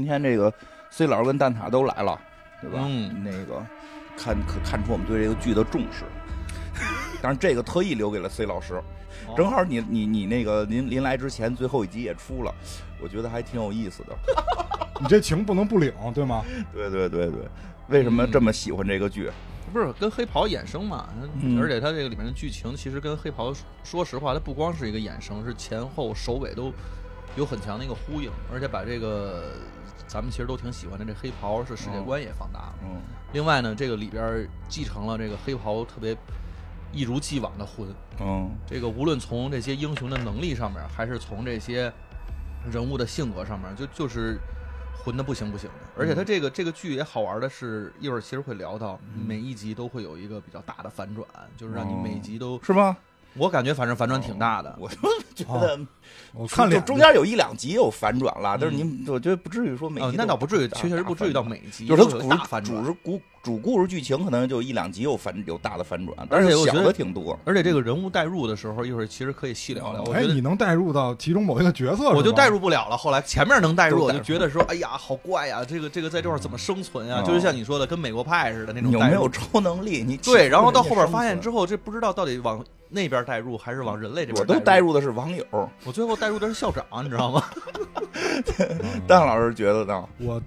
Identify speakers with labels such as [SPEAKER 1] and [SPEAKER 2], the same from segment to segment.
[SPEAKER 1] 今天这个 C 老师跟蛋挞都来了，对吧？
[SPEAKER 2] 嗯
[SPEAKER 1] 那个看可看出我们对这个剧的重视， 但是这个特意留给了 C 老师，
[SPEAKER 2] 哦
[SPEAKER 1] 正好你你你那个临临来之前最后一集也出了，我觉得还挺有意思的。
[SPEAKER 3] 你这情不能不领，对吗？
[SPEAKER 1] 对对对对，为什么这么喜欢这个剧？
[SPEAKER 2] 不是跟黑袍衍生嘛？
[SPEAKER 1] 嗯
[SPEAKER 2] 而且它这个里面的剧情其实跟黑袍，说实话，它不光是一个衍生，是前后首尾都有很强的一个呼应，而且把这个咱们其实都挺喜欢的这黑袍是世界观也放大了。
[SPEAKER 1] 嗯
[SPEAKER 2] 另外呢，这个里边继承了这个黑袍特别一如既往的魂，
[SPEAKER 1] 嗯
[SPEAKER 2] 这个无论从这些英雄的能力上面，还是从这些人物的性格上面，就就是混的不行不行的。而
[SPEAKER 1] 嗯
[SPEAKER 2] 且他这个、这个剧也好玩的是，一会儿其实会聊到，每一集都会有一个比较大的反转，就是让你每一集都，
[SPEAKER 1] 是吗？
[SPEAKER 2] 我感觉反正反转挺大的。
[SPEAKER 1] 哦我就觉
[SPEAKER 2] 哦
[SPEAKER 1] 得
[SPEAKER 3] 我看
[SPEAKER 1] 看
[SPEAKER 3] 脸
[SPEAKER 1] 中间有一两集有反转了，但是你我觉得不至于说每
[SPEAKER 2] 呃
[SPEAKER 1] 集，都
[SPEAKER 2] 嗯那倒不至于，
[SPEAKER 1] 大
[SPEAKER 2] 确实不至于到每一集
[SPEAKER 1] 就是它
[SPEAKER 2] 都有大反
[SPEAKER 1] 主
[SPEAKER 2] 转
[SPEAKER 1] 主。是故主故事剧情可能就一两集有反有大的反转，但
[SPEAKER 2] 而且
[SPEAKER 1] 是
[SPEAKER 2] 我
[SPEAKER 1] 小
[SPEAKER 2] 觉得
[SPEAKER 1] 的挺多。
[SPEAKER 2] 而且这个人物代入的时候，一会儿其实可以细
[SPEAKER 1] 哦
[SPEAKER 2] 聊聊。我
[SPEAKER 3] 哎，
[SPEAKER 2] 觉得
[SPEAKER 3] 你能带入到其中某一个角色，
[SPEAKER 2] 我就代
[SPEAKER 3] 带。
[SPEAKER 2] 入不了了。后来前面能代入，
[SPEAKER 1] 都
[SPEAKER 2] 我
[SPEAKER 1] 代入
[SPEAKER 2] 就觉得说，哎呀，好怪呀，这个这个在这块儿怎么生存呀？
[SPEAKER 1] 嗯
[SPEAKER 2] 就是像你说的，跟美国派似的那种
[SPEAKER 1] 你有
[SPEAKER 2] 代
[SPEAKER 1] 没
[SPEAKER 2] 入
[SPEAKER 1] 有超能力？你
[SPEAKER 2] 对，然后到后边发现
[SPEAKER 1] 之
[SPEAKER 2] 之后，这不知道到底往那边代入还是往人类这边。
[SPEAKER 1] 我都
[SPEAKER 2] 代
[SPEAKER 1] 带，入的是网友，
[SPEAKER 2] 我最后代入的是校长，你知道 吗？嗯
[SPEAKER 1] 蛋老师觉得呢？
[SPEAKER 3] 我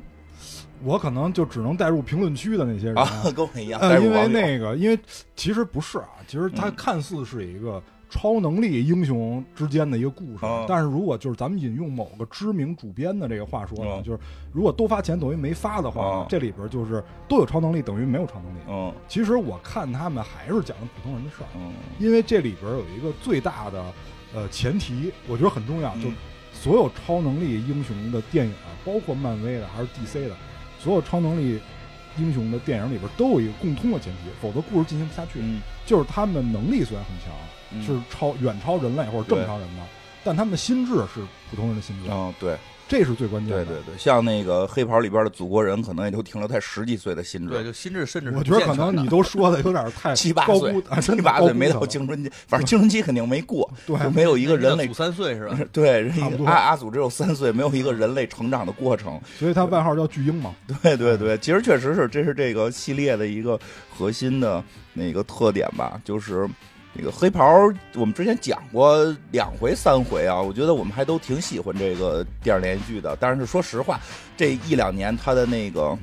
[SPEAKER 3] 我可能就只能带入评论区的那些人，
[SPEAKER 1] 啊，跟我一样，带
[SPEAKER 3] 呃，因
[SPEAKER 1] 入
[SPEAKER 3] 为
[SPEAKER 1] 网友。
[SPEAKER 3] 那个，因为其实不是啊，其实它
[SPEAKER 1] 嗯
[SPEAKER 3] 看似是一个超能力英雄之间的一个故事，
[SPEAKER 1] 哦
[SPEAKER 3] 但是如果就是咱们引用某个知名主编的这个话说呢，
[SPEAKER 1] 哦
[SPEAKER 3] 就是如果多发钱等于没发的话，
[SPEAKER 1] 哦
[SPEAKER 3] 这里边就是都有超能力等于没有超能力。
[SPEAKER 1] 嗯
[SPEAKER 3] 其实我看他们还是讲的普通人的事儿，
[SPEAKER 1] 嗯
[SPEAKER 3] 因为这里边有一个最大的呃前提，我觉得很重要，就
[SPEAKER 1] 嗯
[SPEAKER 3] 所有超能力英雄的电影啊，包括漫威的还是 DC 的，所有超能力英雄的电影里边都有一个共通的前提，否则故事进行不下去。
[SPEAKER 1] 嗯
[SPEAKER 3] 就是他们的能力虽然很强，
[SPEAKER 1] 嗯
[SPEAKER 3] 是超远超人类或者正常人的，但他们的心智是普通人的心智，
[SPEAKER 1] 嗯，对
[SPEAKER 3] 这是最
[SPEAKER 2] 嗯
[SPEAKER 3] 关键
[SPEAKER 1] 对
[SPEAKER 3] 的。
[SPEAKER 1] 对对，像那个黑袍里边的祖国人，可能也就停留在十几岁的心
[SPEAKER 2] 对，
[SPEAKER 1] 智，
[SPEAKER 2] 就心智甚至
[SPEAKER 3] 我觉得可能你都说的有点 太
[SPEAKER 1] 七八
[SPEAKER 3] 高
[SPEAKER 1] 岁
[SPEAKER 3] 估啊，，真
[SPEAKER 1] 七
[SPEAKER 3] 的
[SPEAKER 1] 八
[SPEAKER 3] 高
[SPEAKER 1] 岁
[SPEAKER 3] 估
[SPEAKER 1] 没
[SPEAKER 3] 他
[SPEAKER 1] 到
[SPEAKER 3] 了
[SPEAKER 1] 青春期，反正青春期肯定没过，
[SPEAKER 3] 对
[SPEAKER 1] 就没有一个人类
[SPEAKER 2] 祖三岁 是吧？
[SPEAKER 1] 对，人
[SPEAKER 3] 差不
[SPEAKER 1] 一
[SPEAKER 3] 多
[SPEAKER 1] 阿阿祖只有三岁，没有一个人类成长的过程。
[SPEAKER 3] 所以他外号叫巨婴嘛。
[SPEAKER 1] 对对对，其实确实是，这是这个系列的一个核心的那个特点吧，就是。那个黑袍，我们之前讲过两回、三回啊，我觉得我们还都挺喜欢这个电视连续剧的。但是说实话，这一两年它的那个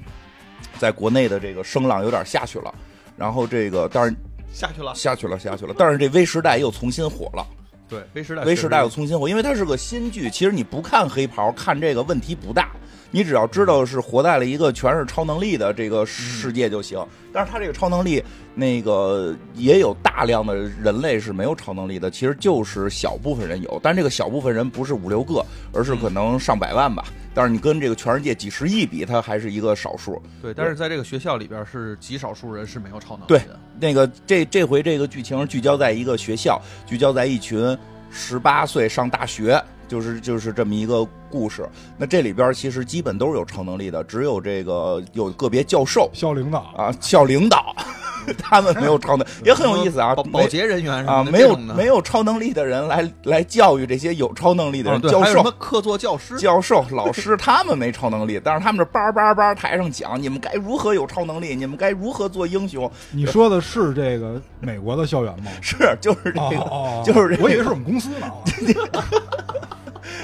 [SPEAKER 1] 在国内的这个声浪有点下去了，然后这个当然
[SPEAKER 2] 下去了。
[SPEAKER 1] 下去了，下去了。但是这微时代又重新火了，
[SPEAKER 2] 对，微时代，
[SPEAKER 1] 微时代又重新火，因为它是个新剧。其实你不看黑袍，看这个问题不大。你只要知道是活在了一个全是超能力的这个世界就行。但是它这个超能力，那个也有大量的人类是没有超能力的，其实就是小部分人有。但这个小部分人不是五六个，而是
[SPEAKER 2] 嗯
[SPEAKER 1] 可能上百万吧。但是你跟这个全世界几十亿比，它还是一个少数。
[SPEAKER 2] 对，但是在这个学校里边是极少数人是没有超能力
[SPEAKER 1] 对
[SPEAKER 2] 的。
[SPEAKER 1] 那个这这回这个剧情聚焦在一个学校，聚焦在一群十八岁上大学，就是就是这么一个故事。那这里边其实基本都是有超能力的，只有这个有个别教授
[SPEAKER 3] 校领导
[SPEAKER 1] 啊、校领导， 他们没有超能，也很有意思啊。
[SPEAKER 2] 保
[SPEAKER 1] 没
[SPEAKER 2] 保洁人员什
[SPEAKER 1] 啊，
[SPEAKER 2] 么的
[SPEAKER 1] 没
[SPEAKER 2] 这
[SPEAKER 1] 有
[SPEAKER 2] 种的
[SPEAKER 1] 没有超能力的人来来教育这些有超能力的
[SPEAKER 2] 啊
[SPEAKER 1] 人，
[SPEAKER 2] 对，
[SPEAKER 1] 教
[SPEAKER 2] 还有什
[SPEAKER 1] 授
[SPEAKER 2] 么客座教师，
[SPEAKER 1] 教授、老师他们没超能力，但是他们这叭叭叭台上讲，你们该如何有超能力，你们该如何做英雄，
[SPEAKER 3] 你说的是这个美国的校园吗？
[SPEAKER 1] 是就是这个，
[SPEAKER 3] 哦哦，哦
[SPEAKER 1] 就是这个
[SPEAKER 3] 我以为是我们公司 呢。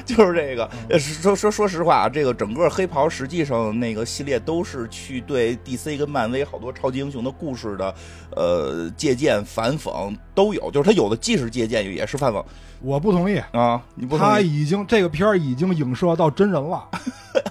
[SPEAKER 1] 就是这个。呃说说说实话啊，这个整个黑袍实际上那个系列都是去对 DC 跟漫威好多超级英雄的故事的呃借鉴、反讽都有，就是它有的既是借鉴，也是反讽
[SPEAKER 3] 我不同意，
[SPEAKER 1] 啊。你不同
[SPEAKER 3] 他
[SPEAKER 1] 意？
[SPEAKER 3] 已经这个片儿已经影射到真人了。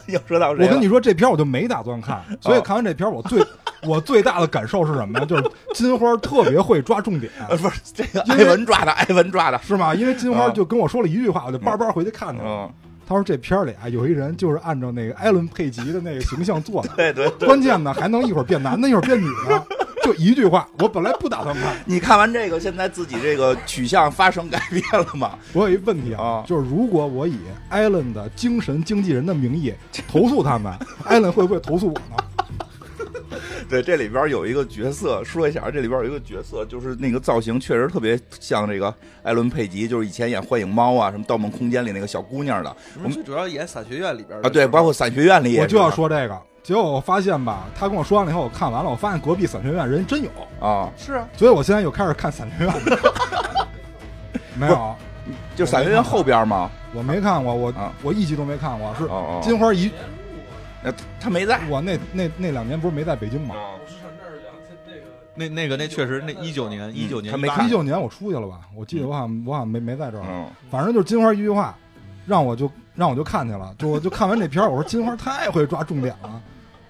[SPEAKER 1] 要说到谁
[SPEAKER 3] 我
[SPEAKER 1] 了
[SPEAKER 3] 跟你说，这片儿我就没打算 看，
[SPEAKER 1] 哦
[SPEAKER 3] 所以看完这片儿，我最我最大的感受是什么呀？就是金花特别会抓重点，
[SPEAKER 1] 呃，不是这个
[SPEAKER 3] 因
[SPEAKER 1] 艾
[SPEAKER 3] 为
[SPEAKER 1] 文抓的，艾文抓的，
[SPEAKER 3] 是吗？因为金
[SPEAKER 1] 啊
[SPEAKER 3] 花就跟我说了一句话，我就叭叭回去看去了。
[SPEAKER 1] 嗯，
[SPEAKER 3] 他说这片儿里啊，有一人就是按照那个艾伦佩吉的那个形象做的，
[SPEAKER 1] 对对对。
[SPEAKER 3] 关键呢还能一会儿变男的，一会儿变女的，就一句话。我本来不打算看，
[SPEAKER 1] 你看完这个，现在自己这个取向发生改变了吗？
[SPEAKER 3] 我有一问题
[SPEAKER 1] 啊
[SPEAKER 3] 啊，就是如果我以艾伦的 精神经纪人的名义投诉他们，艾伦会不会投诉我呢？
[SPEAKER 1] 对，这里边有一个角色，说一下，这里边有一个角色，就是那个造型确实特别像这个艾伦·佩吉，就是以前演《幻影猫》啊，什么《盗梦空间》里那个小姑娘的
[SPEAKER 2] 我们最主要演伞学院里边的
[SPEAKER 1] 啊，对，
[SPEAKER 2] 是吧
[SPEAKER 1] 包括《伞学院》里也
[SPEAKER 3] 我
[SPEAKER 1] 是
[SPEAKER 3] 就要说这个。结果我发现吧，他跟我说完了以后，我看完了，我发现隔壁伞学院人真有，
[SPEAKER 1] 啊，
[SPEAKER 2] 是啊，
[SPEAKER 3] 所以我现在又开始看伞学院 了。没有，
[SPEAKER 1] 就《伞学院》后边嘛，
[SPEAKER 3] 我没看过，我、
[SPEAKER 1] 啊
[SPEAKER 3] 我一集都没看过，是
[SPEAKER 1] 哦哦
[SPEAKER 3] 金花一，
[SPEAKER 1] 那他没在
[SPEAKER 3] 我那那那两年不啊是没在北京吗？
[SPEAKER 1] 啊，
[SPEAKER 2] 那那个那确实那一九年一九年
[SPEAKER 1] 嗯他没
[SPEAKER 2] 18
[SPEAKER 1] 看
[SPEAKER 3] 一九年我出去了吧？我记得我好像我好像没没在这儿，
[SPEAKER 1] 嗯，
[SPEAKER 3] 反正就是金花一句话，让我就让我就看去了，就我就看完这片儿，我说金花太会抓重点了，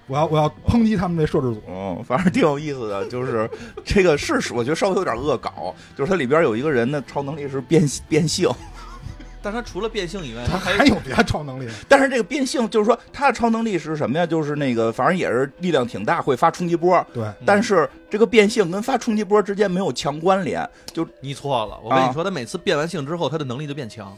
[SPEAKER 3] 我要我要抨击他们这摄制组。
[SPEAKER 1] 嗯，反正挺有意思的，就是这个是我觉得稍微有点恶搞，就是它里边有一个人的超能力是变变性，
[SPEAKER 2] 但他除了变性以外，
[SPEAKER 3] 他
[SPEAKER 2] 还
[SPEAKER 3] 还有别的超能力，
[SPEAKER 1] 但是这个变性就是说他的超能力是什么呀？就是那个反正也是力量挺大，会发冲击波，
[SPEAKER 3] 对，
[SPEAKER 1] 但是这个变性跟发冲击波之间没有强关联，就
[SPEAKER 2] 你错了。我跟
[SPEAKER 1] 啊
[SPEAKER 2] 你说，他每次变完性之后，他的能力就变强。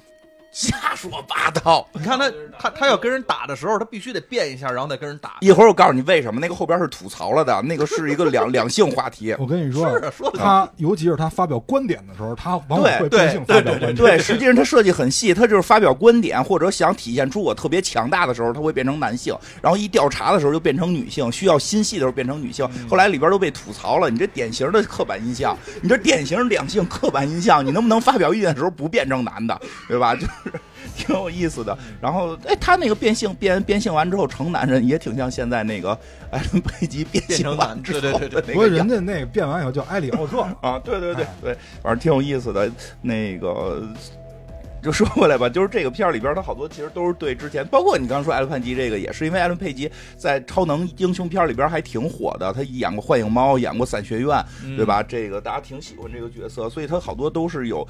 [SPEAKER 1] 瞎说八道。
[SPEAKER 2] 你看他他他要跟人打的时候，他必须得变一下，然后再跟人打。
[SPEAKER 1] 一会儿我告诉你为什么，那个后边是吐槽了的，那个是一个两两性话题。
[SPEAKER 3] 我跟你
[SPEAKER 2] 是
[SPEAKER 3] 说，
[SPEAKER 2] 啊，说的
[SPEAKER 3] 他尤其是他发表观点的时候，他往往会
[SPEAKER 1] 对
[SPEAKER 3] 变性发表观点。
[SPEAKER 1] 对，实际上他设计很细，他就是发表观点或者想体现出我特别强大的时候，他会变成男性，然后一调查的时候就变成女性，需要心细的时候变成女性。
[SPEAKER 3] 嗯
[SPEAKER 1] 后来里边都被吐槽了，你这典型的刻板印象，你这典型两性刻板印象，你能不能发表意见的时候不变成男的，对吧？ 就是挺有意思的。
[SPEAKER 3] 嗯
[SPEAKER 1] 然后，哎，他那个变性变变性完之后成男人，也挺像现在那个 艾伦佩吉变性完之后的那个样子
[SPEAKER 3] 不过人家那个变完以后叫埃里奥特，
[SPEAKER 1] 啊，对对对
[SPEAKER 3] 哎
[SPEAKER 1] 对，反正挺有意思的。那个就说回来吧，就是这个片儿里边，它好多其实都是对之前，包括你刚说艾伦佩吉这个，也是因为艾伦佩吉在超能英雄片儿里边还挺火的，他演过《幻影猫》，演过《伞学院》，
[SPEAKER 2] 嗯
[SPEAKER 1] 对吧？这个大家挺喜欢这个角色，所以他好多都是有。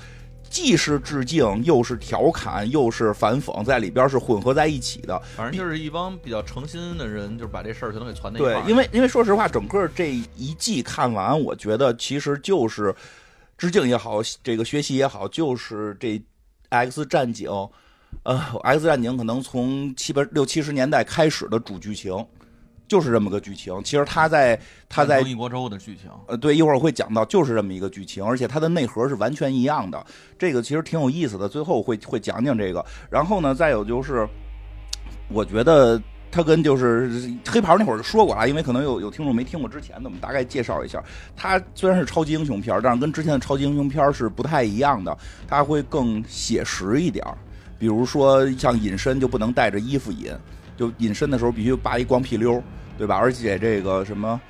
[SPEAKER 1] 既是致敬，又是调侃，又是反讽，在里边是混合在一起的。
[SPEAKER 2] 反正就是一帮比较诚心的人，就是把这事儿全都给传到一块
[SPEAKER 1] 对
[SPEAKER 2] 儿，
[SPEAKER 1] 因为因为说实话，整个这一季看完，我觉得其实就是致敬也好，这个学习也好，就是这 X 战警，呃，X 战警可能从七八六七十年代开始的主剧情。就是这么个剧情，其实他在他在
[SPEAKER 2] 战争一锅粥的剧情。
[SPEAKER 1] 呃，对，一会儿我会讲到，就是这么一个剧情，而且它的内核是完全一样的，这个其实挺有意思的。最后我会会讲讲这个，然后呢，再有就是，我觉得它跟就是黑袍那会儿就说过啊了，因为可能有有听众没听过之前的，我们大概介绍一下。它虽然是超级英雄片儿，但是跟之前的超级英雄片儿是不太一样的，它会更写实一点儿。比如说像隐身就不能带着衣服隐，就隐身的时候必须拔一光屁溜儿，对吧？而且这个什么。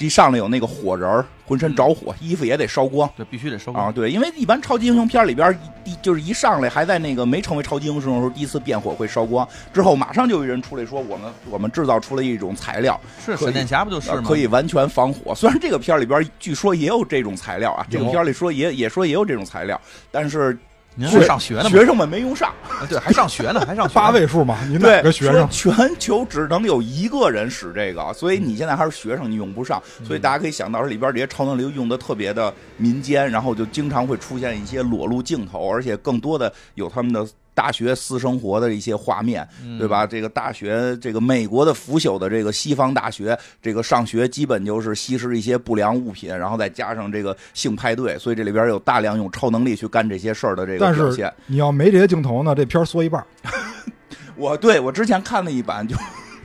[SPEAKER 1] 一上来有那个火人儿，浑身着火，衣服也得烧光
[SPEAKER 2] 对，必须得收
[SPEAKER 1] 啊！对，因为一般超级英雄片里边，一就是一上来还在那个没成为超级英雄的时候，第一次变火会烧光，之后马上就有人出来说我们我们制造出了一种材料，
[SPEAKER 2] 是
[SPEAKER 1] 可以
[SPEAKER 2] 闪电侠不就是
[SPEAKER 1] 呃
[SPEAKER 2] 吗？
[SPEAKER 1] 可以完全防火。虽然这个片儿里边据说也有这种材料啊，这个
[SPEAKER 3] 有
[SPEAKER 1] 片儿里说也也说也有这种材料，但是
[SPEAKER 2] 您还上学呢吗？啊
[SPEAKER 1] 学生们没用上。
[SPEAKER 2] 对，还上学呢，还上学呢
[SPEAKER 3] 八位数嘛，你
[SPEAKER 1] 对，
[SPEAKER 3] 哪个学生？
[SPEAKER 1] 说全球只能有一个人使这个，所以你现在还是学生，你用不上。
[SPEAKER 3] 嗯
[SPEAKER 1] 所以大家可以想到，这里边这些超能力用的特别的民间，然后就经常会出现一些裸露镜头，而且更多的有他们的。大学私生活的一些画面，
[SPEAKER 3] 嗯
[SPEAKER 1] 对吧？这个大学，这个美国的腐朽的这个西方大学，这个上学基本就是吸食一些不良物品，然后再加上这个性派对，所以这里边有大量用超能力去干这些事儿的这个
[SPEAKER 3] 但
[SPEAKER 1] 表现
[SPEAKER 3] 是。你要没这些镜头呢，这片儿缩一半儿。
[SPEAKER 1] 我对我之前看了一版就，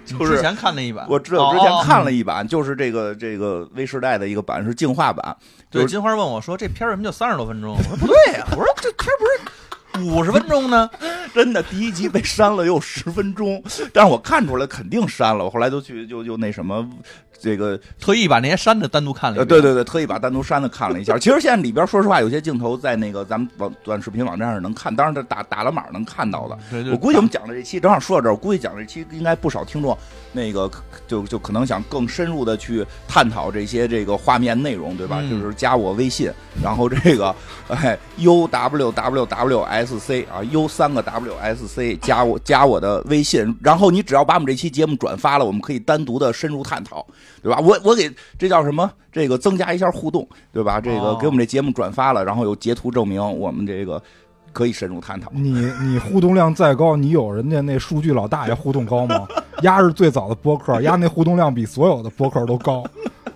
[SPEAKER 2] 你
[SPEAKER 1] 就是
[SPEAKER 2] 之前看那一版，
[SPEAKER 1] 我知道之前
[SPEAKER 2] 哦哦哦
[SPEAKER 1] 看了一版，就是这个这个微时代的一个版是净化版，就
[SPEAKER 2] 对，
[SPEAKER 1] 是
[SPEAKER 2] 金花问我说：“这片儿为什么就三十多分钟？”我说：“不对啊呀、我说这片儿不是五十分钟呢。
[SPEAKER 1] 真的第一集被删了有十分钟，但是我看出来肯定删了，我后来就去就就那什么这个”
[SPEAKER 2] 特意把那些删的单独看了
[SPEAKER 1] 呃
[SPEAKER 2] 一
[SPEAKER 1] 对
[SPEAKER 2] 遍。
[SPEAKER 1] 对对，特意把单独删的看了一下。其实现在里边说实话，有些镜头在那个咱们网短视频网站上能看，当然它打打了码能看到的。
[SPEAKER 2] 对对，
[SPEAKER 1] 我估计我们讲的这期正好说到这儿，我估计讲这期应该不少听众，那个就就可能想更深入的去探讨这些这个画面内容，对吧？
[SPEAKER 2] 嗯
[SPEAKER 1] 就是加我微信，然后这个哎 u w w w s c 啊 u 三个 w s c 加我加我的微信，然后你只要把我们这期节目转发了，我们可以单独的深入探讨，对吧？我我给这叫什么？这个增加一下互动，对吧？这个
[SPEAKER 2] 哦
[SPEAKER 1] 给我们这节目转发了，然后有截图证明我们这个。可以深入探讨。
[SPEAKER 3] 你你互动量再高，你有人家那数据老大爷互动高吗？ 丫是最早的播客，丫那互动量比所有的播客都高，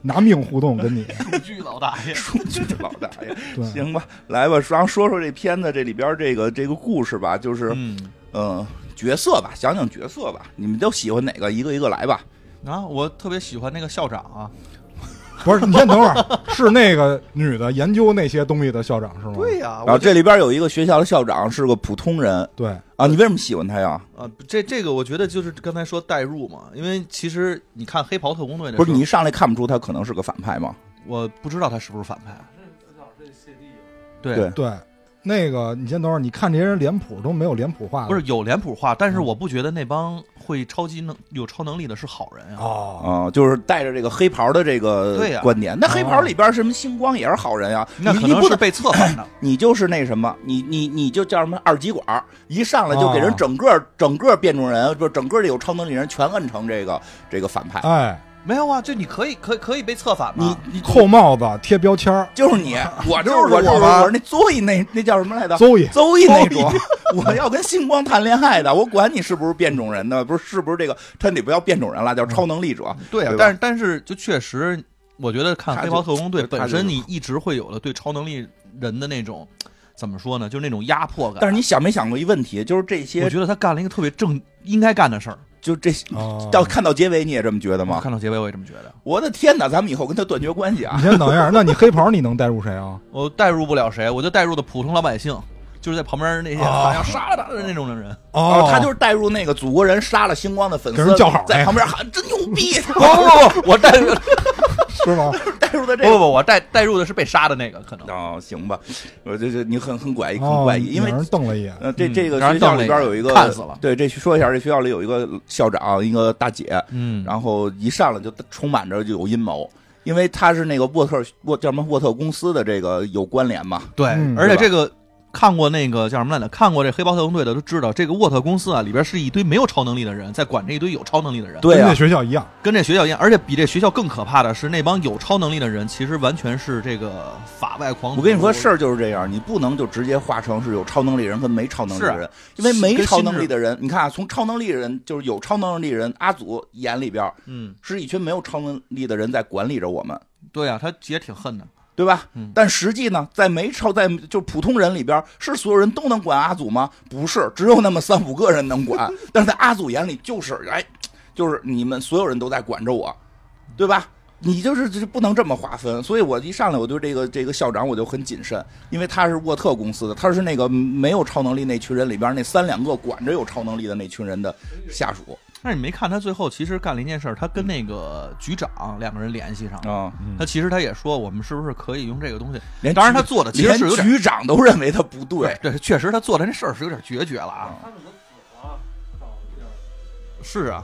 [SPEAKER 3] 拿命互动跟你。
[SPEAKER 2] 数据老大爷，
[SPEAKER 1] 数据的老大 爷，
[SPEAKER 3] 对，
[SPEAKER 1] 行吧，来吧，然后说说这片子这里边这个这个故事吧，就是嗯、
[SPEAKER 2] 嗯
[SPEAKER 1] 呃角色吧，讲讲角色吧，你们都喜欢哪个？一个一个来吧。
[SPEAKER 2] 啊，我特别喜欢那个校长啊，
[SPEAKER 1] 嗯
[SPEAKER 3] 不是你先等会儿，是那个女的研究那些东西的校长是吗？
[SPEAKER 2] 对呀、
[SPEAKER 1] 然后
[SPEAKER 2] 我
[SPEAKER 1] 这里边有一个学校的校长是个普通人
[SPEAKER 3] 对，
[SPEAKER 1] 啊，你为什么喜欢他呀？
[SPEAKER 2] 啊，这这个我觉得就是刚才说代入嘛，因为其实你看《黑袍特工队》的时
[SPEAKER 1] 不
[SPEAKER 2] 候，
[SPEAKER 1] 是你一上来看不出他可能是个反派吗？
[SPEAKER 2] 我不知道他是不是反派，啊对
[SPEAKER 1] 对
[SPEAKER 3] 对，那个你先等会儿，你看这些人脸谱都没有脸谱化的，
[SPEAKER 2] 不是有脸谱化，
[SPEAKER 1] 嗯
[SPEAKER 2] 但是我不觉得那帮会超级能有超能力的是好人啊。
[SPEAKER 3] 哦，
[SPEAKER 1] 啊、就是带着这个黑袍的这个
[SPEAKER 2] 对呀啊
[SPEAKER 1] 观点。那黑袍
[SPEAKER 3] 哦
[SPEAKER 1] 里边什么星光也是好人呀、
[SPEAKER 2] 那
[SPEAKER 1] 你
[SPEAKER 2] 可
[SPEAKER 1] 你
[SPEAKER 2] 能
[SPEAKER 1] 不
[SPEAKER 2] 是
[SPEAKER 1] 能，
[SPEAKER 2] 被策反 的，
[SPEAKER 1] 你就是那什么，你你你就叫什么二极管儿，一上来就给人
[SPEAKER 3] 哦
[SPEAKER 1] 整个、整个变种人，不是整个有超能力人全摁成这个这个反派。
[SPEAKER 2] 啊
[SPEAKER 3] 哎，
[SPEAKER 2] 没有啊？就你可以可以可以被策反
[SPEAKER 1] 你
[SPEAKER 2] 嘛？
[SPEAKER 1] 你
[SPEAKER 3] 扣帽子贴标签儿，
[SPEAKER 1] 就是 你，我就是
[SPEAKER 3] 我
[SPEAKER 1] 我，就是
[SPEAKER 3] 吧
[SPEAKER 1] 我，那综艺那那叫什么来着？
[SPEAKER 3] 邹毅
[SPEAKER 1] 邹毅那种
[SPEAKER 3] Zoe，
[SPEAKER 1] 我要跟星光谈恋爱的，我管你是不是变种人呢？不是，是不是这个？他里不叫变种人了，
[SPEAKER 2] 嗯
[SPEAKER 1] 叫超能力者。
[SPEAKER 2] 对啊
[SPEAKER 1] 对吧，
[SPEAKER 2] 但是但是就确实，我觉得看《
[SPEAKER 1] 他
[SPEAKER 2] 黑
[SPEAKER 1] 就
[SPEAKER 2] 袍特工队》
[SPEAKER 1] 他
[SPEAKER 2] 本
[SPEAKER 1] 就
[SPEAKER 2] 身，你一直会有的对超能力人的那种怎么说呢？就是那种压迫感。
[SPEAKER 1] 但是你想没想过一问题？就是这
[SPEAKER 2] 我
[SPEAKER 1] 些，
[SPEAKER 2] 觉得他干了一个特别正应该干的事儿。
[SPEAKER 1] 就这
[SPEAKER 3] 哦
[SPEAKER 1] 到看到结尾，你也这么觉得吗？
[SPEAKER 2] 看到结尾我也这么觉得，
[SPEAKER 1] 我的天哪！咱们以后跟他断绝关系
[SPEAKER 3] 你
[SPEAKER 1] 啊！
[SPEAKER 3] 先等一下，那你黑袍你能带入谁啊？
[SPEAKER 2] 我代入不了谁，我就代入的普通老百姓，就是在旁边那些
[SPEAKER 3] 哦
[SPEAKER 2] 好 像要杀了他的那种的人。
[SPEAKER 1] 啊他就是带入那个祖国人杀了星光的粉
[SPEAKER 3] 给人
[SPEAKER 1] 丝，
[SPEAKER 3] 叫好
[SPEAKER 1] 在
[SPEAKER 3] 哎
[SPEAKER 1] 旁边喊真牛 逼！
[SPEAKER 2] 不不不，我代入
[SPEAKER 3] 哦 是吗？
[SPEAKER 1] 带入的这
[SPEAKER 2] 不不
[SPEAKER 3] 哦
[SPEAKER 1] 个。
[SPEAKER 2] 不，我代代入的是被杀的那个可能。
[SPEAKER 1] 哦，行吧，我这这你很很怪异，很
[SPEAKER 3] 哦，
[SPEAKER 1] 哎怪异，因为
[SPEAKER 3] 让人瞪了一眼，
[SPEAKER 1] 呃，这这
[SPEAKER 2] 嗯
[SPEAKER 1] 个
[SPEAKER 2] 让
[SPEAKER 1] 学
[SPEAKER 2] 人
[SPEAKER 1] 校
[SPEAKER 2] 瞪
[SPEAKER 1] 里
[SPEAKER 2] 了
[SPEAKER 1] 边
[SPEAKER 2] 一
[SPEAKER 1] 有
[SPEAKER 2] 眼
[SPEAKER 1] 一个
[SPEAKER 2] 看死了
[SPEAKER 1] 对，这说一下，这学校里有一个校长，一个大姐，
[SPEAKER 2] 嗯，
[SPEAKER 1] 然后一上来就充满着有阴谋，因为她是那个沃特沃叫什么沃特公司的这个有关联嘛。
[SPEAKER 2] 对，
[SPEAKER 3] 嗯
[SPEAKER 2] 而且这个看过那个叫什么来着？看过这《黑豹特工队》的都知道，这个沃特公司啊，里边是一堆没有超能力的人在管这一堆有超能力的人，
[SPEAKER 1] 对
[SPEAKER 3] 跟
[SPEAKER 1] 啊
[SPEAKER 3] 那，学校一样，
[SPEAKER 2] 跟这学校一样。而且比这学校更可怕的是，那帮有超能力的人其实完全是这个法外狂徒。
[SPEAKER 1] 我跟你说事儿就是这样，你不能就直接划成是有超能力人跟没超能力的人，因为没超能力的人，你看啊，从超能力人就是有超能力人阿祖眼里边
[SPEAKER 2] 嗯，
[SPEAKER 1] 是一群没有超能力的人在管理着我们。
[SPEAKER 2] 对啊，他也挺恨的。
[SPEAKER 1] 对吧？
[SPEAKER 2] 嗯
[SPEAKER 1] 但实际呢，在没超在就普通人里边，是所有人都能管阿祖吗？不是，只有那么三五个人能 管。但是在阿祖眼里，就是哎，就是你们所有人都在管着我，对吧？你就是就是不能这么划分。所以我一上来我对这个这个校长我就很谨慎，因为他是沃特公司的，他是那个没有超能力那群人里边那三两个管着有超能力的那群人的下属
[SPEAKER 2] 但是你没看他最后其实干了一件事儿，他跟那个局长两个人联系上了。
[SPEAKER 1] 啊、
[SPEAKER 2] 他其实他也说，我们是不是可以用这个东西？
[SPEAKER 1] 连
[SPEAKER 2] 嗯当然，
[SPEAKER 1] 局
[SPEAKER 2] 他做的其实是有点
[SPEAKER 1] 哎连局长都认为他不对。
[SPEAKER 2] 对，确实他做的这事儿是有点决绝了啊。他怎么死了？是啊，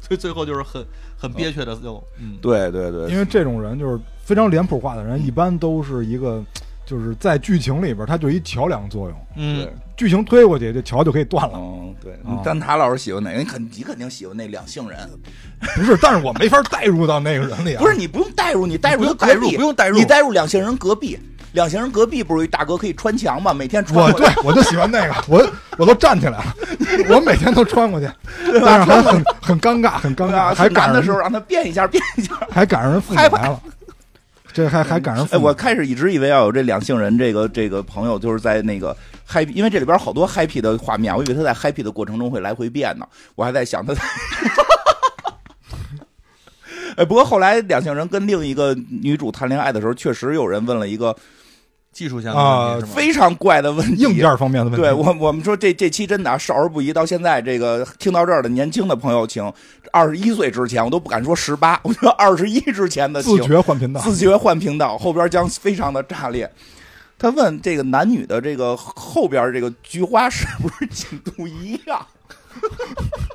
[SPEAKER 2] 所以最后就是很很憋屈的就嗯，
[SPEAKER 1] 对对对，
[SPEAKER 3] 因为这种人就是非常脸谱化的人，一般都是一个，就是在剧情里边儿他就一桥梁作用，
[SPEAKER 1] 对
[SPEAKER 2] 嗯，
[SPEAKER 3] 剧情推过去这桥就可以断了。
[SPEAKER 1] 嗯，对
[SPEAKER 3] 哦，
[SPEAKER 1] 丹塔老师喜欢哪个？你肯你肯定喜欢那两性人，
[SPEAKER 3] 不是，但是我没法代入到那个人里啊。
[SPEAKER 1] 不是你不用代入，你代入
[SPEAKER 2] 不用
[SPEAKER 1] 他隔
[SPEAKER 2] 代入
[SPEAKER 1] 壁
[SPEAKER 2] 不用代入
[SPEAKER 1] 你代入两性人隔壁，两性人隔壁不是有一大哥可以穿墙吗？每天穿
[SPEAKER 3] 我
[SPEAKER 1] 过
[SPEAKER 3] 对
[SPEAKER 1] 来，
[SPEAKER 3] 我就喜欢那个，我我都站起来了，我每天都穿过去，但是还很很尴尬，很尴
[SPEAKER 1] 对
[SPEAKER 3] 尬，
[SPEAKER 1] 啊，
[SPEAKER 3] 还
[SPEAKER 1] 去
[SPEAKER 3] 赶
[SPEAKER 1] 男
[SPEAKER 3] 上
[SPEAKER 1] 的时候让他变一下，变一下。
[SPEAKER 2] 嗯
[SPEAKER 3] 还赶上人父母来了，这还还赶上
[SPEAKER 1] 哎，
[SPEAKER 3] 父母。
[SPEAKER 1] 我开始一直以为要有这两性人这个这个朋友，就是在那个 happy，因为这里边好多 happy 的画面，我以为他在 happy 的过程中会来回变呢，我还在想他在。 哎，不过后来两性人跟另一个女主谈恋爱的时候，确实有人问了一个
[SPEAKER 2] 技术相关的问题是吗？
[SPEAKER 1] 非常怪的问题，
[SPEAKER 3] 硬件方面的问题，
[SPEAKER 1] 啊对我，我们说这这期真的啊少儿不宜。到现在这个听到这儿的年轻的朋友，请二十一岁之前，我都不敢说十八， 我觉得二十一之前的请
[SPEAKER 3] 自觉换频道，
[SPEAKER 1] 自觉换频道，后边将非常的炸裂。他问这个男女的这个后边这个菊花是不是紧度一样？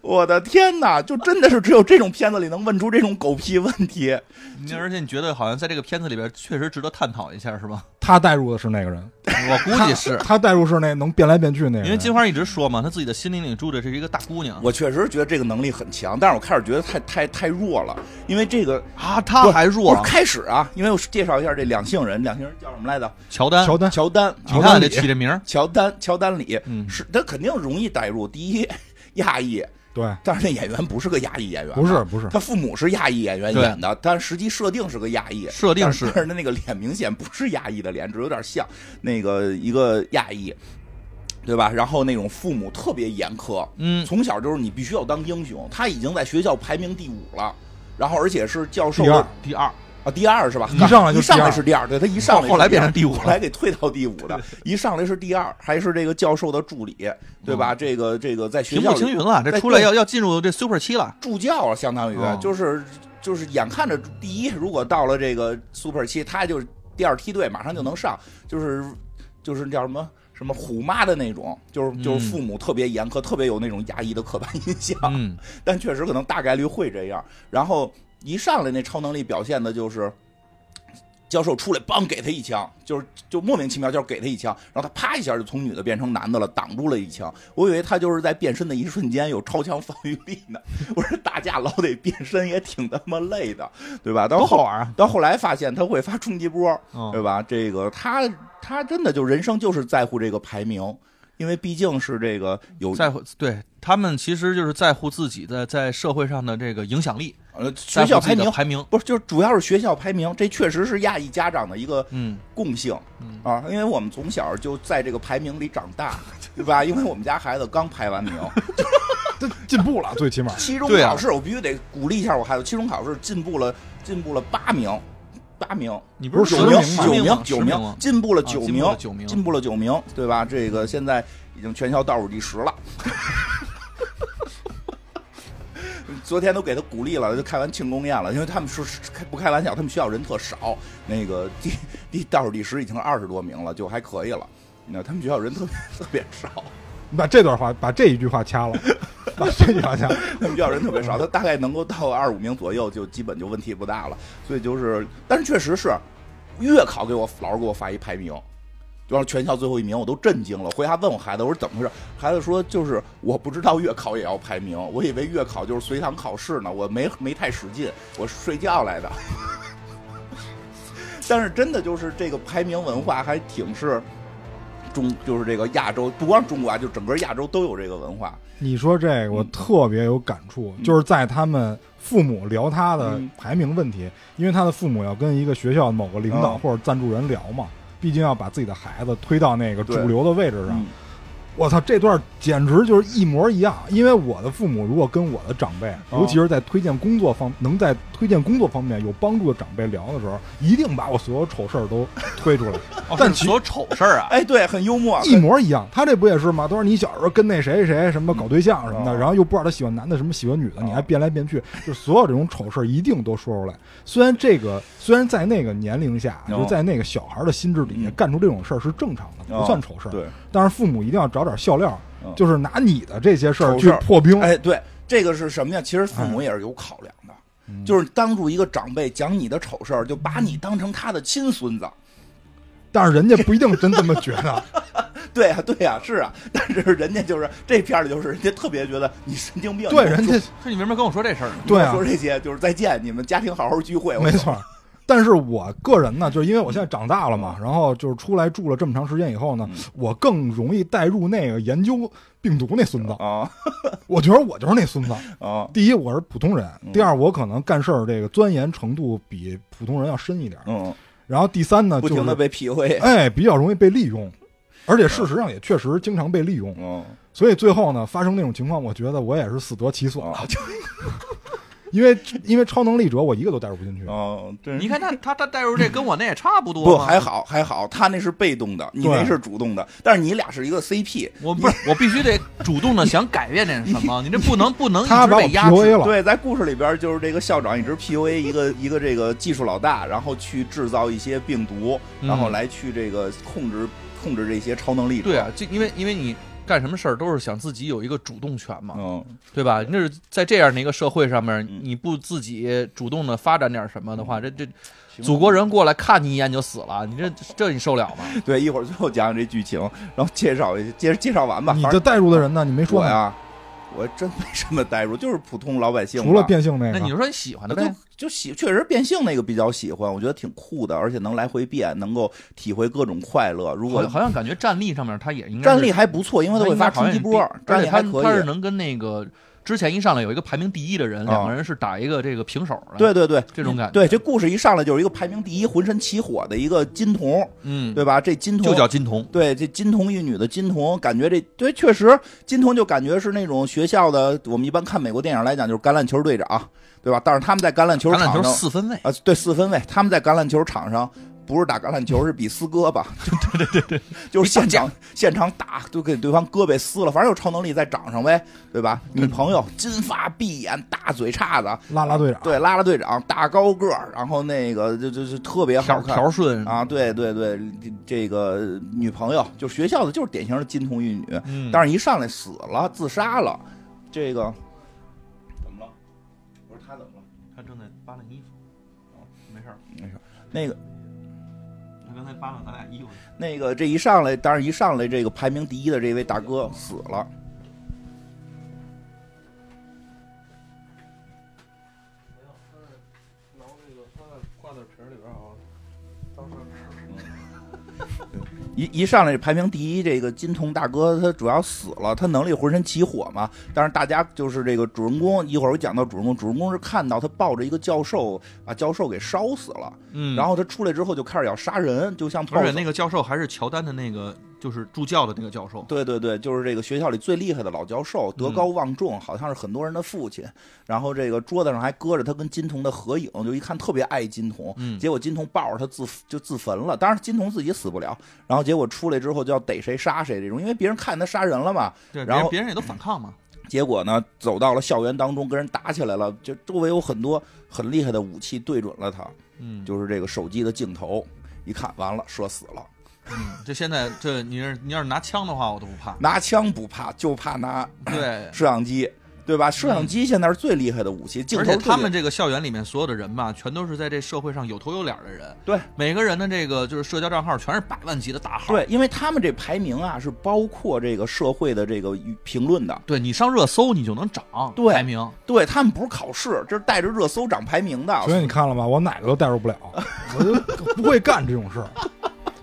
[SPEAKER 1] 我的天哪！就真的是只有这种片子里能问出这种狗屁问题。
[SPEAKER 2] 你而且你觉得好像在这个片子里边确实值得探讨一下是吧？
[SPEAKER 3] 他带入的是那个人，
[SPEAKER 2] 我估计是
[SPEAKER 3] 他，他带入是那能变来变去那个人，
[SPEAKER 2] 因为金花一直说嘛，她自己的心灵里住的是一个大姑娘。
[SPEAKER 1] 我确实觉得这个能力很强，但是我开始觉得太太太弱了，因为这个
[SPEAKER 2] 啊，她还弱
[SPEAKER 1] 不是，开始啊，因为我介绍一下这两性人，两性人叫什么来着？
[SPEAKER 2] 乔丹，
[SPEAKER 3] 乔丹，
[SPEAKER 1] 乔丹，
[SPEAKER 2] 你
[SPEAKER 1] 乔
[SPEAKER 2] 看
[SPEAKER 3] 丹
[SPEAKER 2] 得
[SPEAKER 3] 里
[SPEAKER 2] 起这名儿，
[SPEAKER 1] 乔丹，乔丹里
[SPEAKER 2] 嗯
[SPEAKER 1] 是他肯定容易带入。第一，亚裔，
[SPEAKER 3] 对，
[SPEAKER 1] 但是那演员不是个亚裔演员，啊
[SPEAKER 3] 不是不是，
[SPEAKER 1] 他父母是亚裔演员
[SPEAKER 2] 对
[SPEAKER 1] 演的，但实际设定是个亚裔，
[SPEAKER 2] 设定
[SPEAKER 1] 但
[SPEAKER 2] 是
[SPEAKER 1] 但是他那个脸明显不是亚裔的脸，只有点像那个一个亚裔，对吧？然后那种父母特别严苛，
[SPEAKER 2] 嗯，
[SPEAKER 1] 从小就是你必须要当英雄。他已经在学校排名第五了，然后而且是教授
[SPEAKER 3] 第二
[SPEAKER 2] 第二，
[SPEAKER 1] 啊，第二是吧？
[SPEAKER 3] 一上来就
[SPEAKER 1] 一上
[SPEAKER 3] 第
[SPEAKER 1] 来
[SPEAKER 3] 二
[SPEAKER 1] 是第二，对他一上来
[SPEAKER 2] 后
[SPEAKER 1] 是
[SPEAKER 2] 后来变
[SPEAKER 1] 二
[SPEAKER 2] 成第五了
[SPEAKER 1] 后来给退到第五 的，一上来是第二，还是这个教授的助理，对吧？这个这个在学
[SPEAKER 2] 嗯平
[SPEAKER 1] 校
[SPEAKER 2] 步
[SPEAKER 1] 里
[SPEAKER 2] 青云了，这
[SPEAKER 1] 在啊
[SPEAKER 2] 出来
[SPEAKER 1] 对
[SPEAKER 2] 要要进入这 Super 七了，
[SPEAKER 1] 助教了，相当于、
[SPEAKER 2] 哦
[SPEAKER 1] 就是就是眼看着第一，如果到了这个 Super 七，他就是第二梯队，马上就能上，就是就是叫什么什么虎妈的那种，就是就是
[SPEAKER 2] 嗯
[SPEAKER 1] 父母特别严苛，特别有那种压抑的刻板印象，
[SPEAKER 2] 嗯，
[SPEAKER 1] 但确实可能大概率会这样。然后一上来那超能力表现的就是。教授出来，梆给他一枪，就是就莫名其妙，就是给他一枪，然后他啪一下就从女的变成男的了，挡住了一枪。我以为他就是在变身的一瞬间有超强防御力呢。 我说打架老得变身也挺他妈累的，对吧？到
[SPEAKER 2] 多好
[SPEAKER 1] 后
[SPEAKER 2] 玩啊！
[SPEAKER 1] 到后来发现他会发冲击波，
[SPEAKER 2] 嗯
[SPEAKER 1] 对吧？这个他他真的就人生就是在乎这个排名，因为毕竟是这个有
[SPEAKER 2] 在乎对他们其实就是在乎自己的在社会上的这个影响力，
[SPEAKER 1] 呃学
[SPEAKER 2] 在乎
[SPEAKER 1] 校
[SPEAKER 2] 自
[SPEAKER 1] 排
[SPEAKER 2] 己的
[SPEAKER 1] 名
[SPEAKER 2] 排名，
[SPEAKER 1] 不是，就是主要是学校排名，这确实是亚裔家长的一个
[SPEAKER 2] 嗯，
[SPEAKER 1] 共性
[SPEAKER 2] 嗯
[SPEAKER 1] 啊，因为我们从小就在这个排名里长大，对吧？因为我们家孩子刚排完名，
[SPEAKER 3] 他进步了，最起码
[SPEAKER 1] 期中
[SPEAKER 2] 对啊
[SPEAKER 1] 考试我必须得鼓励一下我孩子，期中考试进步了，进步了八名，八名，
[SPEAKER 2] 你
[SPEAKER 3] 不是
[SPEAKER 1] 九
[SPEAKER 2] 十
[SPEAKER 3] 九
[SPEAKER 1] 名
[SPEAKER 3] 名，
[SPEAKER 2] 吗
[SPEAKER 1] 九名，
[SPEAKER 2] 十
[SPEAKER 1] 九
[SPEAKER 2] 名吗
[SPEAKER 1] 名，进步了
[SPEAKER 2] 啊
[SPEAKER 1] 九
[SPEAKER 2] 进
[SPEAKER 1] 名
[SPEAKER 2] 步了，九名
[SPEAKER 1] 进步了九名，对吧？这个现在已经全校倒数第十了。 昨天都给他鼓励了，就开完庆功宴了，因为他们说是开不开玩笑，他们学校人特少，那个第第倒数第十已经二十多名了，就还可以了。那他们学校人特别特别少，
[SPEAKER 3] 你把这段话，把这一句话 掐了，把这句话掐了。
[SPEAKER 1] 他 们学校人特别少，他大概能够到二五名左右，就基本就问题不大了。所以就是，但是确实是，月考给我老师给我发一排名，就让全校最后一名，我都震惊了。回家问我孩子，我说怎么回事？孩子说就是我不知道月考也要排名，我以为月考就是随堂考试呢，我没没太使劲，我睡觉来的。 但是真的就是这个排名文化还挺是。中就是这个亚洲，不光是中国啊，就整个亚洲都有这个文化。
[SPEAKER 3] 你说这
[SPEAKER 1] 嗯
[SPEAKER 3] 个，我特别有感触，就是在他们父母聊他的
[SPEAKER 1] 嗯
[SPEAKER 3] 排名问题，因为他的父母要跟一个学校某个领导
[SPEAKER 1] 嗯
[SPEAKER 3] 或者赞助人聊嘛，毕竟要把自己的孩子推到那个主流的位置上
[SPEAKER 1] 嗯。
[SPEAKER 3] 我操，这段简直就是一模一样。因为我的父母如果跟我的长辈，
[SPEAKER 1] 嗯
[SPEAKER 3] 尤其是在推荐工作方能在推荐工作方面有帮助的长辈聊的时候，一定把我所有丑事儿都推出来。
[SPEAKER 2] 哦
[SPEAKER 3] 但
[SPEAKER 2] 是
[SPEAKER 3] 其
[SPEAKER 2] 所有丑事儿啊，
[SPEAKER 1] 哎，对，很幽默，
[SPEAKER 3] 一模一样。他这不也是吗？都是你小时候跟那谁谁什么搞对象什么的，
[SPEAKER 1] 嗯哦
[SPEAKER 3] 然后又不知道他喜欢男的什么喜欢女的，
[SPEAKER 1] 哦
[SPEAKER 3] 你还变来变去，就是所有这种丑事儿一定都说出来。虽然这个虽然在那个年龄下，
[SPEAKER 1] 哦
[SPEAKER 3] 就在那个小孩的心智里
[SPEAKER 1] 嗯哦
[SPEAKER 3] 干出这种事儿是正常的，不算丑事儿。
[SPEAKER 1] 对，
[SPEAKER 3] 但是父母一定要找点笑料
[SPEAKER 1] 嗯，
[SPEAKER 3] 就是拿你的这些事儿
[SPEAKER 1] 丑
[SPEAKER 3] 去
[SPEAKER 1] 事儿
[SPEAKER 3] 破冰。
[SPEAKER 1] 哎，对，这个是什么呀？其实父
[SPEAKER 3] 嗯
[SPEAKER 1] 母也是有考量的，就是当住一个长辈讲你的丑事儿，就把你当成他的亲孙子。
[SPEAKER 3] 但是人家不一定真这么觉 得。
[SPEAKER 1] 对呀、对呀、是啊。但是人家就是这片儿，就是人家特别觉得你神经病。
[SPEAKER 3] 对，
[SPEAKER 1] 你跟我
[SPEAKER 3] 人
[SPEAKER 1] 说
[SPEAKER 3] 家
[SPEAKER 2] 是你为什么跟我说这事儿呢？
[SPEAKER 3] 对
[SPEAKER 1] 你跟我
[SPEAKER 3] 啊
[SPEAKER 1] 说，这些就是再见，你们家庭好好聚哎会。我
[SPEAKER 3] 没错。但是我个人呢，就是因为我现在长大了嘛，
[SPEAKER 1] 嗯
[SPEAKER 3] 然后就是出来住了这么长时间以后呢，我更容易带入那个研究病毒那孙子。
[SPEAKER 1] 啊
[SPEAKER 3] 我觉得我就是那孙子。
[SPEAKER 1] 啊
[SPEAKER 3] 第一，我是普通人；
[SPEAKER 1] 嗯
[SPEAKER 3] 第二，我可能干事儿这个钻研程度比普通人要深一点。
[SPEAKER 1] 嗯，
[SPEAKER 3] 然后第三呢，
[SPEAKER 1] 不
[SPEAKER 3] 啊就
[SPEAKER 1] 停的
[SPEAKER 3] 是
[SPEAKER 1] 被 PUA。
[SPEAKER 3] 哎比较容易被利用，而且事实上也确实经常被利用。
[SPEAKER 1] 嗯，
[SPEAKER 3] 所以最后呢，发生那种情况，我觉得我也是死得其所，
[SPEAKER 1] 啊，
[SPEAKER 3] 因为因为超能力者我一个都带入不进去。
[SPEAKER 1] 哦，真
[SPEAKER 2] 你看他他他带入这跟我那也差不多
[SPEAKER 1] 不
[SPEAKER 2] 嘛
[SPEAKER 1] 还好还好，他那是被动的，你那
[SPEAKER 3] 对
[SPEAKER 1] 是主动的，但是你俩是一个 CP。
[SPEAKER 2] 我不是，我必须得主动的想改变点什么，你这不能不能一
[SPEAKER 3] 他
[SPEAKER 2] 直
[SPEAKER 3] 把我
[SPEAKER 2] 被压制
[SPEAKER 3] PUA。了，
[SPEAKER 1] 对，在故事里边儿就是这个校长一直 PUA 一个一个这个技术老大，然后去制造一些病毒，然后
[SPEAKER 2] 嗯
[SPEAKER 1] 来去这个控制控制这些超能力者。
[SPEAKER 2] 啊对啊，就因为因为你干什么事儿都是想自己有一个主动权嘛，
[SPEAKER 1] 嗯，
[SPEAKER 2] 对吧？那是在这样的一个社会上面
[SPEAKER 1] 嗯，
[SPEAKER 2] 你不自己主动的发展点什么的话，这这祖国人过来看你一眼你就死了，你这这你受了吗？
[SPEAKER 1] 对，一会儿最后讲讲这剧情，然后介绍一下接着介绍完吧。
[SPEAKER 3] 你
[SPEAKER 1] 反
[SPEAKER 3] 这
[SPEAKER 1] 正啊
[SPEAKER 3] 带入的人呢？你没说
[SPEAKER 1] 我
[SPEAKER 3] 呢，
[SPEAKER 1] 呀，我真没什么代入，就是普通老百姓吧。
[SPEAKER 3] 除了变性那
[SPEAKER 2] 那你
[SPEAKER 3] 个，
[SPEAKER 2] 就说你喜欢的
[SPEAKER 1] 就
[SPEAKER 2] 呗，
[SPEAKER 1] 就喜，确实变性那个比较喜欢，我觉得挺酷的，而且能来回变，能够体会各种快乐。如
[SPEAKER 2] 好
[SPEAKER 1] 果
[SPEAKER 2] 像好像感觉战力上面他也应该是
[SPEAKER 1] 战力还不错，因为他会发冲击波，
[SPEAKER 2] 而
[SPEAKER 1] 战
[SPEAKER 2] 且
[SPEAKER 1] 力
[SPEAKER 2] 他
[SPEAKER 1] 还可
[SPEAKER 2] 他是
[SPEAKER 1] 以。
[SPEAKER 2] 能跟那个之前一上来有一个排名第一的人，
[SPEAKER 1] 啊
[SPEAKER 2] 两个人是打一个这个平手的，
[SPEAKER 1] 对对对，
[SPEAKER 2] 这种感觉，
[SPEAKER 1] 对，这故事一上来就是一个排名第一、浑身起火的一个金童，
[SPEAKER 2] 嗯，
[SPEAKER 1] 对吧？这金童
[SPEAKER 2] 就叫金童，
[SPEAKER 1] 对，这金童玉女的金童，感觉这对确实金童就感觉是那种学校的，我们一般看美国电影来讲就是橄榄球队长，对吧？但是他们在橄榄球
[SPEAKER 2] 橄
[SPEAKER 1] 场
[SPEAKER 2] 榄
[SPEAKER 1] 上
[SPEAKER 2] 球四分卫，
[SPEAKER 1] 啊，对四分卫，他们在橄榄球场上不是打橄榄球，是比撕胳 膊，就对对对对，就是现场现场打，就给对方胳膊撕了，反正有超能力在掌上呗，对吧？女朋友金发碧眼大嘴叉子，
[SPEAKER 3] 拉拉队长
[SPEAKER 1] 对拉拉队长大高个儿，然后那个就就就特别好
[SPEAKER 2] 条
[SPEAKER 1] 看。
[SPEAKER 2] 条顺，
[SPEAKER 1] 啊，对对对，这这个女朋友就学校的，就是典型的金童玉女，
[SPEAKER 2] 嗯，
[SPEAKER 1] 但是一上来死了，自杀了，这个怎么了？我说他怎么了？
[SPEAKER 2] 他正在扒拉衣服，没事儿，
[SPEAKER 1] 那个
[SPEAKER 2] 他刚才扒拉咱俩衣服，
[SPEAKER 1] 那个，这一上来，当然一上来，这个排名第一的这位大哥死了。
[SPEAKER 2] 然后那个他在挂在瓶里边啊，当时
[SPEAKER 1] 一一上来，排名第一这个金童大哥，他主要死了，他能力浑身起火嘛。但是大家就是这个主人公，一会儿我讲到主人公，主人公是看到他抱着一个教授，把教授给烧死了。
[SPEAKER 2] 嗯，
[SPEAKER 1] 然后他出来之后就开始要杀人，就像暴
[SPEAKER 2] 而且
[SPEAKER 1] 走
[SPEAKER 2] 那个教授还是乔丹的那个，就是助教的那个教授，
[SPEAKER 1] 对对对，就是这个学校里最厉害的老教授，德高望重，好像是很多人的父亲。然后这个桌子上还搁着他跟金童的合影，就一看特别爱金童。
[SPEAKER 2] 嗯
[SPEAKER 1] 结果金童抱着他自就自焚了。当然金童自己死不了，然后结果出来之后就要逮谁杀谁这种，因为别人看他杀人了嘛。
[SPEAKER 2] 对，
[SPEAKER 1] 然后
[SPEAKER 2] 别人别人也都反抗嘛，
[SPEAKER 1] 结果呢，走到了校园当中跟人打起来了，就周围有很多很厉害的武器对准了他，
[SPEAKER 2] 嗯，
[SPEAKER 1] 就是这个手机的镜头，一看完了，射死了。
[SPEAKER 2] 嗯这现在这你是你要是拿枪的话，我都不 怕，
[SPEAKER 1] 拿枪不怕，就怕拿
[SPEAKER 2] 对，
[SPEAKER 1] 摄像机，对吧？摄像机现在是最厉害的武器，镜
[SPEAKER 2] 嗯而
[SPEAKER 1] 头
[SPEAKER 2] 且
[SPEAKER 1] 最
[SPEAKER 2] 他
[SPEAKER 1] 厉
[SPEAKER 2] 们
[SPEAKER 1] 害
[SPEAKER 2] 这个校园里面所有的人吧，全都是在这社会上有头有脸的人。
[SPEAKER 1] 对，
[SPEAKER 2] 每个人的这个就是社交账号全是百万级的大号。，
[SPEAKER 1] 对，因为他们这排名啊是包括这个社会的这个舆评论的，
[SPEAKER 2] 对你上热搜你就能涨
[SPEAKER 1] 对
[SPEAKER 2] 排名。
[SPEAKER 1] 对他们不是考试，这是带着热搜涨排名的。
[SPEAKER 3] 所以你看了吧，我哪个都代入不 了，我就不会干这种事儿，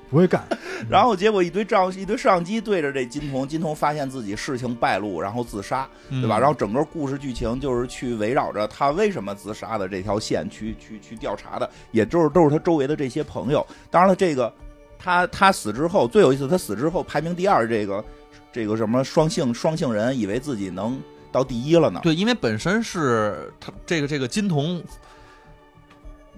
[SPEAKER 3] 不会干。
[SPEAKER 1] 然后结果一堆照一堆摄像机对着这金童，金童发现自己事情败露，然后自杀，对吧？
[SPEAKER 2] 嗯
[SPEAKER 1] 然后整个故事剧情就是去围绕着他为什么自杀的这条线去去去调查的，也就是都是他周围的这些朋友。当然了，这个他他死之后最有意思，他死之后排名第二，这个这个什么双性双性人以为自己能到第一了呢。
[SPEAKER 2] 对，因为本身是他这个这个金童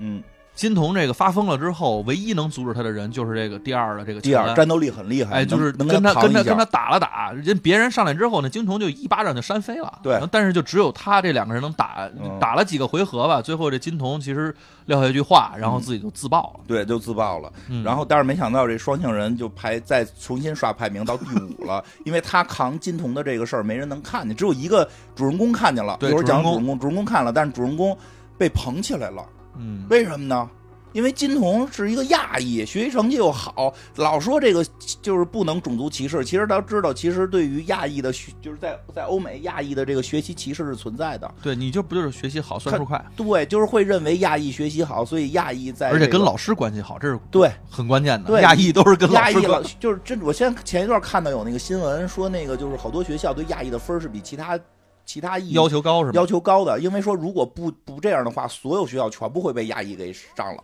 [SPEAKER 1] 嗯，
[SPEAKER 2] 金童这个发疯了之后，唯一能阻止他的人就是这个第二的这个
[SPEAKER 1] 第
[SPEAKER 2] 乔
[SPEAKER 1] 二
[SPEAKER 2] 丹
[SPEAKER 1] 战斗力很厉害，
[SPEAKER 2] 哎，就是
[SPEAKER 1] 能
[SPEAKER 2] 跟
[SPEAKER 1] 他扛
[SPEAKER 2] 跟他
[SPEAKER 1] 一下
[SPEAKER 2] 跟他打了打，人别人上来之后呢，金童就一巴掌就扇飞了。
[SPEAKER 1] 对，
[SPEAKER 2] 但是就只有他这两个人能打，
[SPEAKER 1] 嗯
[SPEAKER 2] 打了几个回合吧，最后这金童其实撂下一句话，然后自己就自爆了。
[SPEAKER 1] 对就自爆了。嗯
[SPEAKER 2] 嗯、
[SPEAKER 1] 然后，但是没想到这双性人就排再重新刷排名到第五了，因为他扛金童的这个事儿没人能看见，只有一个主人公看见了。
[SPEAKER 2] 对
[SPEAKER 1] 一会儿讲
[SPEAKER 2] 主
[SPEAKER 1] 主
[SPEAKER 2] 人
[SPEAKER 1] 人公，主人公看了，但是主人公被捧起来了，
[SPEAKER 2] 嗯，
[SPEAKER 1] 为什么呢？因为金童是一个亚裔，学习成绩又好，老说这个就是不能种族歧视。其实他知道，其实对于亚裔的学，就是在在欧美亚裔的这个学习歧视是存在的。
[SPEAKER 2] 对，你就不就是学习好，算数快，
[SPEAKER 1] 对，就是会认为亚裔学习好，所以亚裔在、
[SPEAKER 2] 而且跟老师关系好，这是
[SPEAKER 1] 对
[SPEAKER 2] 很关键的。
[SPEAKER 1] 对
[SPEAKER 2] 亚裔都是跟老
[SPEAKER 1] 亚
[SPEAKER 2] 师
[SPEAKER 1] 裔老
[SPEAKER 2] 关，
[SPEAKER 1] 就是这，我现在前一段看到有那个新闻说，那个就是好多学校对亚裔的分儿是比其他其他裔
[SPEAKER 2] 要求高是吗？
[SPEAKER 1] 要求高的，因为说如果不不这样的话，所有学校全部会被亚裔给上了。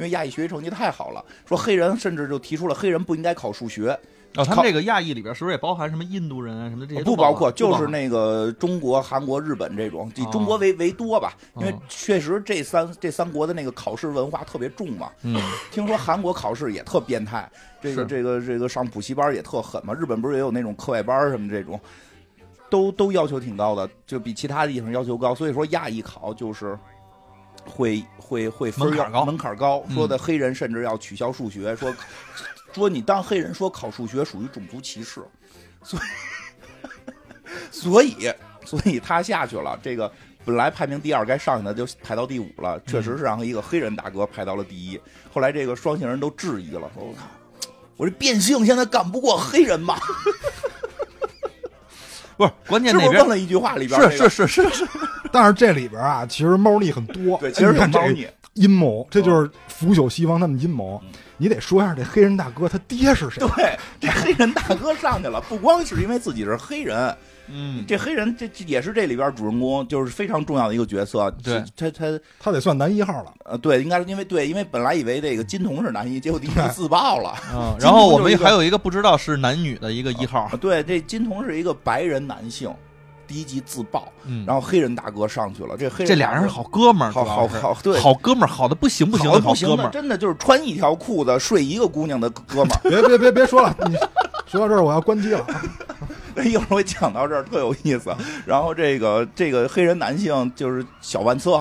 [SPEAKER 1] 因为亚裔学习成绩太好了，说黑人甚至就提出了黑人不应该考数学，
[SPEAKER 2] 哦，他们这个亚裔里边是不是也包含什么印度人啊什么的这些都
[SPEAKER 1] 哦不包括
[SPEAKER 2] 不包
[SPEAKER 1] 就是那个中国、韩国、日本这种，以
[SPEAKER 2] 哦
[SPEAKER 1] 中国为为多吧，因为
[SPEAKER 2] 哦
[SPEAKER 1] 确实这三这三国的那个考试文化特别重嘛。
[SPEAKER 2] 嗯，
[SPEAKER 1] 听说韩国考试也特变态，这个
[SPEAKER 2] 是
[SPEAKER 1] 这个这个上补习班也特狠嘛。日本不是也有那种课外班儿什么这种，都都要求挺高的，就比其他地方要求高。所以说亚裔考就是会会会分儿
[SPEAKER 2] 门槛
[SPEAKER 1] 要
[SPEAKER 2] 高
[SPEAKER 1] 门槛高。
[SPEAKER 2] 嗯
[SPEAKER 1] 说的黑人甚至要取消数学，说说你当黑人说考数学属于种族歧视，所以所以，所以他下去了。这个本来排名第二该上去的，就排到第五了。确
[SPEAKER 2] 嗯
[SPEAKER 1] 实是让一个黑人大哥排到了第一。后来这个双性人都质疑了，说：“我靠，我这变性现在干不过黑人 吧
[SPEAKER 2] 不是关？”键
[SPEAKER 1] 是不
[SPEAKER 2] 那
[SPEAKER 1] 是
[SPEAKER 2] 边
[SPEAKER 1] 问了一句话里边、那
[SPEAKER 2] 是
[SPEAKER 1] 个？
[SPEAKER 2] 是是是是，
[SPEAKER 3] 但是这里边啊，其实猫腻很多。
[SPEAKER 1] 对，其实
[SPEAKER 3] 你
[SPEAKER 1] 是
[SPEAKER 2] 嗯
[SPEAKER 3] 看这
[SPEAKER 1] 猫
[SPEAKER 3] 个
[SPEAKER 1] 腻。
[SPEAKER 3] 阴谋，这就是腐朽西方他们阴谋
[SPEAKER 1] 嗯。
[SPEAKER 3] 你得说一下这黑人大哥他爹是谁？
[SPEAKER 1] 对，这黑人大哥上去了，不光是因为自己是黑人，
[SPEAKER 2] 嗯，
[SPEAKER 1] 这黑人这这也是这里边主人公就是非常重要的一个角色。
[SPEAKER 2] 对
[SPEAKER 1] 他他
[SPEAKER 3] 他得算男一号了。
[SPEAKER 1] 呃，对，应该是因为对，因为本来以为这个金童是男一，结果第一个自爆 了。
[SPEAKER 2] 嗯，
[SPEAKER 1] 金
[SPEAKER 2] 然后
[SPEAKER 1] 童
[SPEAKER 2] 我
[SPEAKER 1] 就是一
[SPEAKER 2] 们
[SPEAKER 1] 个
[SPEAKER 2] 还有一个不知道是男女的一个一号
[SPEAKER 1] 啊，，对，这金童是一个白人男性，第一集自爆，
[SPEAKER 2] 嗯，
[SPEAKER 1] 然后黑人大哥上去了，这黑人
[SPEAKER 2] 这俩人是好哥们儿，
[SPEAKER 1] 好
[SPEAKER 2] 主要
[SPEAKER 1] 好
[SPEAKER 2] 是
[SPEAKER 1] 好对
[SPEAKER 2] 好哥们儿，好的不行不行
[SPEAKER 1] 的
[SPEAKER 2] 好
[SPEAKER 1] 不
[SPEAKER 2] 哥
[SPEAKER 1] 行
[SPEAKER 2] 们
[SPEAKER 1] 的，
[SPEAKER 2] 儿，
[SPEAKER 1] 真的就是穿一条裤子睡一个姑娘的哥们
[SPEAKER 3] 别别别别说了，你说到这儿我要关机了。
[SPEAKER 1] 儿，一会儿我讲到这儿特有意思。然后这个这个黑人男性就是小万策，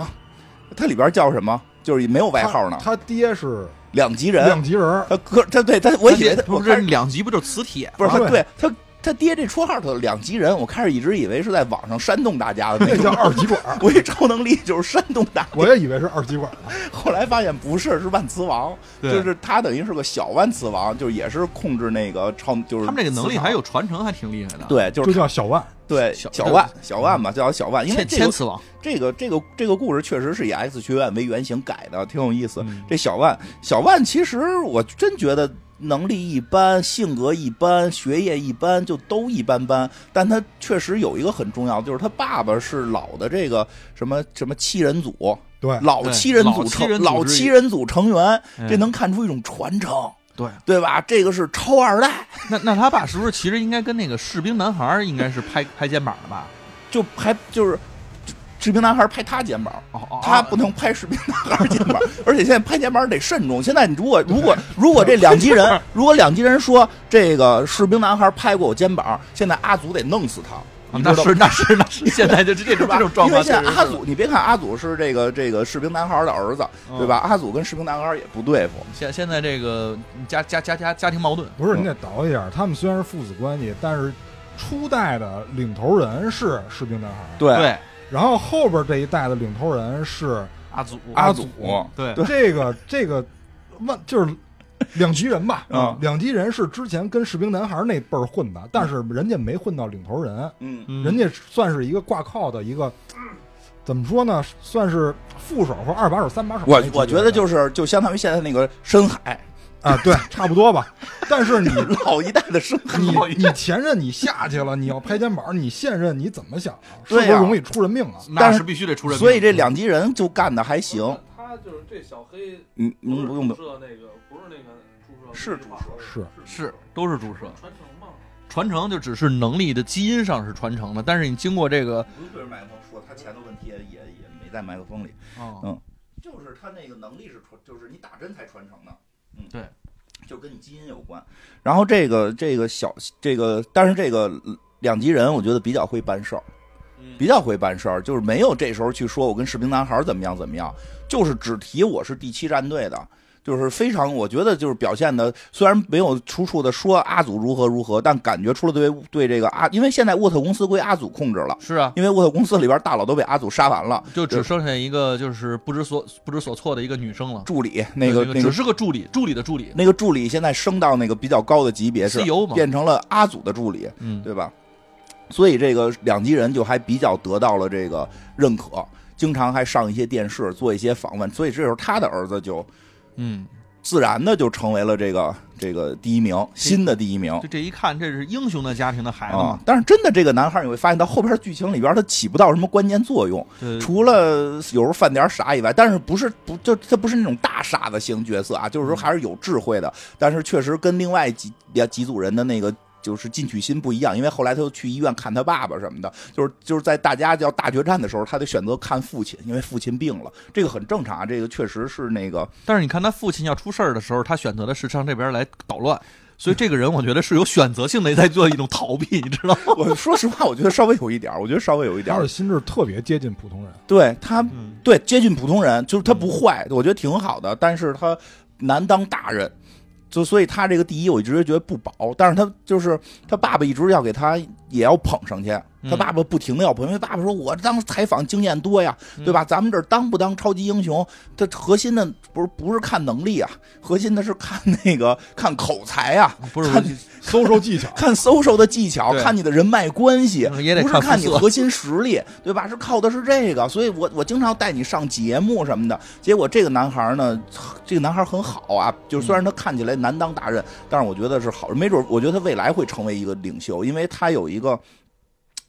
[SPEAKER 1] 他里边叫什么？就是没有外号呢，
[SPEAKER 3] 他他爹是
[SPEAKER 1] 两极人
[SPEAKER 3] 两，极人儿，
[SPEAKER 1] 他哥他对他，我以为他我
[SPEAKER 2] 不是
[SPEAKER 1] 开
[SPEAKER 2] 这
[SPEAKER 1] 始
[SPEAKER 2] 两集不就是磁铁？
[SPEAKER 1] 不是他
[SPEAKER 3] 对
[SPEAKER 1] 对他他爹这绰号叫两极人，我开始一直以为是在网上煽动大家的那
[SPEAKER 3] 那叫
[SPEAKER 1] 种。
[SPEAKER 3] 二极管儿。
[SPEAKER 1] 我一超能力就是煽动大家
[SPEAKER 3] 我也以为是二极管呢。
[SPEAKER 1] 后来发现不是，是万磁王，
[SPEAKER 2] 对
[SPEAKER 1] 就是他等于是个小万磁王，就是也是控制那个超，就是
[SPEAKER 2] 他们这个能
[SPEAKER 1] 磁
[SPEAKER 2] 力
[SPEAKER 1] 场
[SPEAKER 2] 还有传承，还挺厉害的。，
[SPEAKER 1] 对，就
[SPEAKER 3] 就是叫小万。
[SPEAKER 1] 对
[SPEAKER 2] 小
[SPEAKER 1] 小万小万吧，叫小万，因为
[SPEAKER 2] 千
[SPEAKER 1] 这个
[SPEAKER 2] 千磁王，
[SPEAKER 1] 这个这个这个故事确实是以 X 学院为原型改的，挺有意思
[SPEAKER 2] 嗯。
[SPEAKER 1] 这小万小万其实我真觉得能力一般，性格一般，学业一般，就都一般般。但他确实有一个很重要，就是他爸爸是老的这个什么什么七人组，
[SPEAKER 3] 对，
[SPEAKER 1] 老
[SPEAKER 2] 对
[SPEAKER 1] 七人
[SPEAKER 2] 老
[SPEAKER 1] 组
[SPEAKER 2] 七
[SPEAKER 1] 成
[SPEAKER 2] 人组
[SPEAKER 1] 老
[SPEAKER 2] 织
[SPEAKER 1] 七人组成员，
[SPEAKER 2] 嗯
[SPEAKER 1] 这能看出一种传承，
[SPEAKER 2] 对，
[SPEAKER 1] 对吧？这个是超二代，
[SPEAKER 2] 那那他爸是不是其实应该跟那个士兵男孩儿应该是拍拍肩膀的吧？
[SPEAKER 1] 就拍就是。士兵男孩拍他肩膀，
[SPEAKER 2] 哦哦，
[SPEAKER 1] 他
[SPEAKER 2] 哦
[SPEAKER 1] 不能拍士兵男孩肩膀， 而且现在拍肩膀得慎重。现在你如果如果如果这两级人，如果两级人说这个士兵男孩拍过我肩膀，现在阿祖得弄死他。
[SPEAKER 2] 啊
[SPEAKER 1] 你
[SPEAKER 2] 那
[SPEAKER 1] 知道吗
[SPEAKER 2] 是那是那是，现在就是这
[SPEAKER 1] 是
[SPEAKER 2] 种
[SPEAKER 1] 吧
[SPEAKER 2] 这种状
[SPEAKER 1] 因为
[SPEAKER 2] 况
[SPEAKER 1] 现
[SPEAKER 2] 确
[SPEAKER 1] 在
[SPEAKER 2] 实是，
[SPEAKER 1] 阿祖，你别看阿祖是这个这个士兵男孩的儿子，
[SPEAKER 2] 嗯
[SPEAKER 1] 对吧？阿祖跟士兵男孩也不对付，
[SPEAKER 2] 现现在这个家家家家家庭矛盾，
[SPEAKER 3] 不是你得倒一下，他们虽然是父子关系，但是初代的领头人是士兵男孩儿，
[SPEAKER 1] 对
[SPEAKER 2] 对
[SPEAKER 3] 然后后边这一代的领头人是
[SPEAKER 2] 阿祖
[SPEAKER 1] 阿
[SPEAKER 3] 祖
[SPEAKER 1] 祖。
[SPEAKER 2] 对
[SPEAKER 3] 这个这个万就是两极 人吧，啊
[SPEAKER 1] 嗯
[SPEAKER 3] 两极人是之前跟士兵男孩那辈儿混的，但是人家没混到领头人，
[SPEAKER 1] 嗯，
[SPEAKER 2] 嗯
[SPEAKER 3] 人家算是一个挂靠的一个，怎么说呢，算是副手或二把手、三把手那
[SPEAKER 1] 我
[SPEAKER 3] 级别的。
[SPEAKER 1] 我觉得就是就相当于现在那个深 海
[SPEAKER 3] 啊，对，差不多吧。 但是你
[SPEAKER 1] 老一代的深海，
[SPEAKER 3] 你你前任你下去了，你要拍肩膀，你现任你怎么想啊？是不
[SPEAKER 1] 对
[SPEAKER 3] 是
[SPEAKER 1] 啊
[SPEAKER 3] 容易出人命啊？
[SPEAKER 2] 那是必须得出人命，
[SPEAKER 1] 所以这两级人就干的还行。
[SPEAKER 4] 他就是这小黑，
[SPEAKER 1] 嗯，您不用
[SPEAKER 4] 注
[SPEAKER 1] 的，
[SPEAKER 4] 射那个，不是那个注射，
[SPEAKER 1] 是注射
[SPEAKER 3] 是
[SPEAKER 2] 是都是注射。
[SPEAKER 4] 传承嘛？
[SPEAKER 2] 传承就只是能力的基因上是传承的，但是你经过这个，
[SPEAKER 1] 不用对着麦克风说，他前头问题也也也没在麦克风里。
[SPEAKER 2] 哦
[SPEAKER 1] 就是他那个能力是传，就是你打针才传承的。嗯，
[SPEAKER 2] 对，
[SPEAKER 1] 就跟你基因有关。然后这个这个小这个，但是这个呃两极人，我觉得比较会办事儿，
[SPEAKER 2] 嗯
[SPEAKER 1] 比较会办事儿，就是没有这时候去说我跟士兵男孩儿怎么样怎么样，就是只提我是第七战队的。就是非常，我觉得就是表现的，虽然没有出处的说阿祖如何如何，但感觉出了对对这个阿，因为现在沃特公司归阿祖控制了，
[SPEAKER 2] 是啊，
[SPEAKER 1] 因为沃特公司里边大佬都被阿祖杀完了，
[SPEAKER 2] 就只剩下一个就是不知所不知所措的一个女生了，
[SPEAKER 1] 助理那个
[SPEAKER 2] 对
[SPEAKER 1] 那个
[SPEAKER 2] 只是个助理，助理的助理，
[SPEAKER 1] 那个助理现在升到那个比较高的级别是
[SPEAKER 2] CEO 嘛
[SPEAKER 1] 变成了阿祖的助理，
[SPEAKER 2] 嗯，
[SPEAKER 1] 对吧？所以这个两极人就还比较得到了这个认可，经常还上一些电视做一些访问，所以这时候他的儿子就
[SPEAKER 2] 嗯，
[SPEAKER 1] 自然的就成为了这个这个第一名，新的第一名
[SPEAKER 2] 就这一看，这是英雄的家庭的孩子
[SPEAKER 1] 啊
[SPEAKER 2] 嘛，！
[SPEAKER 1] 但是真的这个男孩，你会发现到后边剧情里边他起不到什么关键作用，
[SPEAKER 2] 对，
[SPEAKER 1] 除了有时候犯点傻以外，但是不是不就他不是那种大傻子型角色啊，就是说还是有智慧的，但是确实跟另外几两几组人的那个。就是进取心不一样，因为后来他又去医院看他爸爸什么的，就是就是在大家要大决战的时候，他得选择看父亲，因为父亲病了，这个很正常啊，这个确实是那个
[SPEAKER 2] 但是你看他父亲要出事儿的时候，他选择的是上这边来捣乱，所以这个人我觉得是有选择性的在做一种逃避，你知道吗？
[SPEAKER 1] 我说实话，我觉得稍微有一点儿，我觉得稍微有一点
[SPEAKER 3] 他
[SPEAKER 1] 儿
[SPEAKER 3] 的，心智特别接近普通人，
[SPEAKER 1] 对他
[SPEAKER 2] 嗯，
[SPEAKER 1] 对接近普通人，就是他不坏，我觉得挺好的，但是他难当大人。就所以他这个第一，我一直觉得不保，但是他就是他爸爸一直要给他也要捧上去，他
[SPEAKER 2] 嗯
[SPEAKER 1] 爸爸不停的要捧，因为爸爸说我当采访经验多呀，
[SPEAKER 2] 嗯
[SPEAKER 1] 对吧？咱们这儿当不当超级英雄，它核心的不是不是看能力啊，核心的是看那个看口才啊，
[SPEAKER 2] 不是
[SPEAKER 1] 看，
[SPEAKER 3] 搜搜技巧
[SPEAKER 1] 看 social 的技巧，
[SPEAKER 2] 对
[SPEAKER 1] 看你的人脉关系，
[SPEAKER 2] 也得
[SPEAKER 1] 不是
[SPEAKER 2] 看
[SPEAKER 1] 看你
[SPEAKER 2] 肤色
[SPEAKER 1] 核心实力，对吧？是靠的是这个，所以我我经常带你上节目什么的。结果这个男孩呢，这个男孩很好啊，就是
[SPEAKER 2] 嗯
[SPEAKER 1] 虽然他看起来难当大任，但是我觉得是好，没准我觉得他未来会成为一个领袖，因为他有一个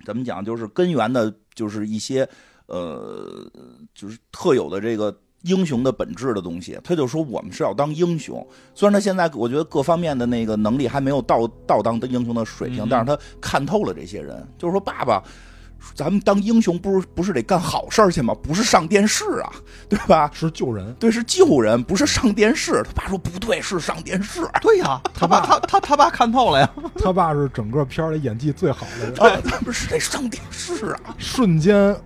[SPEAKER 1] 怎么讲，就是根源的，就是一些呃，就是特有的这个。英雄的本质的东西，他就说我们是要当英雄。虽然他现在我觉得各方面的那个能力还没有到到当英雄的水平，
[SPEAKER 2] 嗯
[SPEAKER 1] 但是他看透了这些人，就是说爸爸，咱们当英雄不是不是得干好事儿去吗？不是上电视啊， 对吧？
[SPEAKER 3] 是救人。
[SPEAKER 1] 对，是救人，不是上电视。他爸说不对，是上电视。
[SPEAKER 2] 对呀、他爸他他他爸看透了呀，
[SPEAKER 3] 他爸是整个片儿里演技最好的人，
[SPEAKER 1] 啊，咱们是得上电视啊！
[SPEAKER 3] 瞬间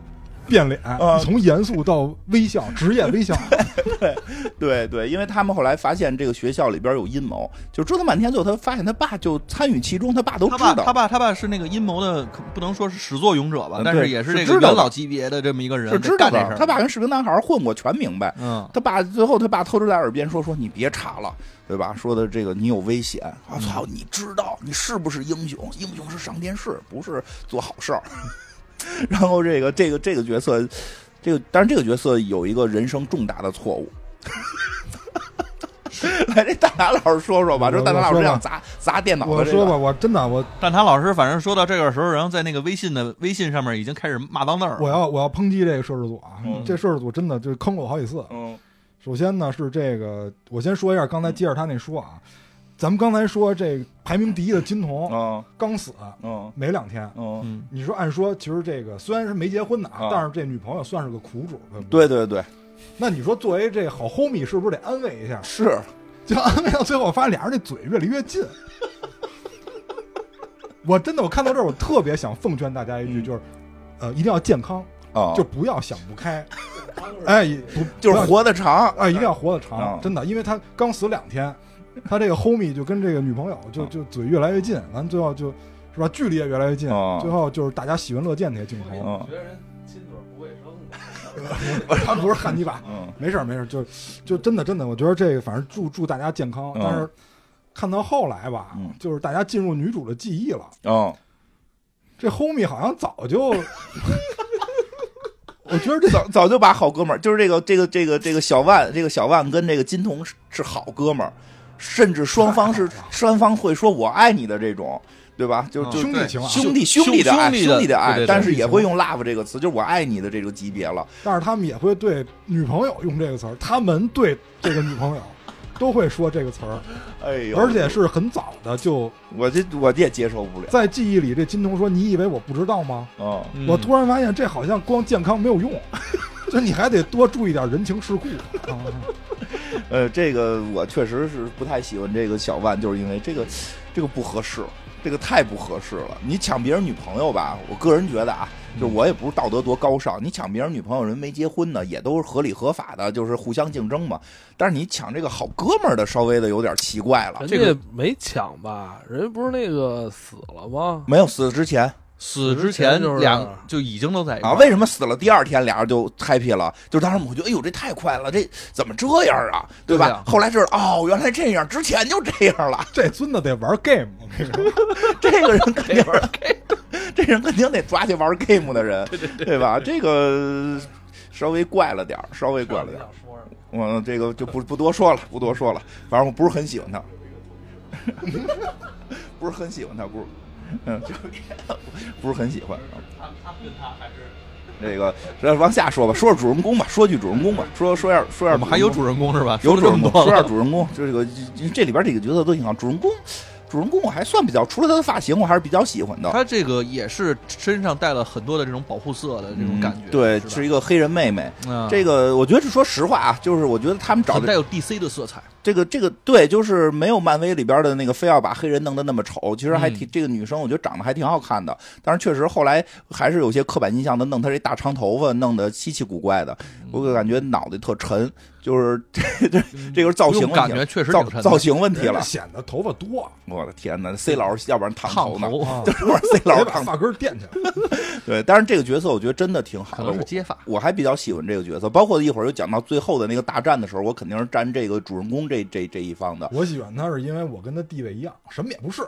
[SPEAKER 3] 变脸
[SPEAKER 1] 啊，
[SPEAKER 3] 从严肃到微笑，职业微笑。
[SPEAKER 1] 对对，因为他们后来发现这个学校里边有阴谋，就折腾半天，最后他发现他爸就参与其中，他爸都
[SPEAKER 2] 他
[SPEAKER 1] 哦知
[SPEAKER 2] 爸他
[SPEAKER 1] 道，
[SPEAKER 2] 爸他爸是那个阴谋的，可不能说是始作俑者吧
[SPEAKER 1] 嗯，
[SPEAKER 2] 但是
[SPEAKER 1] 对
[SPEAKER 2] 也
[SPEAKER 1] 是
[SPEAKER 2] 这
[SPEAKER 1] 知
[SPEAKER 2] 个
[SPEAKER 1] 道
[SPEAKER 2] 元
[SPEAKER 1] 的
[SPEAKER 2] 老级别的这么一个人
[SPEAKER 1] 是知道
[SPEAKER 2] 干这事
[SPEAKER 1] 的。
[SPEAKER 2] 儿。
[SPEAKER 1] 他爸跟士兵男孩混过，全明白。
[SPEAKER 2] 嗯，
[SPEAKER 1] 他爸最后他爸偷着在耳边说说你别查了，对吧？说的这个你有危险，
[SPEAKER 3] 嗯
[SPEAKER 1] 我、操，你知道你是不是英雄？英雄是上电视，不是做好事儿。 然后这个这个这个角色，这个但是这个角色有一个人生重大的错 误。来，这大拿老师说说吧，
[SPEAKER 3] 我
[SPEAKER 1] 这大拿老
[SPEAKER 3] 我
[SPEAKER 1] 师
[SPEAKER 3] 说吧
[SPEAKER 1] 想砸砸电脑
[SPEAKER 3] 我
[SPEAKER 1] 的这
[SPEAKER 3] 说吧，
[SPEAKER 1] 个，
[SPEAKER 3] 我真的我
[SPEAKER 2] 但他老师反正说到这个时候，然后在那个微信的微信上面已经开始骂脏字儿了。
[SPEAKER 3] 我要我要抨击这个摄制组啊
[SPEAKER 1] 嗯，
[SPEAKER 3] 这摄制组真的就坑了我好几次。
[SPEAKER 1] 嗯
[SPEAKER 3] 首先呢是这个，我先说一下刚才接着他那说啊，咱们刚才说这个排名第一的金童
[SPEAKER 1] 嗯
[SPEAKER 3] 刚死
[SPEAKER 1] 嗯
[SPEAKER 3] 没两天，
[SPEAKER 1] 嗯，
[SPEAKER 2] 嗯，
[SPEAKER 3] 你说按说其实这个虽然是没结婚的
[SPEAKER 1] 啊
[SPEAKER 3] 啊，但是这女朋友算是个苦主，对不对？
[SPEAKER 1] 对对对，
[SPEAKER 3] 那你说作为这好 homie 是不是得安慰一下？
[SPEAKER 1] 是
[SPEAKER 3] 就安慰到最后，发现俩人那嘴越离越近。 我真的，我看到这儿，我特别想奉劝大家一句，
[SPEAKER 1] 嗯
[SPEAKER 3] 就是，呃，一定要健康，
[SPEAKER 1] 啊，
[SPEAKER 3] 就不要想不开，
[SPEAKER 4] 他
[SPEAKER 5] 嗯
[SPEAKER 4] 就是
[SPEAKER 3] 哎，不
[SPEAKER 1] 就是
[SPEAKER 3] 不要
[SPEAKER 1] 活得长，
[SPEAKER 3] 啊，一定要活得
[SPEAKER 1] 啊
[SPEAKER 3] 长，真的，因为他刚死两 天，他这个 homie 就跟这个女朋友就
[SPEAKER 1] 啊
[SPEAKER 3] 就嘴越来越近，完最后就是吧，距离也越来越近
[SPEAKER 1] 啊，
[SPEAKER 3] 最后就是大家喜闻乐见那些镜头，
[SPEAKER 1] 嗯
[SPEAKER 4] 我觉得人亲嘴儿不卫生的，
[SPEAKER 3] 他不是汉尼拔，
[SPEAKER 1] 嗯
[SPEAKER 3] 没事儿没事儿，就就真的真的，我觉得这个反正祝祝大家健康
[SPEAKER 1] 嗯，
[SPEAKER 3] 但是看到后来吧
[SPEAKER 1] 嗯，
[SPEAKER 3] 就是大家进入女主的记忆了。
[SPEAKER 1] 嗯，
[SPEAKER 3] 这 homie 好像 早就，我觉得这
[SPEAKER 1] 早早就把好哥们儿，就是这个这个这个这个小万，这个小万跟这个金童是是好哥们儿，甚至双方 是
[SPEAKER 3] 太好了
[SPEAKER 1] 双方会说我爱你的这种，对吧？就就
[SPEAKER 2] 嗯
[SPEAKER 3] 兄弟情啊，
[SPEAKER 1] 兄弟
[SPEAKER 2] 兄
[SPEAKER 1] 兄弟的爱，
[SPEAKER 2] 兄弟的
[SPEAKER 1] 兄弟的
[SPEAKER 2] 对对
[SPEAKER 1] 爱，
[SPEAKER 2] 对
[SPEAKER 1] 但是也会用 love 这个词，就是我爱你的这个级别了。
[SPEAKER 3] 但是他们也会对女朋友用这个词儿，他们对这个女朋友都会说这个词儿，
[SPEAKER 1] 哎呦，
[SPEAKER 3] 而且是很早的就
[SPEAKER 1] 我这我也接受不了。
[SPEAKER 3] 在记忆里。这金童说：“你以为我不知道吗？”
[SPEAKER 1] 嗯，
[SPEAKER 2] 嗯
[SPEAKER 3] 我突然发现这好像光健康没有 用，就你还得多注意点人情世故啊。
[SPEAKER 1] 呃，这个我确实是不太喜欢这个小万，就是因为这个这个不合适，这个太不合适了。你抢别人女朋友吧，我个人觉得啊，就是我也不是道德多高尚，你抢别人女朋友，人没结婚呢，也都是合理合法的，就是互相竞争嘛。但是你抢这个好哥们儿的，稍微的有点奇怪了。
[SPEAKER 5] 人
[SPEAKER 2] 这个
[SPEAKER 5] 家没抢吧？人家不是那个死了吗？
[SPEAKER 1] 没有死之前
[SPEAKER 2] 死之
[SPEAKER 5] 之前
[SPEAKER 2] 前
[SPEAKER 5] 就是
[SPEAKER 2] 两就已经都在一块
[SPEAKER 1] 啊，
[SPEAKER 2] 儿
[SPEAKER 1] 为什么死了第二天俩人就 happy 了？就是当时我们觉得，哎呦，这太快了，这怎么这样啊？对吧？
[SPEAKER 2] 对呀
[SPEAKER 1] 后来知道，哦，原来这样，之前就这样了。
[SPEAKER 3] 这孙子得玩 game，我 跟你说，
[SPEAKER 1] 这个人肯定玩这人肯定得抓去玩 game 的人，对吧？这个稍微怪了点儿，稍微怪了
[SPEAKER 4] 不
[SPEAKER 1] 点儿。
[SPEAKER 4] 想说什么。
[SPEAKER 1] 我这个就不不多说了，不多说了。反正我不是很喜欢他， 不是很喜欢他，不是， 嗯，就是不是很喜欢。
[SPEAKER 2] 他他跟他还是
[SPEAKER 1] 这个这往下说吧，说说主人公吧，说句主人公吧，说说点说
[SPEAKER 2] 我
[SPEAKER 1] 点
[SPEAKER 2] 们还有
[SPEAKER 1] 主人公吧。
[SPEAKER 2] 主人公是吧？
[SPEAKER 1] 有主
[SPEAKER 2] 说了这
[SPEAKER 1] 人
[SPEAKER 2] 啊么
[SPEAKER 1] 公，
[SPEAKER 2] 多
[SPEAKER 1] 说点
[SPEAKER 2] 了，
[SPEAKER 1] 主人公，这个这这里边这个角色都挺好。主人公，主人公我还算比较，除了他的发型，我还是比较喜欢的。
[SPEAKER 2] 他这个也是身上带了很多的这种保护色的这种感觉，
[SPEAKER 1] 嗯对，
[SPEAKER 2] 是
[SPEAKER 1] 是一个黑人妹妹。
[SPEAKER 2] 吧嗯
[SPEAKER 1] 这个我觉得是说实话啊，就是我觉得他们找
[SPEAKER 2] 很
[SPEAKER 1] 的
[SPEAKER 2] 带有 DC 的色彩，
[SPEAKER 1] 这个这个对，就是没有漫威里边的那个非要把黑人弄得那么丑。其实
[SPEAKER 2] 嗯
[SPEAKER 1] 还挺、这个女生，我觉得长得还挺好看的，但是确实后来还是有些刻板印象的，弄她这大长头发弄得稀奇古怪
[SPEAKER 2] 嗯
[SPEAKER 1] 的，嗯我就感觉脑袋特沉，就是这这这个是造型
[SPEAKER 2] 嗯用
[SPEAKER 1] 问
[SPEAKER 2] 感
[SPEAKER 1] 题
[SPEAKER 2] 觉
[SPEAKER 1] 了，
[SPEAKER 2] 确实挺沉
[SPEAKER 1] 造
[SPEAKER 2] 的
[SPEAKER 1] 造型问题
[SPEAKER 3] 人家
[SPEAKER 1] 了。
[SPEAKER 3] 显得头发多
[SPEAKER 1] 我的天哪，C 老师要不然烫
[SPEAKER 2] 烫
[SPEAKER 1] 头呢？
[SPEAKER 3] 啊，
[SPEAKER 1] 要不然 C 老师
[SPEAKER 3] 得把
[SPEAKER 1] 烫头
[SPEAKER 3] 发根儿垫起来。
[SPEAKER 1] 对，但是这个角色我觉得真的挺好
[SPEAKER 2] 可
[SPEAKER 1] 的，
[SPEAKER 2] 能
[SPEAKER 1] 我
[SPEAKER 2] 是接发。
[SPEAKER 1] 我还比较喜欢这个角色，包括一会儿又讲到最后的那个大战的时候，我肯定是站这个主人公这这这一方的。
[SPEAKER 3] 我喜欢他是因为我跟他地位一样，什么也 不是，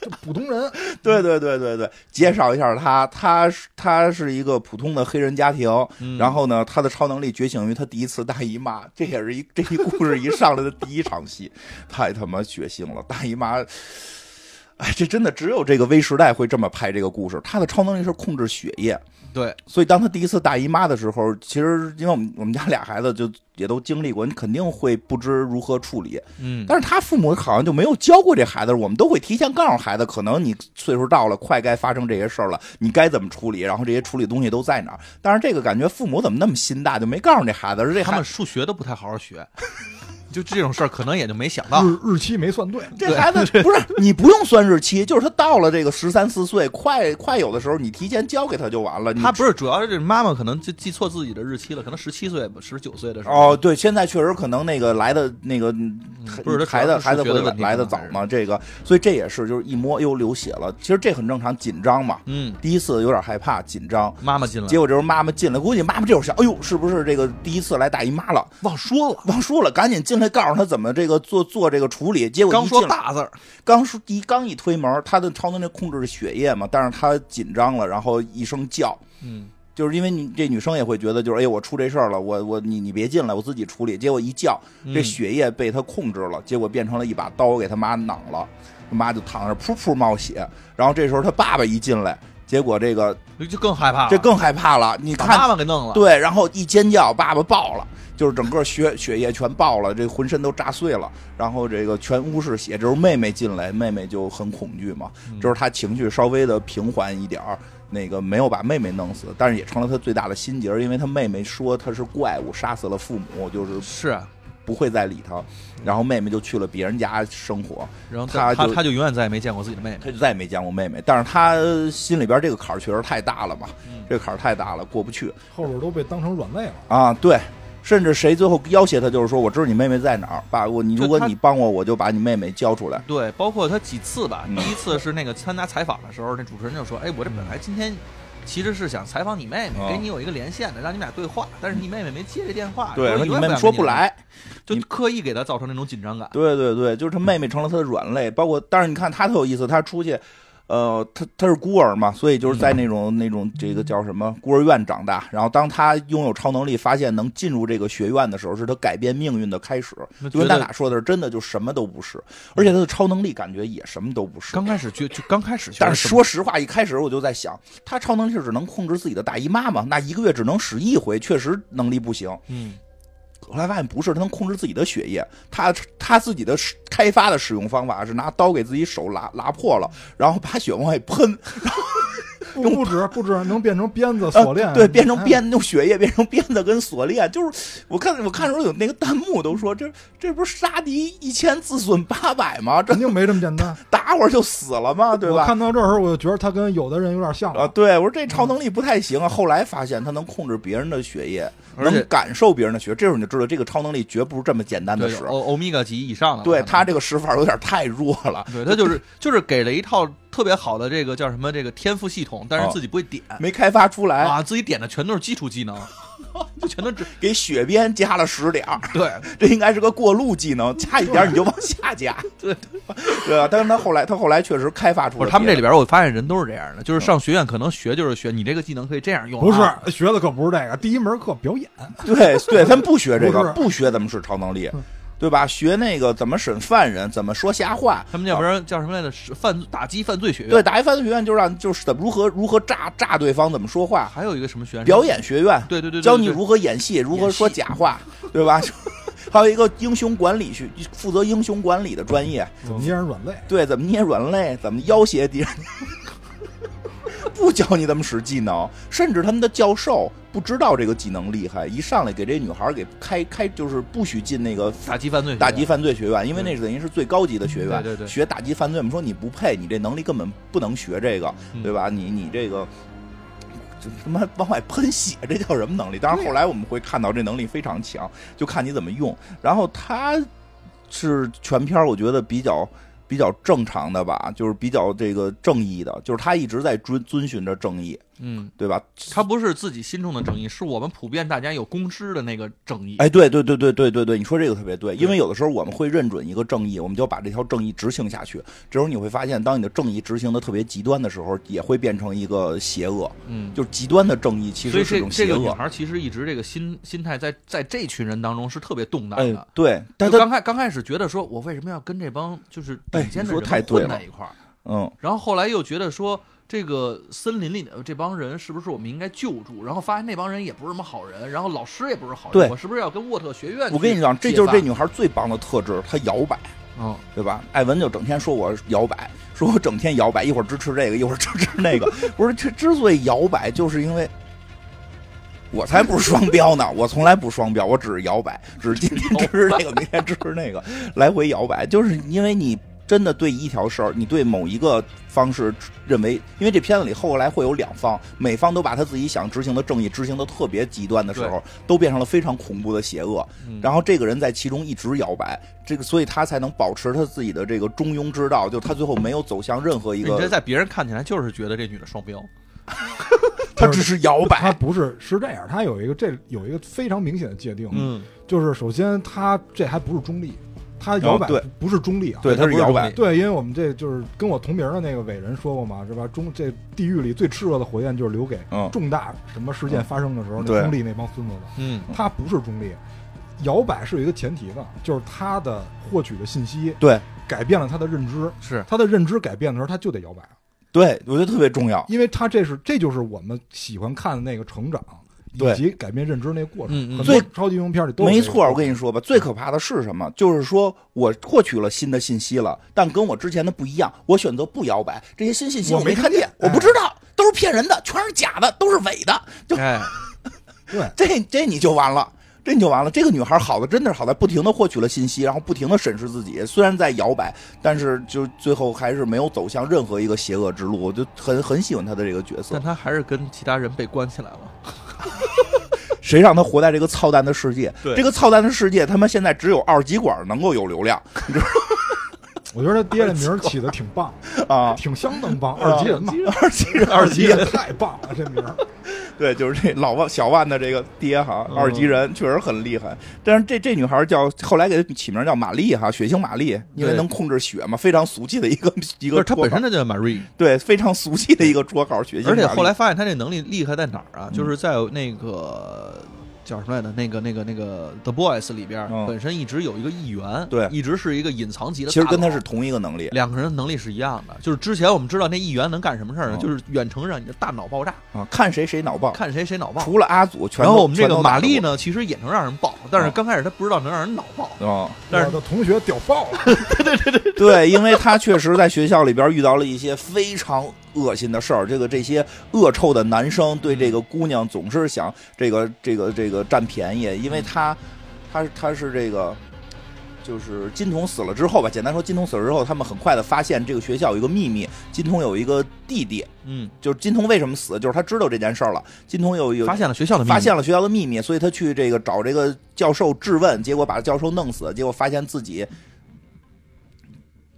[SPEAKER 3] 就普通人。
[SPEAKER 1] 对对对对对，介绍一下他，他是他是一个普通的黑人家庭，
[SPEAKER 2] 嗯
[SPEAKER 1] 然后呢，他的超能力觉醒于他第一次大姨妈，这也是一这一故事一上来的第一场戏，太他妈血腥了，大姨妈。哎，这真的只有这个微时代会这么拍这个故事。他的超能力是控制血液，
[SPEAKER 2] 对，
[SPEAKER 1] 所以当他第一次大姨妈的时候，其实因为我们我们家俩孩子就也都经历过，你肯定会不知如何处理。
[SPEAKER 2] 嗯，
[SPEAKER 1] 但是他父母好像就没有教过这孩子，我们都会提前告诉孩子，可能你岁数到了，快该发生这些事儿了，你该怎么处理，然后这些处理东西都在哪儿。但是这个感觉父母怎么那么心大，就没告诉这孩子，而这
[SPEAKER 2] 他
[SPEAKER 1] 孩
[SPEAKER 2] 们数学都不太好好学， 就这种事儿可能也就没
[SPEAKER 1] 啊
[SPEAKER 2] 想到。
[SPEAKER 1] 嗯
[SPEAKER 3] 日日期没算对，
[SPEAKER 1] 这孩子不是你不用算日期，就是他到了这个十三四岁，快快有的时候你提前教给他就完了。你
[SPEAKER 2] 他不是，主要是这妈妈可能就记错自己的日期了，可能十七岁吧、十九岁的时候。
[SPEAKER 1] 哦，对，现在确实可能那个来的那个
[SPEAKER 2] 嗯不是他主要
[SPEAKER 1] 孩子
[SPEAKER 2] 是
[SPEAKER 1] 孩子
[SPEAKER 2] 数学
[SPEAKER 1] 会
[SPEAKER 2] 的问题
[SPEAKER 1] 来的
[SPEAKER 2] 可
[SPEAKER 1] 早
[SPEAKER 2] 能还是
[SPEAKER 1] 嘛，这个，所以这也是就是一摸又流血了，其实这很正常，紧张嘛，
[SPEAKER 2] 嗯，
[SPEAKER 1] 第一次有点害怕紧张，
[SPEAKER 2] 妈妈进来
[SPEAKER 1] 结果这时候妈妈进来，估计妈妈这会儿想，哎呦，是不是这个第一次来大姨妈了？
[SPEAKER 2] 忘说了，
[SPEAKER 1] 忘说了，赶紧进来告诉她怎么这个做做这个处理。结果
[SPEAKER 2] 刚
[SPEAKER 1] 一
[SPEAKER 2] 说
[SPEAKER 1] 进来
[SPEAKER 2] 大字儿，
[SPEAKER 1] 刚说一刚一推门，她的超能力控制是血液嘛，但是她紧张了，然后一声叫，
[SPEAKER 2] 嗯，
[SPEAKER 1] 就是因为你这女生也会觉得，就是哎呦，我出这事儿了，我我你你别进来，我自己处理。结果一叫，这
[SPEAKER 2] 嗯
[SPEAKER 1] 血液被她控制了，结果变成了一把刀，给她妈攮了，她妈就躺那儿噗噗冒血。然后这时候她爸爸一进来，结果这个
[SPEAKER 2] 就就更害怕了，
[SPEAKER 1] 这更害怕了。你
[SPEAKER 2] 把
[SPEAKER 1] 看
[SPEAKER 2] 妈妈给弄了。
[SPEAKER 1] 对，然后一尖叫，爸爸爆了，就是整个血血液全爆了，这浑身都炸碎了，然后这个全屋是血。这时候妹妹进来，妹妹就很恐惧嘛，这时候她情绪稍微的平缓一点儿。那个没有把妹妹弄死，但是也成了她最大的心结儿，因为她妹妹说她是怪物，杀死了父母，就是
[SPEAKER 2] 是啊，
[SPEAKER 1] 不会再理她。然后妹妹就去了别人家生活，
[SPEAKER 2] 然后
[SPEAKER 1] 他
[SPEAKER 2] 他他
[SPEAKER 1] 就
[SPEAKER 2] 他就永远再也没见过自己的妹妹。
[SPEAKER 1] 她就再也没见过妹妹。但是她心里边这个坎儿确实太大了嘛，这个坎儿太大了，过不去。
[SPEAKER 3] 后边都被当成软肋了。
[SPEAKER 1] 啊，对，甚至谁最后要挟他，就是说我知道你妹妹在哪儿，爸，我你
[SPEAKER 2] 就
[SPEAKER 1] 如果
[SPEAKER 2] 他啊
[SPEAKER 1] 你帮我，我就把你妹妹交出来。
[SPEAKER 2] 对，包括他几次吧，
[SPEAKER 1] 嗯
[SPEAKER 2] 第一次是那个参加采访的时候，那主持人就说：“哎，我这本来今天其实是想采访你妹
[SPEAKER 1] 嗯哦
[SPEAKER 2] 妹，给你有一个连线的，让你们俩对话，但是你妹妹没接这电话，
[SPEAKER 1] 对，
[SPEAKER 2] 说
[SPEAKER 1] 说
[SPEAKER 2] 你
[SPEAKER 1] 你
[SPEAKER 2] 为
[SPEAKER 1] 妹
[SPEAKER 2] 什
[SPEAKER 1] 妹
[SPEAKER 2] 么
[SPEAKER 1] 说
[SPEAKER 2] 要跟
[SPEAKER 1] 不
[SPEAKER 2] 你啊
[SPEAKER 1] 来，
[SPEAKER 2] 聊，
[SPEAKER 1] 你
[SPEAKER 2] 就刻意给他造成那种紧张感。
[SPEAKER 1] 对对对，就是他妹妹成了他的软肋。包括，但是你看他特有意思，他出去，呃，他他是孤儿嘛，所以就是在那种、那种这个叫什么孤儿院长大。然后当他拥有超能力，发现能进入这个学院的时候，是他改变命运的开始。
[SPEAKER 2] 那
[SPEAKER 1] 就
[SPEAKER 2] 觉
[SPEAKER 1] 跟大
[SPEAKER 2] 得
[SPEAKER 1] 哪说的是，真的就什么都不是，而且他的超能力感觉也什么都不是。
[SPEAKER 2] 刚开始就就刚开始，
[SPEAKER 1] 但是说实话，一开始我就在想，他超能力是只能控制自己的大姨妈嘛？那一个月只能使一回，确实能力不行。
[SPEAKER 2] 嗯，
[SPEAKER 1] 后来发现不是，他能控制自己的血液。他他自己的使开发的使用方法是拿刀给自己手拉拉破了，然后把血往外喷，
[SPEAKER 3] 不不 止不止，能变成鞭子、 锁链，
[SPEAKER 1] 呃对，变成
[SPEAKER 3] 哎。
[SPEAKER 1] 鞭，用血液变成鞭子跟锁链。就是我看我看的时候有那个弹幕都说，这这不是杀敌一千自损八百吗？这
[SPEAKER 3] 肯定没这么简单，
[SPEAKER 1] 打会儿就死了吗？ 对吧？
[SPEAKER 3] 我看到这儿时候，我就觉得他跟有的人有点像了
[SPEAKER 1] 啊，对，我说这超能力不太行啊。后来发现他能控制别人的血液，
[SPEAKER 2] 而且
[SPEAKER 1] 能感受别人的血，这时候你就知道这个超能力绝不是这么简单的
[SPEAKER 2] 对哦
[SPEAKER 1] 使。
[SPEAKER 2] 欧欧米伽级以上的，
[SPEAKER 1] 对
[SPEAKER 2] 他
[SPEAKER 1] 他，这个使法有点太弱了，
[SPEAKER 2] 对他就是就是给了一套特别好的这个叫什么这个天赋系统，但
[SPEAKER 1] 哦
[SPEAKER 2] 是自己不会点
[SPEAKER 1] 没开发出来，
[SPEAKER 2] 啊，自己点的全都是基础技能， 就全 都只
[SPEAKER 1] 给血鞭加了十点儿，
[SPEAKER 2] 对
[SPEAKER 1] 这应该是个过路技能，加一点儿你就往下加。
[SPEAKER 2] 对
[SPEAKER 1] 对啊吧？但是他后来他后来确实开发出
[SPEAKER 2] 不
[SPEAKER 1] 了别的，啊
[SPEAKER 2] 是他们这里边，我发现人都是这样的，就是上学院可能学就是学，你这个技能可以这样用、啊，
[SPEAKER 3] 不是学的可不是这个，第一门课表演，
[SPEAKER 1] 对对，他们不学这
[SPEAKER 3] 不
[SPEAKER 1] 个，
[SPEAKER 3] 是
[SPEAKER 1] 不学怎么使超能力
[SPEAKER 3] 嗯。
[SPEAKER 1] 对吧？学那个怎么审犯人，怎么说瞎话，
[SPEAKER 2] 他们要不然叫什么来着？是犯打击犯罪学院，
[SPEAKER 1] 对，，打一犯罪学院就让就是怎么如何如何炸炸对方，怎么说话，
[SPEAKER 2] 还有一个什么学院
[SPEAKER 1] 表，演学院，
[SPEAKER 2] 对对对对，
[SPEAKER 1] 教你
[SPEAKER 2] 对
[SPEAKER 1] 如何演戏，如何说假话，对吧？ 还有一个英雄管理学，负责英雄管理的专业，
[SPEAKER 3] 怎么捏人软肋？
[SPEAKER 1] 对，怎么捏软肋，怎么要挟敌人。 不教你怎么使技能，甚至他们的教授不知道这个技能厉害，一上来给这女孩给开开，就是不许进那个
[SPEAKER 2] 打击犯罪学
[SPEAKER 1] 打
[SPEAKER 2] 院，
[SPEAKER 1] 击犯罪学院，因为那是等于是最高级的学院，
[SPEAKER 2] 对对对
[SPEAKER 1] 学打击犯罪，我们说你不配，你这能力根本不能学这个，
[SPEAKER 2] 嗯
[SPEAKER 1] 对吧？你你这个。就他妈往外喷血，这叫什么能力？当然，后来我们会看到这能力非常强，就看你怎么用。然后他是全片儿我觉得比较比较正常的吧，就是比较这个正义的，就是他一直在遵遵循着正义，
[SPEAKER 2] 嗯，
[SPEAKER 1] 对吧？
[SPEAKER 2] 他不是自己心中的正义，是我们普遍大家有共识的那个正义。
[SPEAKER 1] 哎，对对对对对对对，你说这个特别对，因为
[SPEAKER 2] 对
[SPEAKER 1] 有的时候我们会认准一个正义，我们就把这条正义执行下去。这时候你会发现，当你的正义执行的特别极端的时候，也会变成一个邪恶，
[SPEAKER 2] 嗯，
[SPEAKER 1] 就是极端的正义其
[SPEAKER 2] 所以
[SPEAKER 1] 实是一
[SPEAKER 2] 这
[SPEAKER 1] 种
[SPEAKER 2] 这
[SPEAKER 1] 邪
[SPEAKER 2] 个女
[SPEAKER 1] 恶。
[SPEAKER 2] 孩其实一直这个心心态在在这群人当中是特别动荡
[SPEAKER 1] 哎
[SPEAKER 2] 的。，
[SPEAKER 1] 对，但
[SPEAKER 2] 就
[SPEAKER 1] 他
[SPEAKER 2] 刚开刚开始觉得说，我为什么要跟这帮就是
[SPEAKER 1] 哎
[SPEAKER 2] 顶尖
[SPEAKER 1] 你
[SPEAKER 2] 的
[SPEAKER 1] 说
[SPEAKER 2] 人
[SPEAKER 1] 太对
[SPEAKER 2] 混在
[SPEAKER 1] 了
[SPEAKER 2] 一块儿？
[SPEAKER 1] 嗯，
[SPEAKER 2] 然后后来又觉得说，这个森林里的这帮人是不是我们应该救助？然后发现那帮人也不是什么好人，然后老师也不是好人，
[SPEAKER 1] 对
[SPEAKER 2] 我是不是要跟沃特学院？
[SPEAKER 1] 我跟你讲，这就是这，女孩最棒的特质，她摇摆，
[SPEAKER 2] 嗯，
[SPEAKER 1] 对吧？艾文就整天说我摇摆，说我整天摇摆，一会儿支持这个，一会儿支持那个。不是，这之所以摇摆，就是因为。我才不是双标呢！我从来不双标，我只是摇摆，只是今天支持这个，明天支持那个，来回摇摆。就是因为你真的对一条事儿，你对某一个方式认为，因为这片子里后来会有两方，每方都把他自己想执行的正义执行的特别极端的时候，都变成了非常恐怖的邪恶。
[SPEAKER 2] 嗯
[SPEAKER 1] 然后这个人在其中一直摇摆，这个所以他才能保持他自己的这个中庸之道，就他最后没有走向任何一
[SPEAKER 2] 你这
[SPEAKER 1] 个，
[SPEAKER 2] 在别人看起来就是觉得这女的双标，
[SPEAKER 1] 他只是摇
[SPEAKER 3] 他
[SPEAKER 1] 摆。
[SPEAKER 3] 不是是这样，他有一个这有一个非常明显的界定，
[SPEAKER 2] 嗯，
[SPEAKER 3] 就是首先他这还不是中立，他摇摆
[SPEAKER 1] 哦对
[SPEAKER 3] 不是中立啊，
[SPEAKER 1] 对，他是摇摆，
[SPEAKER 3] 对，因为我们这就是跟我同名的那个伟人说过嘛，是吧？中这地狱里最炽热的火焰就是留给
[SPEAKER 1] 嗯
[SPEAKER 3] 重大什么事件发生的时候，
[SPEAKER 1] 嗯
[SPEAKER 3] 那
[SPEAKER 1] 对
[SPEAKER 3] 中立那帮孙子的。
[SPEAKER 2] 嗯，
[SPEAKER 3] 他不是中立，摇摆是有一个前提的，就是他的获取的信息
[SPEAKER 1] 对
[SPEAKER 3] 改变了他的认知，
[SPEAKER 2] 是
[SPEAKER 3] 他的认知改变的时候，他就得摇摆，啊
[SPEAKER 1] 对，我觉得特别重要。
[SPEAKER 3] 因为他这是这就是我们喜欢看的那个成长
[SPEAKER 1] 对
[SPEAKER 3] 以及改变认知那个过程。
[SPEAKER 2] 嗯嗯
[SPEAKER 3] 很多
[SPEAKER 1] 最
[SPEAKER 3] 超级英雄片里都有
[SPEAKER 1] 没
[SPEAKER 3] 这个
[SPEAKER 1] 错，我跟你说吧，最可怕的是什么？就是说我获取了新的信息了，但跟我之前的不一样，我选择不摇摆。这些新信息
[SPEAKER 3] 我
[SPEAKER 1] 没
[SPEAKER 3] 没
[SPEAKER 1] 看见
[SPEAKER 3] 看，
[SPEAKER 1] 我
[SPEAKER 3] 见
[SPEAKER 1] 不知道，都是骗人的，全是假的，都是伪的。就
[SPEAKER 2] 哎，
[SPEAKER 3] 对。
[SPEAKER 1] 这这你就完了。这你就完了。这个女孩好的，真的是好在不停的获取了信息，然后不停的审视自己。虽然在摇摆，但是就最后还是没有走向任何一个邪恶之路。我就很很喜欢她的这个角色
[SPEAKER 2] 但。她还是跟其他人被关起来了。
[SPEAKER 1] 谁让她活在这个操蛋的世界？
[SPEAKER 2] 对
[SPEAKER 1] 这个操蛋的世界，他妈现在只有二极管能够有流量
[SPEAKER 3] 我觉得他爹这名儿起的挺棒，
[SPEAKER 1] 啊！
[SPEAKER 3] 挺相当棒，二级人嘛，
[SPEAKER 1] 二极人，
[SPEAKER 3] 二级人太棒了，这名儿。
[SPEAKER 1] 对，就是这老万小万的这个爹哈，
[SPEAKER 2] 嗯
[SPEAKER 1] 二级人确实很厉害。但是这这女孩叫后来给她起名叫玛丽哈，血腥玛丽，因为
[SPEAKER 2] 对
[SPEAKER 1] 能控制血嘛，非常俗气的一个一
[SPEAKER 2] 不
[SPEAKER 1] 个
[SPEAKER 2] 是，她
[SPEAKER 1] 绰
[SPEAKER 2] 本
[SPEAKER 1] 号
[SPEAKER 2] 身。她就叫 Marie，
[SPEAKER 1] 对，非常俗气的一个绰号，血腥玛
[SPEAKER 2] 而
[SPEAKER 1] 丽。
[SPEAKER 2] 且后来发现她这能力厉害在哪儿啊？
[SPEAKER 1] 嗯
[SPEAKER 2] 就是在那个叫什么来着？那个那个那个 The Boys 里边
[SPEAKER 1] 嗯，
[SPEAKER 2] 本身一直有一个议员，
[SPEAKER 1] 对
[SPEAKER 2] 一直是一个隐藏级的
[SPEAKER 1] 其
[SPEAKER 2] 大佬，
[SPEAKER 1] 实跟他是同一个能力，
[SPEAKER 2] 两个人的能力是一样的，就是之前我们知道那议员能干什么事儿呢？
[SPEAKER 1] 嗯
[SPEAKER 2] 就是远程让你的大脑爆炸，
[SPEAKER 1] 啊，看谁谁脑爆。
[SPEAKER 2] 看谁谁脑爆。
[SPEAKER 1] 除了阿祖，全
[SPEAKER 2] 然
[SPEAKER 1] 都
[SPEAKER 2] 后我们这个玛丽
[SPEAKER 1] 丽？
[SPEAKER 2] 呢，其实也能让人爆，但是
[SPEAKER 1] 嗯
[SPEAKER 2] 刚开始她不知道能让人脑爆。
[SPEAKER 1] 啊、
[SPEAKER 2] 但是
[SPEAKER 3] 我的同学屌爆了，
[SPEAKER 1] 对，因为他确实在学校里边遇到了一些非常恶心的事儿。这个这些恶臭的男生对这个姑娘总是想这个这个这个占便宜，因
[SPEAKER 2] 嗯
[SPEAKER 1] 为他他是他是这个。就是金童死了之后吧，简单说，金童死了之后，他们很快的发现这个学校有一个秘密，金童有一个弟弟，
[SPEAKER 2] 嗯，
[SPEAKER 1] 就是金童为什么死，就是他知道这件事儿了。金童有有
[SPEAKER 2] 发现了学校的秘密
[SPEAKER 1] 发现了学校的秘密，所以他去这个找这个教授质问，结果把教授弄死，结果发现自己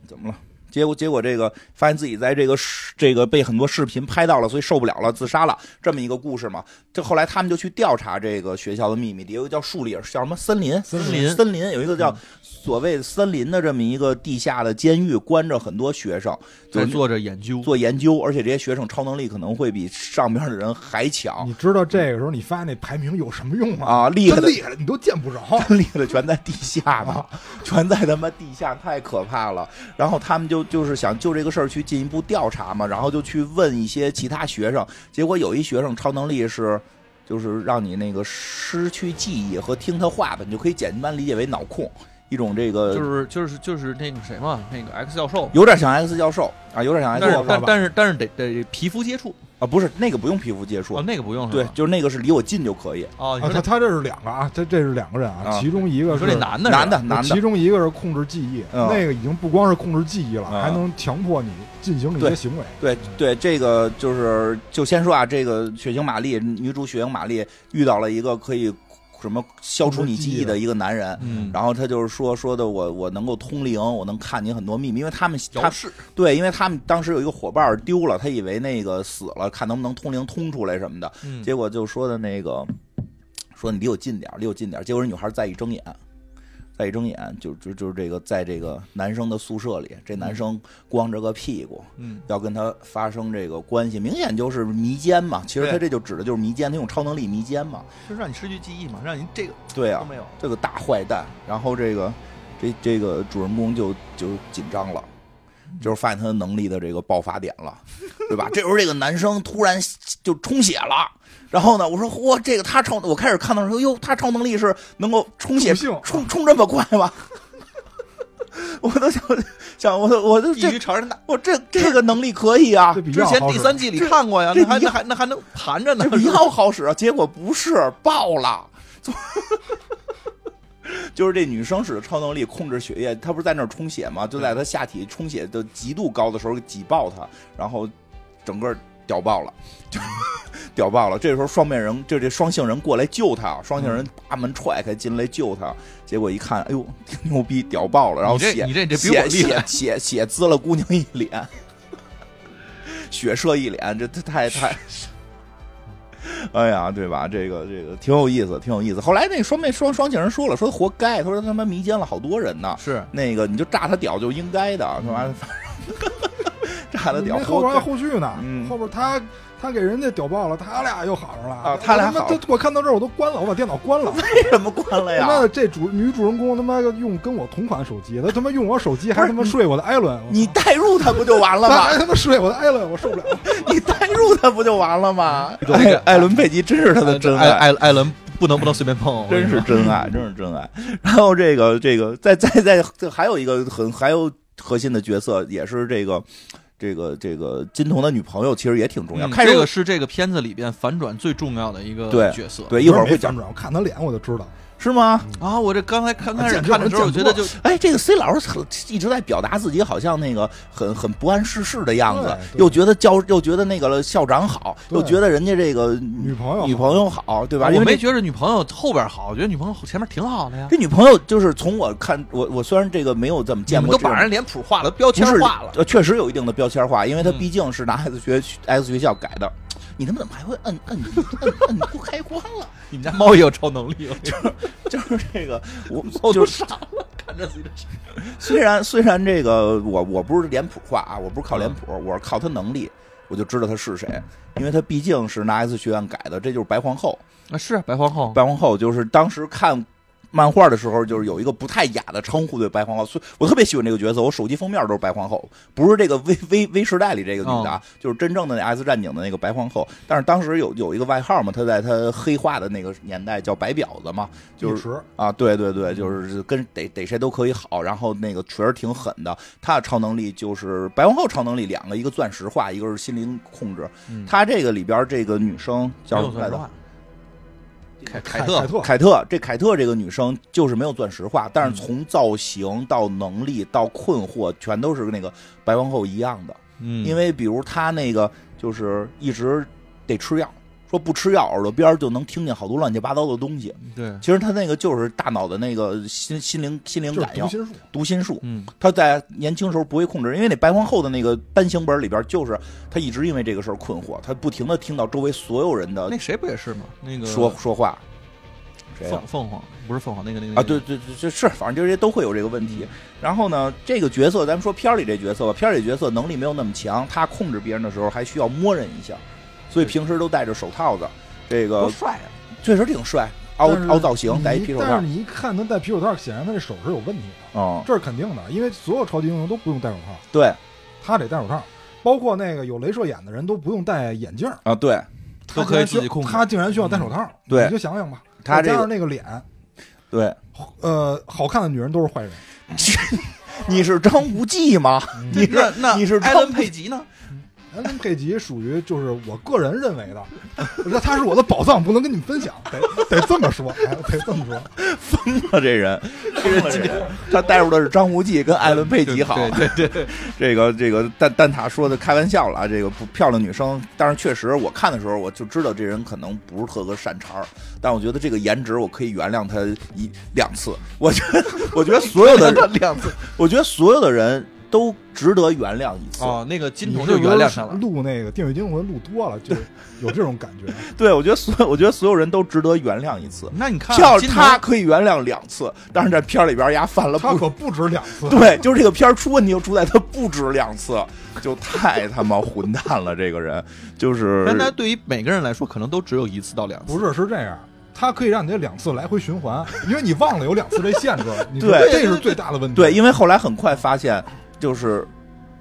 [SPEAKER 1] 怎么了？结果结果这个发现自己在这个视这个被很多视频拍到了，所以受不了了，自杀了，这么一个故事嘛。这后来他们就去调查这个学校的秘密，有一个叫树林，叫什么森林？
[SPEAKER 3] 森
[SPEAKER 2] 林嗯
[SPEAKER 1] 森林有一个叫所谓森林的这么一个地下的监狱，关着很多学生，就
[SPEAKER 2] 在做着研究，
[SPEAKER 1] 做研究，而且这些学生超能力可能会比上边的人还强
[SPEAKER 3] 你知道这个时候你发那排名有什么用
[SPEAKER 2] 嗯
[SPEAKER 3] 吗？
[SPEAKER 1] 啊！厉
[SPEAKER 3] 真
[SPEAKER 1] 害的
[SPEAKER 3] 厉害了，你都见不着。
[SPEAKER 1] 厉害的全在地下呢，
[SPEAKER 2] 啊
[SPEAKER 1] 全在他妈地下，太可怕了。然后他们就就是想就这个事儿去进一步调查嘛，然后就去问一些其他学生，结果有一学生超能力是。就是让你那个失去记忆和听他话吧，你就可以简单理解为脑控，一种这个
[SPEAKER 2] 就是就是就是那个谁嘛，那个 X 教授嘛，
[SPEAKER 1] 有点像嗯 X 教授啊，有点像 X
[SPEAKER 2] 但
[SPEAKER 1] 教
[SPEAKER 2] 是
[SPEAKER 1] 授
[SPEAKER 2] 但
[SPEAKER 1] 吧
[SPEAKER 2] 但是但是得得皮肤接触，
[SPEAKER 1] 啊，不是那个不用皮肤接触
[SPEAKER 2] 哦，，那个不用是
[SPEAKER 1] 对，
[SPEAKER 2] 吧？
[SPEAKER 1] 就是那个是离我近就可以。
[SPEAKER 2] 哦，
[SPEAKER 3] 啊，
[SPEAKER 2] 你
[SPEAKER 3] 他
[SPEAKER 2] 说
[SPEAKER 3] 他这是两个啊，这这是两个人
[SPEAKER 1] 啊
[SPEAKER 3] 啊，其中一
[SPEAKER 2] 这
[SPEAKER 3] 个
[SPEAKER 2] 你
[SPEAKER 3] 是
[SPEAKER 2] 说这男的是吧
[SPEAKER 1] 男的，男
[SPEAKER 3] 其
[SPEAKER 1] 的，
[SPEAKER 3] 中一个是控制记忆，
[SPEAKER 1] 嗯
[SPEAKER 3] 那个已经不光是控制记忆了，
[SPEAKER 1] 嗯
[SPEAKER 3] 还能强迫你进行一
[SPEAKER 1] 对
[SPEAKER 3] 些行为。
[SPEAKER 1] 对对，这个就是就先说啊，这个血腥玛丽女主血腥玛丽遇到了一个可以什么消除你记忆的一个男人。
[SPEAKER 2] 嗯，
[SPEAKER 1] 然后他就是说说的我我能够通灵，我能看你很多秘密，因为他们他
[SPEAKER 2] 姚氏
[SPEAKER 1] 对，因为他们当时有一个伙伴丢了，他以为那个死了，看能不能通灵通出来什么的，
[SPEAKER 2] 嗯
[SPEAKER 1] 结果就说的那个，说你离我近点儿，离我近点儿。结果这女孩再一睁眼，再一睁眼，就就就是这个，在这个男生的宿舍里，这男生光着个屁股，
[SPEAKER 2] 嗯
[SPEAKER 1] 要跟她发生这个关系，明显就是迷奸嘛。其实他
[SPEAKER 2] 对
[SPEAKER 1] 这就指的就是迷奸，他用超能力迷奸嘛。
[SPEAKER 2] 就是让你失去记忆嘛，让你这个
[SPEAKER 1] 对
[SPEAKER 2] 都
[SPEAKER 1] 啊，
[SPEAKER 2] 没有。
[SPEAKER 1] 这个大坏蛋。然后这个这这个主人公就就紧张了。就是发现他能力的这个爆发点了，对吧？这时候这个男生突然就充血了，然后呢，我说嚯，这个他超，我开始看到说哟，他超能力是能够充血
[SPEAKER 3] 助兴
[SPEAKER 1] 充充这么快吗？我都想想，我都我都
[SPEAKER 2] 异
[SPEAKER 1] 这
[SPEAKER 2] 于常人大，
[SPEAKER 1] 我这这个能力可以啊
[SPEAKER 3] 这，比
[SPEAKER 2] 之
[SPEAKER 3] 较
[SPEAKER 2] 前
[SPEAKER 3] 好
[SPEAKER 2] 第
[SPEAKER 3] 使
[SPEAKER 2] 三季里看过呀，
[SPEAKER 1] 这
[SPEAKER 2] 那还
[SPEAKER 1] 这
[SPEAKER 2] 那还那还能盘着呢
[SPEAKER 1] 这，
[SPEAKER 2] 是吧
[SPEAKER 1] 要好使啊，结果不是爆了。 就是这女生使的超能力控制血液，她不是在那儿充血吗？就在她下体充血的极度高的时候给挤爆她，然后整个屌爆了，就屌爆了。这时候双面人，就这双性人过来救她，啊双性人
[SPEAKER 2] 嗯
[SPEAKER 1] 把门踹开进来救她，结果一看，哎呦， 挺牛逼，屌爆了，然后
[SPEAKER 2] 你这
[SPEAKER 1] 血
[SPEAKER 2] 你这你这比
[SPEAKER 1] 血
[SPEAKER 2] 我厉害
[SPEAKER 1] 血血血滋了姑娘一脸，血射一脸，这这太太。 哎呀，对吧？这个这个挺有意思，挺有意思。后来那双妹双双情人说了，说活该，他说他妈迷奸了好多人呢。
[SPEAKER 2] 是
[SPEAKER 1] 那个你就炸他屌就应该的，他妈、反正 炸他屌
[SPEAKER 3] 没后
[SPEAKER 1] 活
[SPEAKER 3] 边还
[SPEAKER 1] 该。
[SPEAKER 3] 后续呢，
[SPEAKER 1] 嗯
[SPEAKER 3] 后边他他给人家屌爆了，他俩又好上了
[SPEAKER 1] 啊他俩
[SPEAKER 3] 我他妈
[SPEAKER 1] 好
[SPEAKER 3] 这我看到这儿我都关了，我把电脑关了。
[SPEAKER 1] 为什么关了
[SPEAKER 3] 他妈
[SPEAKER 1] 呀？
[SPEAKER 3] 的，这主女主人公他妈用跟我同款手机，他他妈用我手机
[SPEAKER 1] 不
[SPEAKER 3] 还
[SPEAKER 1] 是
[SPEAKER 3] 他妈睡我的艾伦，我操
[SPEAKER 1] 你代入他不就完了
[SPEAKER 3] 他还
[SPEAKER 1] 吗？
[SPEAKER 3] 他妈睡我的艾伦，我受不了。
[SPEAKER 1] 你代入他不就完了 吗？哎
[SPEAKER 2] 对哎
[SPEAKER 1] 艾艾哎伦佩吉真是他的真
[SPEAKER 2] 艾
[SPEAKER 1] 爱。
[SPEAKER 2] 艾艾伦不能不能随便碰，我跟
[SPEAKER 1] 真
[SPEAKER 2] 你
[SPEAKER 1] 是
[SPEAKER 2] 说
[SPEAKER 1] 真爱，真是真爱。然后这个这个，再再再，这还有一个很还有核心的角色，也是这个这个这个金童的女朋友，其实也挺重要。
[SPEAKER 2] 嗯
[SPEAKER 1] 开始
[SPEAKER 2] 这个是这个片子里边反转最重要的一个
[SPEAKER 1] 对
[SPEAKER 2] 角色，
[SPEAKER 1] 对一会儿会
[SPEAKER 3] 没
[SPEAKER 1] 讲
[SPEAKER 3] 反转，我看他脸我就知道。
[SPEAKER 1] 是吗？
[SPEAKER 2] 啊，我这刚才刚开始
[SPEAKER 3] 啊
[SPEAKER 2] 看的时候，我
[SPEAKER 3] 简
[SPEAKER 2] 觉
[SPEAKER 3] 直
[SPEAKER 2] 得就
[SPEAKER 1] 哎，这个 C 老师很一直在表达自己好像那个很很不谙世事的样子，
[SPEAKER 3] 对对
[SPEAKER 1] 又觉得教又觉得那个校长好，
[SPEAKER 3] 对
[SPEAKER 1] 又觉得人家这个女
[SPEAKER 3] 女朋友好
[SPEAKER 1] 女朋友好，对吧？因
[SPEAKER 2] 我
[SPEAKER 1] 为
[SPEAKER 2] 没
[SPEAKER 1] 这
[SPEAKER 2] 觉着女朋友后边好，我觉得女朋友前面挺好的呀。
[SPEAKER 1] 这女朋友就是从我看我我虽然这个没有怎么
[SPEAKER 2] 你
[SPEAKER 1] 见
[SPEAKER 2] 们
[SPEAKER 1] 过
[SPEAKER 2] 都
[SPEAKER 1] 这种，
[SPEAKER 2] 把人脸谱化了，标签
[SPEAKER 1] 不是
[SPEAKER 2] 化了。
[SPEAKER 1] 呃，确实有一定的标签化，因为它
[SPEAKER 2] 嗯
[SPEAKER 1] 毕竟是拿 S 学 S 学校改的。你他妈怎么还会摁摁摁摁不开关了？
[SPEAKER 2] 你们家猫也有超能 力，
[SPEAKER 1] 就是这个，我
[SPEAKER 2] 我
[SPEAKER 1] 就
[SPEAKER 2] 都
[SPEAKER 1] 是
[SPEAKER 2] 傻了，看着自己的手
[SPEAKER 1] 虽然虽然这个我我不是脸谱化啊，我不是靠脸谱，我是靠他能力，我就知道他是谁，因为他毕竟是拿 S 学院改的，这就是白皇后。
[SPEAKER 2] 啊，是白皇后，
[SPEAKER 1] 白皇后就是当时看漫画的时候，就是有一个不太雅的称呼对白皇后，所以我特别喜欢这个角色。我手机封面都是白皇后，不是这个微微微时代里这个
[SPEAKER 2] 哦
[SPEAKER 1] 女的，啊，就是真正的那 S 战警的那个白皇后。但是当时有有一个外号嘛，她在她黑化的那个年代叫白婊子嘛，就
[SPEAKER 3] 一
[SPEAKER 1] 是。
[SPEAKER 3] 池
[SPEAKER 1] 啊，对对对，就是跟逮逮谁都可以好，然后那个确实挺狠的。她的超能力就是白皇后超能力两个，一个钻石化，一个是心灵控制。
[SPEAKER 2] 嗯
[SPEAKER 1] 她这个里边这个女生叫
[SPEAKER 2] 没
[SPEAKER 1] 什么
[SPEAKER 2] 有算
[SPEAKER 1] 来
[SPEAKER 2] 实
[SPEAKER 1] 着？
[SPEAKER 2] 话。凯
[SPEAKER 3] 凯
[SPEAKER 2] 凯特，
[SPEAKER 3] 特
[SPEAKER 1] 凯特，这凯特这个女生就是没有钻石化，但是
[SPEAKER 3] 嗯
[SPEAKER 1] 从造型到能力到困惑，全都是那个白皇后一样的。
[SPEAKER 2] 嗯
[SPEAKER 1] 因为比如她那个就是一直得吃药，说不吃药耳朵边儿就能听见好多乱七八糟的东
[SPEAKER 3] 嗯
[SPEAKER 1] 西。
[SPEAKER 2] 对，
[SPEAKER 1] 其实她那个就是大脑的那个心心灵心灵
[SPEAKER 3] 就是
[SPEAKER 1] 感
[SPEAKER 3] 读
[SPEAKER 1] 应
[SPEAKER 3] 心术，
[SPEAKER 1] 读心术。
[SPEAKER 2] 嗯，
[SPEAKER 1] 她在年轻时候不会控制，因为那白皇后的那个单行本里边，就是她一直因为这个事儿困惑，她不停的听到周围所有人的
[SPEAKER 2] 那谁不也是吗？那
[SPEAKER 1] 呃
[SPEAKER 2] 个
[SPEAKER 1] 说说话。谁啊呀
[SPEAKER 2] 凤凤凰不是凤凰，那个那个
[SPEAKER 1] 啊，对，对对，就是，反正就是这些都会有这个问题。然后呢，这个角色，咱们说片儿里这角色吧，片儿里角色能力没有那么强，他控制别人的时候还需要摸人一下，所以平时都戴着手套子。这
[SPEAKER 2] 多
[SPEAKER 1] 个
[SPEAKER 2] 帅啊！
[SPEAKER 1] 确实挺帅，凹
[SPEAKER 3] 但是
[SPEAKER 1] 凹造型，
[SPEAKER 3] 你
[SPEAKER 1] 戴一皮手
[SPEAKER 3] 但
[SPEAKER 1] 套
[SPEAKER 3] 是，你一看他戴皮手套，显然他这手是有问题的，
[SPEAKER 1] 嗯，
[SPEAKER 3] 这是肯定的，因为所有超级英雄都不用戴手套，
[SPEAKER 1] 对
[SPEAKER 3] 他得戴手套，包括那个有镭射眼的人都不用戴眼镜儿，
[SPEAKER 1] 啊，对
[SPEAKER 2] 都可以自己控制
[SPEAKER 3] 他竟然需要戴手套，
[SPEAKER 1] 嗯对
[SPEAKER 3] 你就想想吧，
[SPEAKER 1] 他
[SPEAKER 3] 再
[SPEAKER 1] 这个
[SPEAKER 3] 加上那个脸，
[SPEAKER 1] 对，
[SPEAKER 3] 呃，好看的女人都是坏人，
[SPEAKER 1] 你是张无忌吗？你是
[SPEAKER 2] 那那
[SPEAKER 1] 你是
[SPEAKER 2] 艾伦佩吉呢？
[SPEAKER 3] 安森佩吉属于就是我个人认为的，那他是我的宝藏，不能跟你们分享，得得这么说，哎，得这么说。
[SPEAKER 1] 疯了这人， 这人今天他带入的是张无忌跟艾伦佩吉好，
[SPEAKER 2] 对 对对
[SPEAKER 1] 这个这个蛋蛋挞说的开玩笑了啊，这个不漂亮女生，但是确实我看的时候我就知道这人可能不是特个善茬儿，但我觉得这个颜值我可以原谅他一两次，我觉得我觉得所有的人两次，我觉得所有的人都值得原谅一次，
[SPEAKER 2] 哦，那个金童
[SPEAKER 3] 你是
[SPEAKER 2] 就
[SPEAKER 3] 不是
[SPEAKER 2] 原谅他了。
[SPEAKER 3] 录那个《电锯惊魂》录 多了，就有这种感觉。
[SPEAKER 1] 对我觉得所有我觉得所有人都值得原谅一次，
[SPEAKER 2] 那你看
[SPEAKER 1] 票
[SPEAKER 2] 金童
[SPEAKER 1] 他可以原谅两次，但是在片儿里边儿丫犯了
[SPEAKER 3] 他
[SPEAKER 1] 不
[SPEAKER 3] 可不止两次，
[SPEAKER 1] 对，就是这个片儿出问题就出在他不止两次，就太他妈混蛋了。这个人就是，
[SPEAKER 2] 但他对于每个人来说，可能都只有一次到两次。
[SPEAKER 3] 不是是这样，他可以让你这两次来回循环，因为你忘了有两次这限制，你说
[SPEAKER 1] 对
[SPEAKER 3] 这是最大的
[SPEAKER 2] 嗯
[SPEAKER 3] 问题。
[SPEAKER 1] 对，因为后来很快发现，就是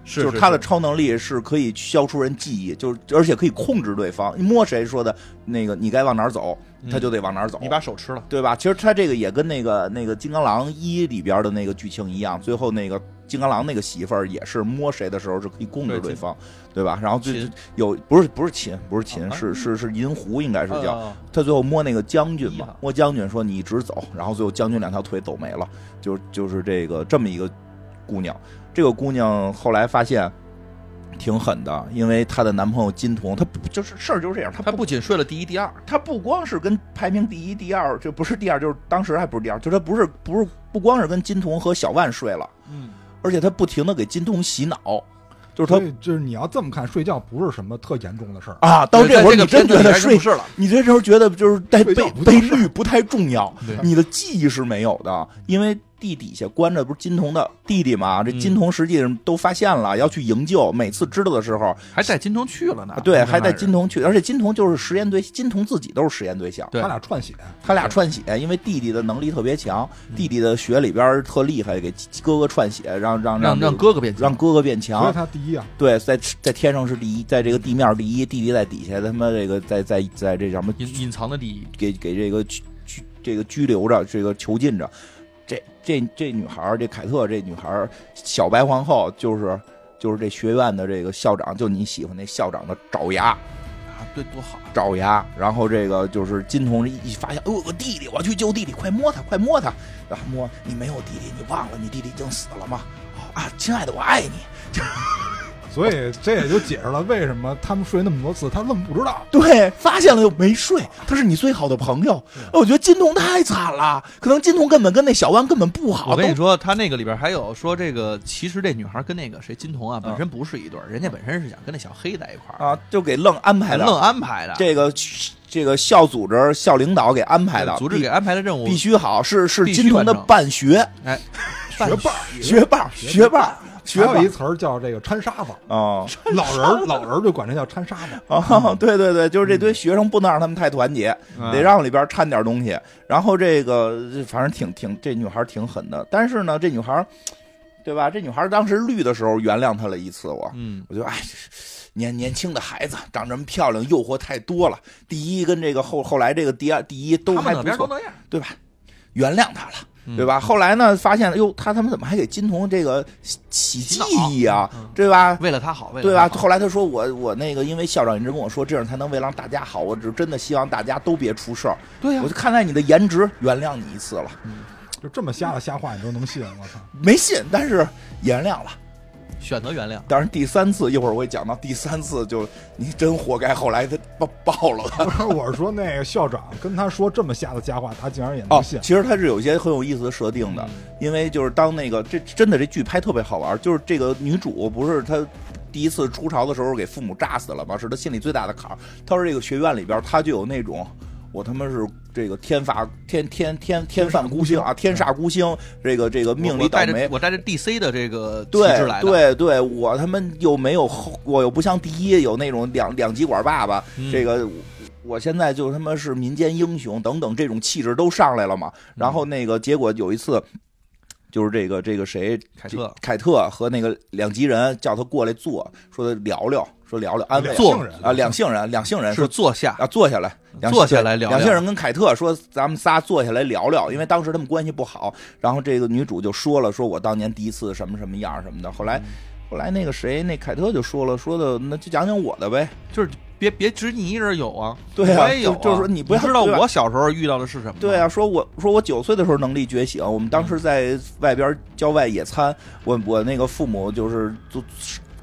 [SPEAKER 2] 是，
[SPEAKER 1] 就是他的超能力是可以消除人记忆，就是而且可以控制对方，摸谁说的那个你该往哪儿走，他就得往哪儿走。
[SPEAKER 2] 嗯你把手吃了，
[SPEAKER 1] 对吧？其实他这个也跟那个那个《金刚狼一》里边的那个剧情一样，最后那个金刚狼那个媳妇儿也是摸谁的时候是可以控制
[SPEAKER 2] 对
[SPEAKER 1] 对方，对吧？然后最
[SPEAKER 2] 秦
[SPEAKER 1] 有不是不是秦，不是秦，
[SPEAKER 2] 啊
[SPEAKER 1] 是是是银狐应该是叫，
[SPEAKER 2] 啊
[SPEAKER 1] 他最后摸那个将军
[SPEAKER 2] 一
[SPEAKER 1] 嘛
[SPEAKER 2] 哈，
[SPEAKER 1] 摸将军说你一直走，然后最后将军两条腿走没了，就就是这个这么一个姑娘，这个姑娘后来发现。挺狠的，因为她的男朋友金童，她不就是事儿就是这样，她
[SPEAKER 2] 他不仅睡了第一、第二，
[SPEAKER 1] 他不光是跟排名第一、第二，这不是第二，就是当时还不是第二，就是他不是不是不光是跟金童和小万睡了，
[SPEAKER 2] 嗯，
[SPEAKER 1] 而且他不停的给金童洗脑，就是
[SPEAKER 3] 所
[SPEAKER 1] 他
[SPEAKER 3] 以就是你要这么看，睡觉不是什么特严重的事儿。
[SPEAKER 1] 啊，到
[SPEAKER 2] 这
[SPEAKER 1] 会儿
[SPEAKER 2] 个
[SPEAKER 1] 你真
[SPEAKER 2] 片子
[SPEAKER 1] 觉
[SPEAKER 2] 里
[SPEAKER 1] 得
[SPEAKER 2] 还是
[SPEAKER 1] 睡
[SPEAKER 2] 不，是了，
[SPEAKER 1] 你这时候觉得就是带
[SPEAKER 3] 睡
[SPEAKER 1] 被
[SPEAKER 3] 觉不
[SPEAKER 1] 被
[SPEAKER 3] 叫事儿
[SPEAKER 1] 绿不太重要，
[SPEAKER 2] 对
[SPEAKER 1] 你的记忆是没有的，因为地底下关着不是金童的弟弟嘛，这
[SPEAKER 2] 嗯
[SPEAKER 1] 金童实际上都发现了，要去营救，每次知道的时候，
[SPEAKER 2] 还带金童去了呢
[SPEAKER 1] 啊。对，还带金童去，而且金童就是实验对，金童自己都是实验对象。
[SPEAKER 2] 对
[SPEAKER 3] 他俩串血，
[SPEAKER 1] 他俩串血，因为弟弟的能力特别强，弟弟的血里边儿特厉害，给哥哥串血，让让
[SPEAKER 2] 让
[SPEAKER 1] 让
[SPEAKER 2] 让哥哥变金
[SPEAKER 1] 让哥哥变
[SPEAKER 3] 所以
[SPEAKER 1] 强。
[SPEAKER 3] 他第一啊，
[SPEAKER 1] 对，在在天上是第一，在这个地面第一，弟弟在底下，他妈这个在在在这叫什么？
[SPEAKER 2] 隐隐藏的第一，
[SPEAKER 1] 给给这个拘拘这个拘留着，这个囚禁着。这这这女孩儿，这凯特这女孩儿，小白皇后就是就是这学院的这个校长，就你喜欢那校长的爪牙。
[SPEAKER 2] 啊，对，多好啊，
[SPEAKER 1] 爪牙，然后这个就是金童一发现，哎呦，我弟弟，我去救弟弟，快摸他，快摸他，然后摸你没有弟弟，你忘了你弟弟已经死了吗？哦啊，亲爱的，我爱你。
[SPEAKER 3] 所以这也就解释了为什么他们睡那么多次，他愣不知道。
[SPEAKER 1] 对，发现了又没睡，他是你最好的朋友。哎我觉得金童太惨了，可能金童根本跟那小万根本不好。
[SPEAKER 2] 我跟你
[SPEAKER 1] 啊都
[SPEAKER 2] 说，他那个里边还有说这个，其实这女孩跟那个谁金童啊，本身不是一对儿，人家本身是想跟那小黑在一块儿，
[SPEAKER 1] 嗯啊，就给愣安排
[SPEAKER 2] 愣
[SPEAKER 1] 的，
[SPEAKER 2] 啊安排的，
[SPEAKER 1] 这个这个校组织、校领导给安排的，
[SPEAKER 2] 组织给安排的任务
[SPEAKER 1] 必必须好，是是
[SPEAKER 2] 必须
[SPEAKER 1] 金童的
[SPEAKER 2] 完成
[SPEAKER 1] 办学
[SPEAKER 2] 哎，
[SPEAKER 3] 学伴儿
[SPEAKER 1] 学霸儿学霸儿学
[SPEAKER 3] 还
[SPEAKER 1] 霸
[SPEAKER 3] 有一
[SPEAKER 1] 儿
[SPEAKER 3] 词儿叫这个掺沙子，
[SPEAKER 1] 啊。
[SPEAKER 3] 老人儿老人儿就管这叫掺沙子。
[SPEAKER 2] 嗯
[SPEAKER 1] 哦，对对对，就是这堆学生不能让他们太团结，得让里边掺点东西。然后这个反正挺挺，这女孩挺狠的。但是呢，这女孩，对吧？这女孩当时绿的时候原谅她了一次我，
[SPEAKER 2] 嗯，
[SPEAKER 1] 我就哎，年年轻的孩子长这么漂亮，诱惑太多了。第一跟这个后后来这个第二第一都
[SPEAKER 2] 他们
[SPEAKER 1] 还
[SPEAKER 2] 哪
[SPEAKER 1] 不
[SPEAKER 2] 边都
[SPEAKER 1] 错，
[SPEAKER 2] 那样，
[SPEAKER 1] 对吧？原谅她了。
[SPEAKER 2] 嗯
[SPEAKER 1] 对吧？后来呢，发现哎哟，他他们怎么还给金童这个洗洗记忆啊
[SPEAKER 2] 嗯？
[SPEAKER 1] 对吧？
[SPEAKER 2] 为了他好，为了
[SPEAKER 1] 对啊
[SPEAKER 2] 他
[SPEAKER 1] 吧？
[SPEAKER 2] 好
[SPEAKER 1] 后来他说我我那个，因为校长一直跟我说，这样才能为了大家好，我只真的希望大家都别出事儿。
[SPEAKER 2] 对啊呀
[SPEAKER 1] 我就看在你的颜值，原谅你一次了，
[SPEAKER 3] 就这么瞎的瞎话，你都能信？ 我操！
[SPEAKER 1] 没信，但是原谅了。
[SPEAKER 2] 选择原谅，
[SPEAKER 1] 当然第三次，一会儿我会讲到第三次就，你真活该。后来他爆爆了他。
[SPEAKER 3] 不是，我是说那个校长跟他说这么瞎的瞎话，他竟然也能
[SPEAKER 1] 哦，
[SPEAKER 3] 信。
[SPEAKER 1] 其实它是有一些很有意思的设定
[SPEAKER 2] 嗯
[SPEAKER 1] 的，因为就是当那个这真的这剧拍特别好玩，就是这个女主不是她第一次出巢的时候给父母炸死了吗？是她心里最大的坎儿。她说这个学院里边，她就有那种。我他妈是这个天罚天天天天犯孤星啊，天煞孤星，这个这个命
[SPEAKER 2] 我
[SPEAKER 1] 里
[SPEAKER 2] 我
[SPEAKER 1] 倒
[SPEAKER 2] 带
[SPEAKER 1] 霉
[SPEAKER 2] 着，我带着 DC 的这个旗帜
[SPEAKER 1] 对
[SPEAKER 2] 来的，
[SPEAKER 1] 对对，我他妈又没有后，我又不像第一有那种两两极管爸爸，
[SPEAKER 2] 嗯
[SPEAKER 1] 这个我我现在就他妈是民间英雄等等这种气质都上来了
[SPEAKER 2] 嗯
[SPEAKER 1] 嘛。然后那个结果有一次。就是这个这个谁，
[SPEAKER 2] 凯特
[SPEAKER 1] 凯特和那个两极人叫他过来坐，说聊聊，说聊聊安慰
[SPEAKER 3] 两
[SPEAKER 2] 坐
[SPEAKER 3] 性人
[SPEAKER 1] 啊，两性人，两性人
[SPEAKER 2] 是
[SPEAKER 1] 说
[SPEAKER 2] 坐下，
[SPEAKER 1] 啊坐下来，两
[SPEAKER 2] 坐下来聊聊
[SPEAKER 1] 两性人跟凯特说，咱们仨坐下来聊聊，因为当时
[SPEAKER 2] 嗯
[SPEAKER 1] 他们关系不好。然后这个女主就说了，说我当年第一次什么什么样什么的。后来后来那个谁，那凯特就说了，说的那就讲讲我的呗。
[SPEAKER 2] 就是别别只你一人有啊，
[SPEAKER 1] 对啊
[SPEAKER 2] 我也有、
[SPEAKER 1] 就就是说你
[SPEAKER 2] 你
[SPEAKER 1] 不要
[SPEAKER 2] 知道
[SPEAKER 1] 对吧
[SPEAKER 2] 我小时候遇到的是什么吗？
[SPEAKER 1] 对啊，说我说我九岁的时候能力觉醒，我们当时在外边郊外野餐，我我那个父母就是就。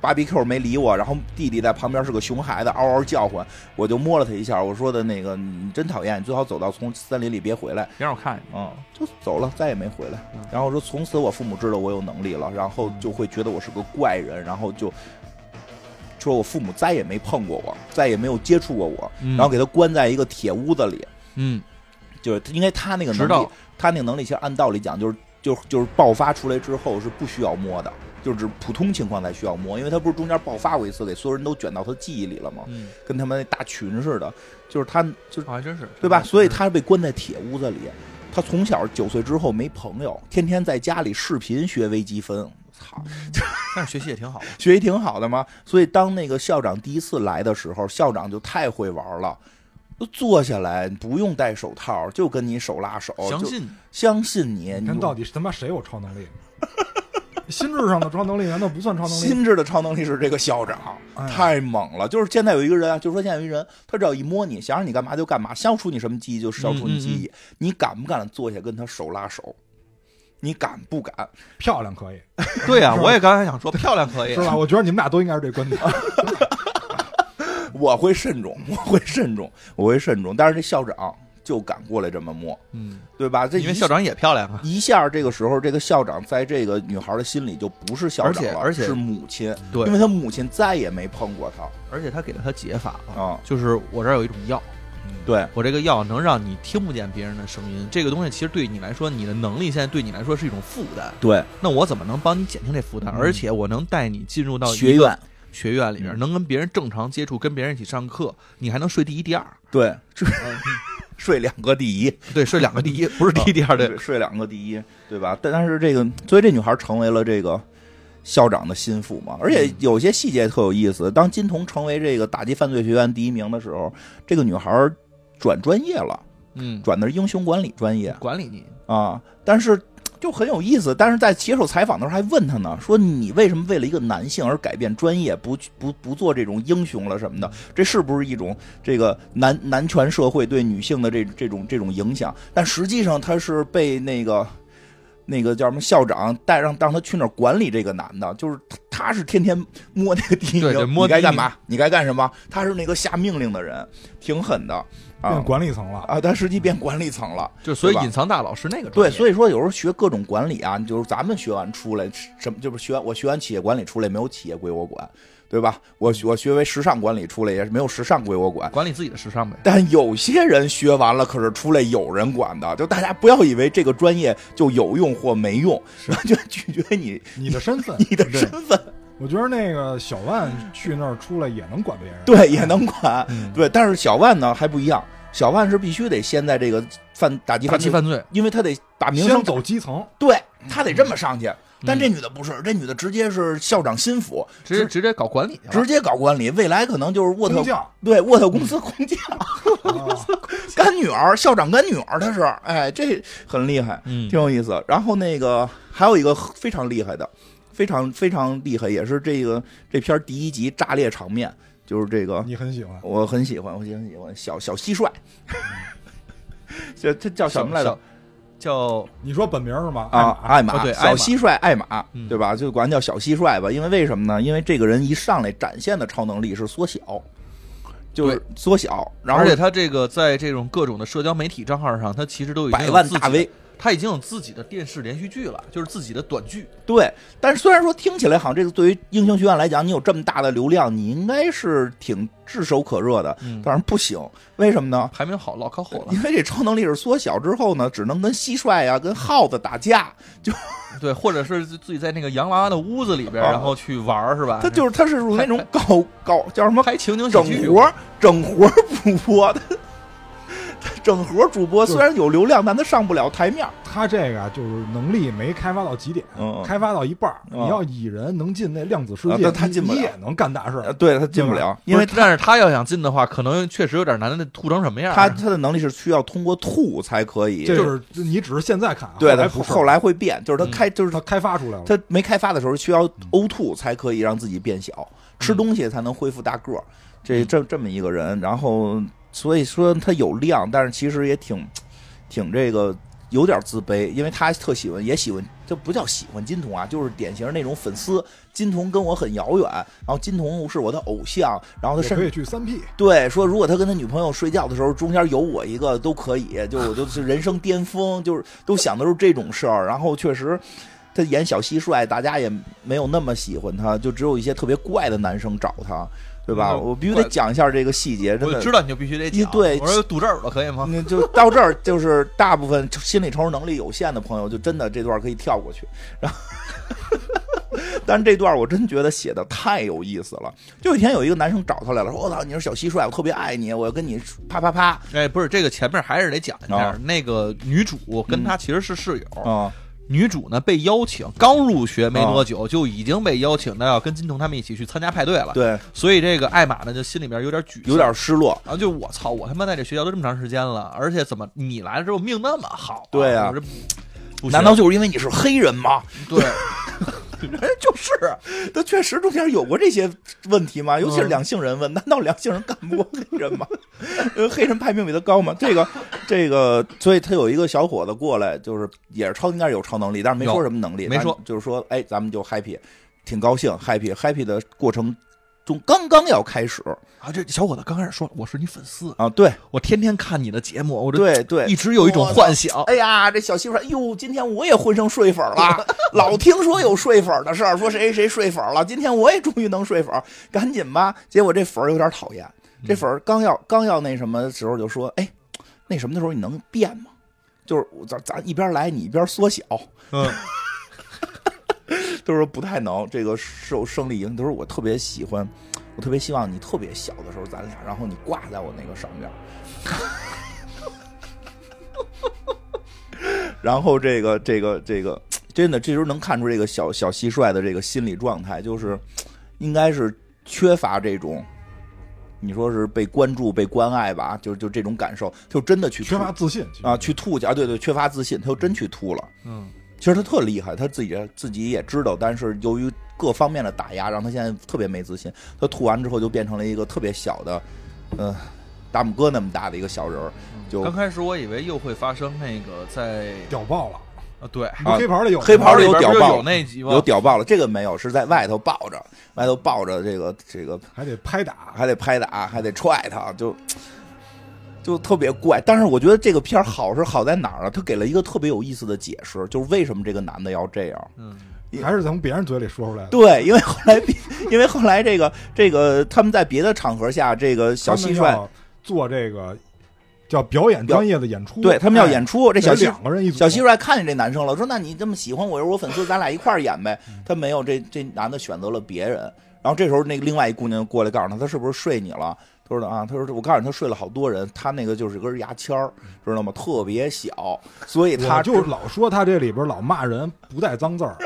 [SPEAKER 1] BBQ 没理我，然后弟弟在旁边是个熊孩子，嗷嗷叫唤，我就摸了他一下，我说的那个你真讨厌，你最好走到从森林里别回来，
[SPEAKER 2] 别让我看见。
[SPEAKER 1] 嗯，就走了，再也没回来。然后说从此我父母知道我有能力了，然后就会觉得我是个怪人，然后就说我父母再也没碰过我，再也没有接触过我，
[SPEAKER 2] 嗯
[SPEAKER 1] 然后给他关在一个铁屋子里，
[SPEAKER 2] 嗯，
[SPEAKER 1] 就是因为他那个
[SPEAKER 2] 直
[SPEAKER 1] 能力
[SPEAKER 2] 到，
[SPEAKER 1] 他那个能力其实按道理讲就是就就是爆发出来之后是不需要摸的，就是普通情况才需要摸，因为他不是中间爆发过一次，给所有人都卷到他记忆里了吗？
[SPEAKER 2] 嗯，
[SPEAKER 1] 跟他们那大群似的，就是他就是
[SPEAKER 2] 啊还真是，
[SPEAKER 1] 对吧？
[SPEAKER 2] 真是
[SPEAKER 1] 所以他被关在铁屋子里，他从小九岁之后没朋友，天天在家里视频学微积分，操，
[SPEAKER 2] 但是学习也挺好，
[SPEAKER 1] 学习挺好的嘛。所以当那个校长第一次来的时候，校长就太会玩了。就坐下来不用戴手套，就跟你手拉手，哦
[SPEAKER 2] 相
[SPEAKER 1] 就
[SPEAKER 2] 信
[SPEAKER 1] 相信你，
[SPEAKER 3] 你
[SPEAKER 1] 你
[SPEAKER 3] 看到底是他妈谁有超能力？心智上的超能力难道不算超能力？
[SPEAKER 1] 心智的超能力是这个校长
[SPEAKER 3] 哎
[SPEAKER 1] 太猛了。就是现在有一个人啊，就说现在有一人，他只要一摸你，想让你干嘛就干嘛，消除你什么记忆就消除你记
[SPEAKER 2] 嗯
[SPEAKER 1] 忆。你敢不敢坐下跟他手拉手？你敢不敢？
[SPEAKER 3] 漂亮可以
[SPEAKER 2] 对啊，
[SPEAKER 3] 是吧
[SPEAKER 2] 我也刚才想说漂亮可以
[SPEAKER 3] 是，吧？我觉得你们俩都应该是这观点。
[SPEAKER 1] 我会慎重，我会慎重，我会慎重。但是这校长就敢过来这么摸，
[SPEAKER 2] 嗯，
[SPEAKER 1] 对吧？这
[SPEAKER 2] 因为
[SPEAKER 1] 一
[SPEAKER 2] 校长也漂亮啊，
[SPEAKER 1] 一下，这个时候，这个校长在这个女孩的心里就不是校
[SPEAKER 2] 而
[SPEAKER 1] 长
[SPEAKER 2] 且
[SPEAKER 1] 了，
[SPEAKER 2] 而且
[SPEAKER 1] 是母亲，
[SPEAKER 2] 对
[SPEAKER 1] 因为他母亲再也没碰过他
[SPEAKER 2] 而且他给了他解法了，
[SPEAKER 1] 啊。
[SPEAKER 2] 就是我这儿有一种药，
[SPEAKER 1] 对，
[SPEAKER 2] 我这个药能让你听不见别人的声音，这个东西其实对你来说，你的能力现在对你来说是一种负担，
[SPEAKER 1] 对，
[SPEAKER 2] 那我怎么能帮你减轻这负担？而且我能带你进入到一
[SPEAKER 1] 嗯学
[SPEAKER 2] 个
[SPEAKER 1] 院，
[SPEAKER 2] 学院里边，
[SPEAKER 1] 嗯
[SPEAKER 2] 能跟别人正常接触，跟别人一起上课，你还能睡第一、第 二，
[SPEAKER 1] 对，睡 睡两个第一，
[SPEAKER 2] 对，睡两个第一，不是第一、第二，啊对，
[SPEAKER 1] 睡两个第一，对吧？但但是这个，所以这女孩成为了这个校长的心腹嘛。而且有些细节特有意思，当金童成为这个打击犯罪学院第一名的时候，这个女孩转专业了，
[SPEAKER 2] 嗯，
[SPEAKER 1] 转的是英雄管理专业
[SPEAKER 2] 管理你，
[SPEAKER 1] 啊。但是就很有意思，但是在接受采访的时候还问她呢，说你为什么为了一个男性而改变专业，不去不不做这种英雄了什
[SPEAKER 2] 嗯
[SPEAKER 1] 么的？这是不是一种这个男男权社会对女性的这这种这种影响？但实际上她是被那个。那个叫什么校长带让让他去那儿管理这个男的，就是他他是天天摸那个第一
[SPEAKER 2] 对对
[SPEAKER 1] 名，
[SPEAKER 2] 摸
[SPEAKER 1] 你该
[SPEAKER 2] 第一
[SPEAKER 1] 干
[SPEAKER 2] 名
[SPEAKER 1] 嘛？你该干什么？他是那个下命令的人，挺狠的啊
[SPEAKER 3] 变管理层了，
[SPEAKER 1] 啊！但实际变管理层了，
[SPEAKER 2] 就所以
[SPEAKER 1] 对吧
[SPEAKER 2] 隐藏大佬是那个
[SPEAKER 1] 对，
[SPEAKER 2] 专业
[SPEAKER 1] 所以说有时候学各种管理啊，就是咱们学完出来，什么就是学完我学完企业管理出来，没有企业归我管，对吧？我我学为时尚管理出来也是没有时尚归我管。
[SPEAKER 2] 管理自己的时尚呗。
[SPEAKER 1] 但有些人学完了，可是出来有人管的，就大家不要以为这个专业就有用或没用，完全取决于你
[SPEAKER 3] 你的身 份，
[SPEAKER 1] 你的身份，
[SPEAKER 3] 我觉得那个小万去那儿出来也能管别人，
[SPEAKER 1] 对，也能管，
[SPEAKER 2] 嗯
[SPEAKER 1] 对。但是小万呢还不一样，小万是必须得先在这个犯打击
[SPEAKER 2] 打
[SPEAKER 1] 犯
[SPEAKER 2] 击
[SPEAKER 1] 罪，
[SPEAKER 2] 犯罪，
[SPEAKER 1] 因为他得把名声
[SPEAKER 3] 先走基层，
[SPEAKER 1] 对
[SPEAKER 2] 嗯
[SPEAKER 1] 他得这么上去。但这女的不是，这女的直接是校长心腹，
[SPEAKER 2] 直接直接搞管理去了
[SPEAKER 1] 直接搞管理，未来可能就是沃特
[SPEAKER 3] 工匠。
[SPEAKER 1] 对沃特
[SPEAKER 2] 嗯
[SPEAKER 1] 公司空降、
[SPEAKER 3] 啊
[SPEAKER 1] 干女儿，校长干女儿，她是，哎，这很厉害，
[SPEAKER 2] 嗯
[SPEAKER 1] 挺，有意思。然后那个还有一个非常厉害的，非常非常厉害，也是这个这片儿第一集炸裂场面，就是这个
[SPEAKER 3] 你很喜欢，
[SPEAKER 1] 我很喜欢，我很喜欢小小蟋蟀， 这这叫什
[SPEAKER 2] 嗯小
[SPEAKER 1] 么来着？？
[SPEAKER 2] 小
[SPEAKER 3] 你说本名是吗？哎
[SPEAKER 1] 啊，艾玛，
[SPEAKER 2] 哦对艾
[SPEAKER 1] 小
[SPEAKER 2] 玛
[SPEAKER 1] 蟋蟀艾玛
[SPEAKER 2] 嗯，
[SPEAKER 1] 对吧？就管叫小蟋蟀吧，因为为什么呢？因为这个人一上来展现的超能力是缩小，就是缩小，
[SPEAKER 2] 叫
[SPEAKER 1] 然后
[SPEAKER 2] 而且他这个在这种各种的社交媒体账号上，他其实都已经
[SPEAKER 1] 百
[SPEAKER 2] 有
[SPEAKER 1] 万
[SPEAKER 2] 自己
[SPEAKER 1] 大 V，
[SPEAKER 2] 他已经有自己的电视连续剧了，就是自己的短剧。
[SPEAKER 1] 对。但是虽然说听起来好像这个对于英雄学院来讲，你有这么大的流量，你应该是挺炙手可热的，
[SPEAKER 2] 嗯，
[SPEAKER 1] 但是不行，为什么呢？
[SPEAKER 2] 排名好落靠 后了。
[SPEAKER 1] 因为这超能力是缩小之后呢，只能跟蟋蟀啊、跟耗子打架，
[SPEAKER 2] 啊对，或者是自己在那个洋娃娃的屋子里边，
[SPEAKER 1] 啊
[SPEAKER 2] 然后去玩儿是吧？
[SPEAKER 1] 他就是他是属于那种 搞搞叫什么
[SPEAKER 2] 拍情景喜
[SPEAKER 1] 整
[SPEAKER 2] 剧，
[SPEAKER 1] 活儿整活儿不播，他他整盒主播虽然有流量，但他上不了台面儿。
[SPEAKER 3] 他这个啊就是能力没开发到极点，
[SPEAKER 1] 嗯嗯
[SPEAKER 3] 开发到一半儿，
[SPEAKER 1] 嗯
[SPEAKER 3] 你要蚁人能进那量子世
[SPEAKER 1] 啊
[SPEAKER 3] 界，
[SPEAKER 1] 但他
[SPEAKER 3] 你
[SPEAKER 1] 进不
[SPEAKER 3] 你
[SPEAKER 1] 了
[SPEAKER 3] 也能干大事儿
[SPEAKER 1] 呃。对他进不了，因为
[SPEAKER 2] 不是但是他要想进的话，可能确实有点难，那吐成什么样儿？啊
[SPEAKER 1] 他他的能力是需要通过吐才可以。
[SPEAKER 3] 这就是你只是现在看啊，
[SPEAKER 1] 对
[SPEAKER 3] 后
[SPEAKER 1] 他
[SPEAKER 3] 来不是
[SPEAKER 1] 后来会变，就是他开就是
[SPEAKER 3] 他开发出来了。
[SPEAKER 1] 他没开发的时候需要呕吐才可以让自己变小，
[SPEAKER 3] 嗯
[SPEAKER 1] 吃东西才能恢复大个儿，这这这么一个人，然后所以说他有量，但是其实也挺挺这个有点自卑，因为他特喜欢也喜欢，这不叫喜欢金童啊，就是典型那种粉丝，金童跟我很遥远，然后金童是我的偶像，然后他
[SPEAKER 3] 也
[SPEAKER 1] 甚
[SPEAKER 3] 可以
[SPEAKER 1] 至。
[SPEAKER 3] 去三 P，
[SPEAKER 1] 对，说如果他跟他女朋友睡觉的时候，中间有我一个都可以，就 我就是人生巅峰，就是都想的都是这种事儿。然后确实，他演小蟋蟀，大家也没有那么喜欢他，就只有一些特别怪的男生找他，对吧？
[SPEAKER 2] 嗯
[SPEAKER 1] 我必须得
[SPEAKER 2] 怪
[SPEAKER 1] 讲一下这个细节，真
[SPEAKER 2] 我
[SPEAKER 1] 的
[SPEAKER 2] 就知道你就必须得
[SPEAKER 1] 一
[SPEAKER 2] 讲。
[SPEAKER 1] 对嗯
[SPEAKER 2] 我说堵这耳朵可以吗？
[SPEAKER 1] 那就到这儿，就是大部分心理承受能力有限的朋友，就真的这段可以跳过去。然后，但是这段我真觉得写的太有意思了。就有一天有一个男生找他来了，说：“我操，你是小蟋蟀，我特别爱你，我要跟你啪啪啪。
[SPEAKER 2] 哎，不是，这个前面还是得讲一下，
[SPEAKER 1] 啊
[SPEAKER 2] 那个女主
[SPEAKER 1] 嗯
[SPEAKER 2] 跟她其实是室友。
[SPEAKER 1] 啊
[SPEAKER 2] 女主呢被邀请，刚入学没多久、就已经被邀请到要跟金童他们一起去参加派对了。，
[SPEAKER 1] 对，
[SPEAKER 2] 所以这个艾玛呢就心里边有点沮丧，
[SPEAKER 1] 有点失落。
[SPEAKER 2] 然后就我操，我他妈在这学校都这么长时间了，而且怎么你来了之后命那么好、
[SPEAKER 1] 对啊
[SPEAKER 2] 我这不行
[SPEAKER 1] 难道就是因为你是黑人吗？
[SPEAKER 2] 对？
[SPEAKER 1] 人 就是，他确实中间有过这些问题吗？尤
[SPEAKER 2] 嗯
[SPEAKER 1] 其是两性人问，难道两性人干不过黑人吗？ 呃黑人排名比他高吗？这个，这个，所以他有一个小伙子过来，就是也是超，应该是有超能力，但是没说
[SPEAKER 2] 有
[SPEAKER 1] 什么能力，
[SPEAKER 2] 没说，
[SPEAKER 1] 就是说，哎，咱们就 happy，挺高兴，happy，happy 的过程中刚刚要开始
[SPEAKER 2] 啊，这小伙子刚开始说我是你粉丝，
[SPEAKER 1] 啊，对
[SPEAKER 2] 我天天看你的节目，我这
[SPEAKER 1] 对对，
[SPEAKER 2] 一直有一种幻想。
[SPEAKER 1] 哎呀，这小媳妇儿，哎呦，今天我也混成睡粉了，老听说有睡粉的事儿，说谁谁睡粉了，今天我也终于能睡粉，赶紧吧。结果这粉儿有点讨厌，这粉儿刚要刚要那什么的时候就说，哎，那什么的时候你能变吗？就是我咱咱一边来你一边缩小，
[SPEAKER 2] 嗯，
[SPEAKER 1] 就是不太能这个受生理影响。他说我特别喜欢，我特别希望你特别小的时候咱俩，然后你挂在我那个上边儿。 然后这个这个这个，真的这时候能看出这个小小蟋蟀的这个心理状态，就是应该是缺乏这种。你说是被关注、被关爱吧，就就这种感受，就真的去
[SPEAKER 3] 缺乏
[SPEAKER 1] 吐
[SPEAKER 3] 自信
[SPEAKER 1] 啊，去吐去啊，对对，缺乏自信，他就真去吐了。
[SPEAKER 2] 嗯，
[SPEAKER 1] 其实他特厉害，他自己自己也知道，但是由于各方面的打压，让他现在特别没自信。他吐完之后就变成了一个特别小的，呃，大拇哥那么大的一个小人儿，就
[SPEAKER 2] 嗯刚开始我以为又会发生那个在
[SPEAKER 3] 屌爆了，
[SPEAKER 2] 啊，对，
[SPEAKER 3] 你不黑袍里有
[SPEAKER 1] 黑袍
[SPEAKER 2] 里
[SPEAKER 1] 里有
[SPEAKER 2] 边
[SPEAKER 1] 屌
[SPEAKER 2] 不是
[SPEAKER 1] 爆
[SPEAKER 2] 有那集吗？
[SPEAKER 1] 有屌爆了。这个没有，是在外头抱着，外头抱着这个这个
[SPEAKER 3] 还得拍打，
[SPEAKER 1] 还得拍打，还得踹他，就就特别怪。但是我觉得这个片儿好是好在哪儿呢？他给了一个特别有意思的解释，就是为什么这个男的要这样。
[SPEAKER 2] 嗯，
[SPEAKER 3] 还是从别人嘴里说出来的。
[SPEAKER 1] 对，因为后来别，因为后来这个 这个他们在别的场合下，这个小
[SPEAKER 3] 他们
[SPEAKER 1] 蟋蟀，
[SPEAKER 3] 要做这个叫表演专业的演出，
[SPEAKER 1] 对他们要演出，
[SPEAKER 3] 出，
[SPEAKER 1] 这小
[SPEAKER 3] 得
[SPEAKER 1] 蟋
[SPEAKER 3] 两个人一组
[SPEAKER 1] 小蟋蟀看见这男生了，说：“那你这么喜欢我，又是我粉丝，咱俩一块儿演呗。”
[SPEAKER 3] 嗯
[SPEAKER 1] 他没有，这这男的选择了别人。然后这时候那个另外一姑娘过来告诉他，他是不是睡你了？他说啊，他说我告诉你，他睡了好多人，他那个就是根牙签儿，知道吗？特别小，所以他
[SPEAKER 3] 我就老说他这里边老骂人，不带 脏字儿。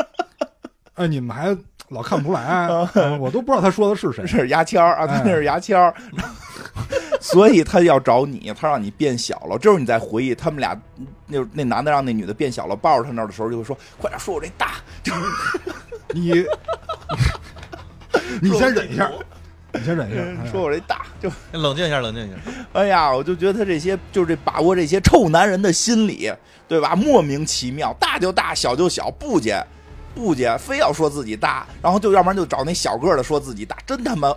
[SPEAKER 3] 哎，你们还老看不出来，嗯我都不知道他说的是谁。
[SPEAKER 1] 这是牙签儿啊，他
[SPEAKER 3] 哎
[SPEAKER 1] 那是牙签儿， 所以他要找你，他让你变小了。这时候你再回忆他们俩，那那男的让那女的变小了，抱着他那儿的时候就会说：“快点说我这大。”就是
[SPEAKER 3] 你你先忍一下，你先忍一下。哎
[SPEAKER 1] 嗯 说我这大，就
[SPEAKER 2] 冷静一下，冷静一下。
[SPEAKER 1] 哎呀，我就觉得他这些就是这把握这些臭男人的心理，对吧？莫名其妙，大就大，小就小，不介不介，非要说自己大，然后就要不然就找那小个儿的说自己大，真他妈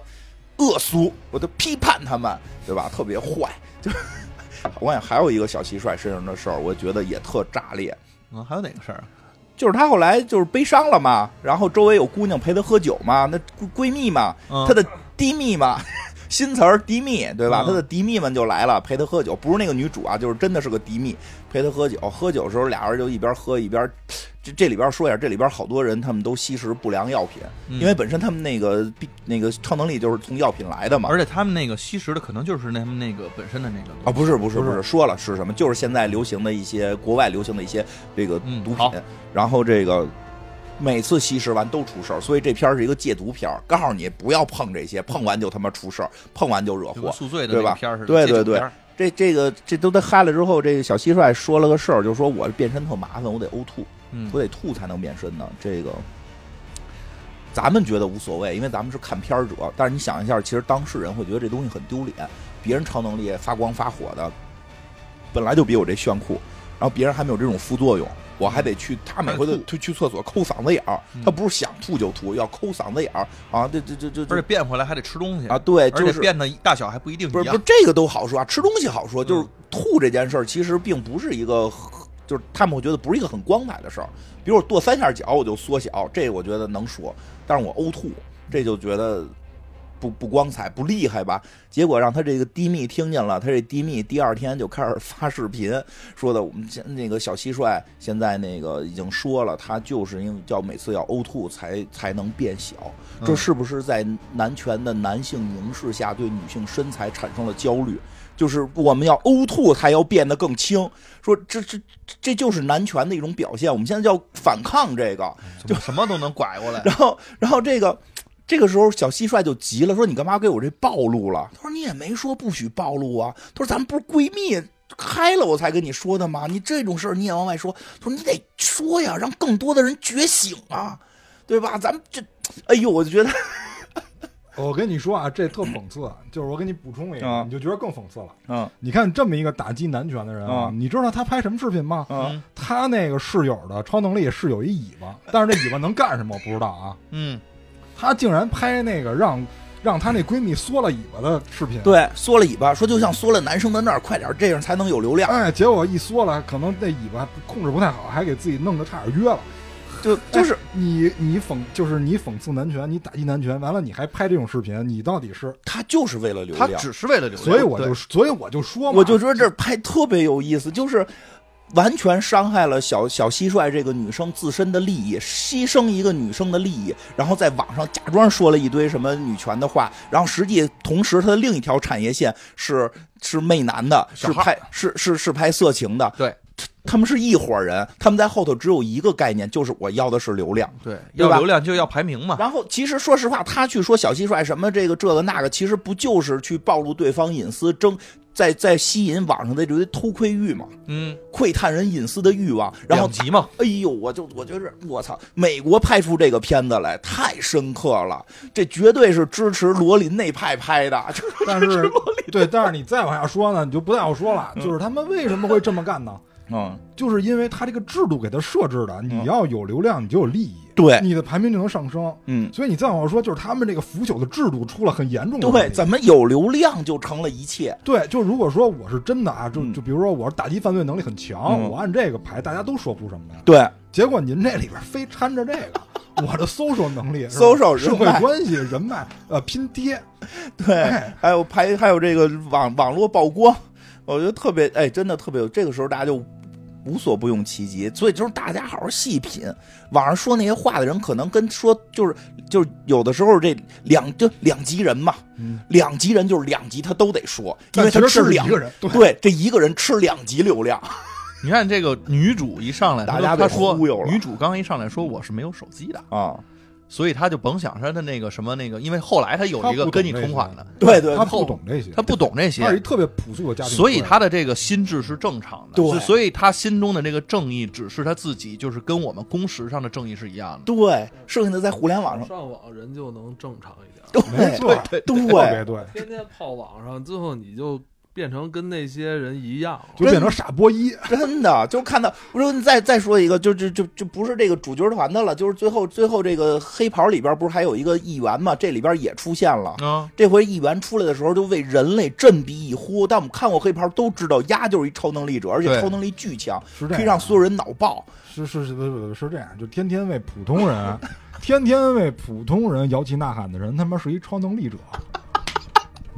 [SPEAKER 1] 恶俗！我就批判他们，对吧？特别坏，就是。我想还有一个小蟋蟀身上的事儿，我觉得也特炸裂，
[SPEAKER 2] 嗯，还有哪个事儿啊？
[SPEAKER 1] 就是他后来就是悲伤了嘛，然后周围有姑娘陪他喝酒嘛，那闺闺蜜嘛，
[SPEAKER 2] 嗯
[SPEAKER 1] 他的低蜜嘛， 新词儿低蜜，对吧？
[SPEAKER 2] 嗯
[SPEAKER 1] 他的低蜜们就来了，陪他喝酒，不是那个女主啊，就是真的是个低蜜，陪他喝酒。喝酒的时候，俩人就一边喝一边这这里边说一下，这里边好多人他们都吸食不良药品，
[SPEAKER 2] 嗯
[SPEAKER 1] 因为本身他们那个必那个超能力就是从药品来的嘛。
[SPEAKER 2] 而且他们那个吸食的可能就是那他们那个本身的那个
[SPEAKER 1] 啊，不是不是
[SPEAKER 3] 不是
[SPEAKER 1] 不是，说了是什么？就是现在流行的一些国外流行的一些这个
[SPEAKER 2] 嗯
[SPEAKER 1] 毒品，
[SPEAKER 2] 好
[SPEAKER 1] 然后这个每次吸食完都出事儿，所以这片儿是一个戒毒片儿，告诉你不要碰这些，碰完就他妈出事儿，碰完就惹
[SPEAKER 2] 有个
[SPEAKER 1] 祸。
[SPEAKER 2] 宿醉的
[SPEAKER 1] 对
[SPEAKER 2] 那个
[SPEAKER 1] 吧
[SPEAKER 2] 片儿似的，
[SPEAKER 1] 对
[SPEAKER 2] 戒酒
[SPEAKER 1] 对对
[SPEAKER 2] 片儿
[SPEAKER 1] 这这个这都他嗨了之后，这个小蟋蟀说了个事儿，就说我变身特麻烦，我得呕吐，
[SPEAKER 2] 嗯
[SPEAKER 1] 我，得吐才能变身呢。这个咱们觉得无所谓，因为咱们是看片儿者，但是你想一下，其实当事人会觉得这东西很丢脸，别人超能力发光发火的，本来就比我这炫酷，然后别人还没有这种副作用。我还得去，他每回都
[SPEAKER 2] 还得
[SPEAKER 1] 去去厕所抠嗓子眼儿
[SPEAKER 2] 嗯，
[SPEAKER 1] 他不是想吐就吐，要抠嗓子眼儿啊！这这这这
[SPEAKER 2] 而且
[SPEAKER 1] 这
[SPEAKER 2] 变回来还得吃东西
[SPEAKER 1] 啊，，对，就
[SPEAKER 2] 而
[SPEAKER 1] 是
[SPEAKER 2] 且变的大小还不一定
[SPEAKER 1] 不
[SPEAKER 2] 一
[SPEAKER 1] 是不是
[SPEAKER 2] 样，
[SPEAKER 1] 这个都好说啊，吃东西好说，就是
[SPEAKER 2] 嗯
[SPEAKER 1] 吐这件事儿，其实并不是一个很，就是他们会觉得不是一个很光彩的事儿。比如我跺三下脚，我就缩小，这我觉得能说，但是我呕吐，这就觉得不不光彩、不厉害吧？结果让他这个低密听见了，他这低密第二天就开始发视频，说的我们现那个小蟋蟀现在那个已经说了，他就是因为叫每次要呕吐才才能变小，这
[SPEAKER 2] 嗯
[SPEAKER 1] 是不是在男权的男性凝视下对女性身材产生了焦虑？就是我们要呕吐才要变得更轻，说这这这这就是男权的一种表现，我们现在要反抗这个，
[SPEAKER 2] 就什么都能拐过来。
[SPEAKER 1] 然后，然后这个这个时候，小蟋蟀就急了，说：“你干嘛给我这暴露了？”他说：“你也没说不许暴露啊。”他说：“咱们不是闺蜜开了我才跟你说的吗？你这种事儿你也往外说，他说你得说呀，让更多的人觉醒啊，对吧？咱们这，哎呦，我就觉得
[SPEAKER 3] 我跟你说啊，这特讽刺，就是我给你补充一个，
[SPEAKER 1] 啊
[SPEAKER 3] 你就觉得更讽刺了。
[SPEAKER 1] 嗯
[SPEAKER 3] 你看这么一个打击男权的人
[SPEAKER 1] 啊
[SPEAKER 3] 你知道他拍什么视频吗？
[SPEAKER 1] 嗯
[SPEAKER 2] 嗯
[SPEAKER 3] 他那个室友的超能力是有一尾巴，但是这尾巴能干什么我不知道啊。
[SPEAKER 2] 嗯，
[SPEAKER 3] 他竟然拍那个让让他那闺蜜缩了尾巴的视频，，
[SPEAKER 1] 对，缩了尾巴，说就像缩了男生的那儿，快点儿，这样才能有流
[SPEAKER 2] 啊
[SPEAKER 1] 量。
[SPEAKER 3] 哎，结果一缩了，可能那尾巴控制不太好，还给自己弄得差点约了。
[SPEAKER 1] 哎就就是
[SPEAKER 3] 你你讽就是你讽刺男权，你打击男权，完了你还拍这种视频，你到底是？
[SPEAKER 1] 他就是为了流
[SPEAKER 2] 他
[SPEAKER 1] 量，
[SPEAKER 2] 只是为了流量，
[SPEAKER 3] 所以我
[SPEAKER 2] 对
[SPEAKER 3] 就所以我就说嘛，
[SPEAKER 1] 我就说这拍特别有意思，就是完全伤害了小小蟋蟀这个女生自身的利益，牺牲一个女生的利益，然后在网上假装说了一堆什么女权的话，然后实际同时她的另一条产业线是 是媚男的，
[SPEAKER 2] 小
[SPEAKER 1] 是
[SPEAKER 2] 号
[SPEAKER 1] 拍是是是拍色情的，
[SPEAKER 2] 对
[SPEAKER 1] 他，他们是一伙人，他们在后头只有一个概念，就是我要的是流量。
[SPEAKER 2] 对
[SPEAKER 1] 对
[SPEAKER 2] 要
[SPEAKER 1] 吧
[SPEAKER 2] 流量就要排名嘛。
[SPEAKER 1] 然后，其实说实话，他去说小蟋蟀什么这个这个那个，其实不就是去暴露对方隐私，争在在吸引网上的这堆偷窥欲嘛，
[SPEAKER 2] 嗯，
[SPEAKER 1] 窥探人隐私的欲望。然后
[SPEAKER 2] 两，极嘛，
[SPEAKER 1] 哎呦，我就我觉得我操，美国拍出这个片子来太深刻了，这绝对是支持罗琳那派拍的。
[SPEAKER 3] 但是对，但是你再往下说呢，你就不太好说了。就是他们为什么会这么干呢？
[SPEAKER 1] 嗯，
[SPEAKER 3] 就是因为他这个制度给他设置的，你
[SPEAKER 1] 嗯
[SPEAKER 3] 要有流量，你就有利益，
[SPEAKER 1] 对，
[SPEAKER 3] 你的排名就能上升。
[SPEAKER 1] 嗯。
[SPEAKER 3] 所以你再往后说，就是他们这个腐朽的制度出了很严重的问
[SPEAKER 1] 对，
[SPEAKER 3] 题。
[SPEAKER 1] 怎么有流量就成了一切？
[SPEAKER 3] 对，就如果说我是真的啊，就
[SPEAKER 1] 嗯
[SPEAKER 3] 就比如说我是打击犯罪能力很强，
[SPEAKER 1] 嗯
[SPEAKER 3] 我按这个排，大家都说不出什么来。
[SPEAKER 1] 对，
[SPEAKER 3] 结果您这里边非掺着这个，我的 social 能力、是吧
[SPEAKER 1] social
[SPEAKER 3] 社会
[SPEAKER 1] 人脉
[SPEAKER 3] 关系、人脉，呃，拼爹，
[SPEAKER 1] 对
[SPEAKER 3] 哎，
[SPEAKER 1] 还有排，还有这个网网络曝光，我觉得特别，哎，真的特别有。这个时候大家就无所不用其极，所以就是大家好好细品，网上说那些话的人，可能跟说就是就是有的时候这两就两极人嘛，
[SPEAKER 3] 嗯
[SPEAKER 1] 两极人就是两极，他都得说，因
[SPEAKER 3] 但
[SPEAKER 1] 为
[SPEAKER 3] 其
[SPEAKER 1] 他
[SPEAKER 3] 实
[SPEAKER 1] 吃
[SPEAKER 3] 是
[SPEAKER 1] 两
[SPEAKER 3] 一个人，对
[SPEAKER 1] 对，这一个人吃两级流 量，
[SPEAKER 2] 你看这个女主一上来，
[SPEAKER 1] 大
[SPEAKER 2] 她
[SPEAKER 1] 家
[SPEAKER 2] 她
[SPEAKER 1] 被
[SPEAKER 2] 说
[SPEAKER 1] 忽悠了
[SPEAKER 2] 女主刚一上来说我是没有手机的，
[SPEAKER 1] 啊，
[SPEAKER 2] 所以她就甭想她的那个什么那个，因为后来她有一
[SPEAKER 3] 她
[SPEAKER 2] 个
[SPEAKER 3] 不懂
[SPEAKER 2] 跟你
[SPEAKER 3] 这
[SPEAKER 2] 同
[SPEAKER 3] 些
[SPEAKER 2] 款的，
[SPEAKER 1] 对对
[SPEAKER 3] 他
[SPEAKER 1] 对
[SPEAKER 3] 不懂这些，
[SPEAKER 2] 她不懂这
[SPEAKER 3] 他是一
[SPEAKER 2] 些，
[SPEAKER 3] 特别朴素的家庭
[SPEAKER 2] 所
[SPEAKER 3] 社会，
[SPEAKER 2] 以她的这个心智是正常的，
[SPEAKER 1] 对
[SPEAKER 2] 是所以她心中的这个正义只是她自己，就是跟我们公识上的正义是一样的。
[SPEAKER 1] 对，剩下的在互联网上，
[SPEAKER 5] 上网人就能正常一点儿。
[SPEAKER 1] 对
[SPEAKER 3] 没错，
[SPEAKER 1] 对
[SPEAKER 3] 特别对，
[SPEAKER 5] 天天泡网上，最后你就变成跟那些人一样了。
[SPEAKER 3] 就变成傻波一，
[SPEAKER 1] 真的，就看到我说你再再说一个，就就就就不是这个主角团的了，就是最后最后这个黑袍里边不是还有一个议员嘛？这里边也出现了。
[SPEAKER 2] 啊，
[SPEAKER 1] 这回议员出来的时候，就为人类振臂一呼。但我们看过黑袍都知道，丫就是一超能力者，而且
[SPEAKER 2] 对
[SPEAKER 1] 超能力巨强，
[SPEAKER 3] 是这
[SPEAKER 1] 可以
[SPEAKER 3] 样，
[SPEAKER 1] 让所有人脑爆。
[SPEAKER 3] 是是是不是不是是这样，就天天为普通人，天天为普通人摇旗呐喊的人，他妈是一超能力者。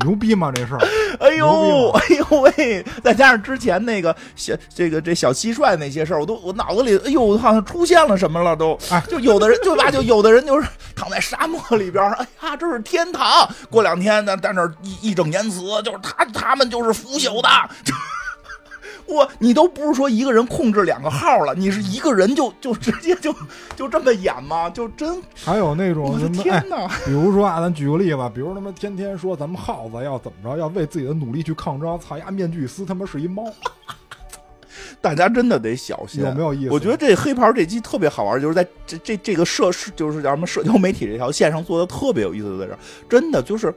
[SPEAKER 3] 牛逼吗？这事儿，
[SPEAKER 1] 哎呦，
[SPEAKER 3] 牛
[SPEAKER 1] 哎呦喂！再加上之前那个小这个这小蟋蟀那些事儿，我都我脑子里，哎呦，好像出现了什么了都。
[SPEAKER 3] 哎
[SPEAKER 1] 就有的人就吧，就有的人就是躺在沙漠里边儿，哎呀，这是天堂。过两天呢，在那儿义义正言辞，就是他他们就是腐朽的。 就是我，你都不是说一个人控制两个号了，你是一个人就就直接就就这么演吗？就真，
[SPEAKER 3] 还有那种
[SPEAKER 1] 我的
[SPEAKER 3] 什么，
[SPEAKER 1] 天
[SPEAKER 3] 哎，
[SPEAKER 1] 哪！
[SPEAKER 3] 比如说啊，咱举个例吧，比如他妈天天说咱们耗子要怎么着，要为自己的努力去抗争，操呀，面具一撕，他妈是一猫，
[SPEAKER 1] 大家真的得小心，
[SPEAKER 3] 有没有意
[SPEAKER 1] 啊
[SPEAKER 3] 思？
[SPEAKER 1] 我觉得这黑袍这期特别好玩，就是在这这这个社就是叫什么社交媒体这条线上做的特别有意思的事儿，真的就是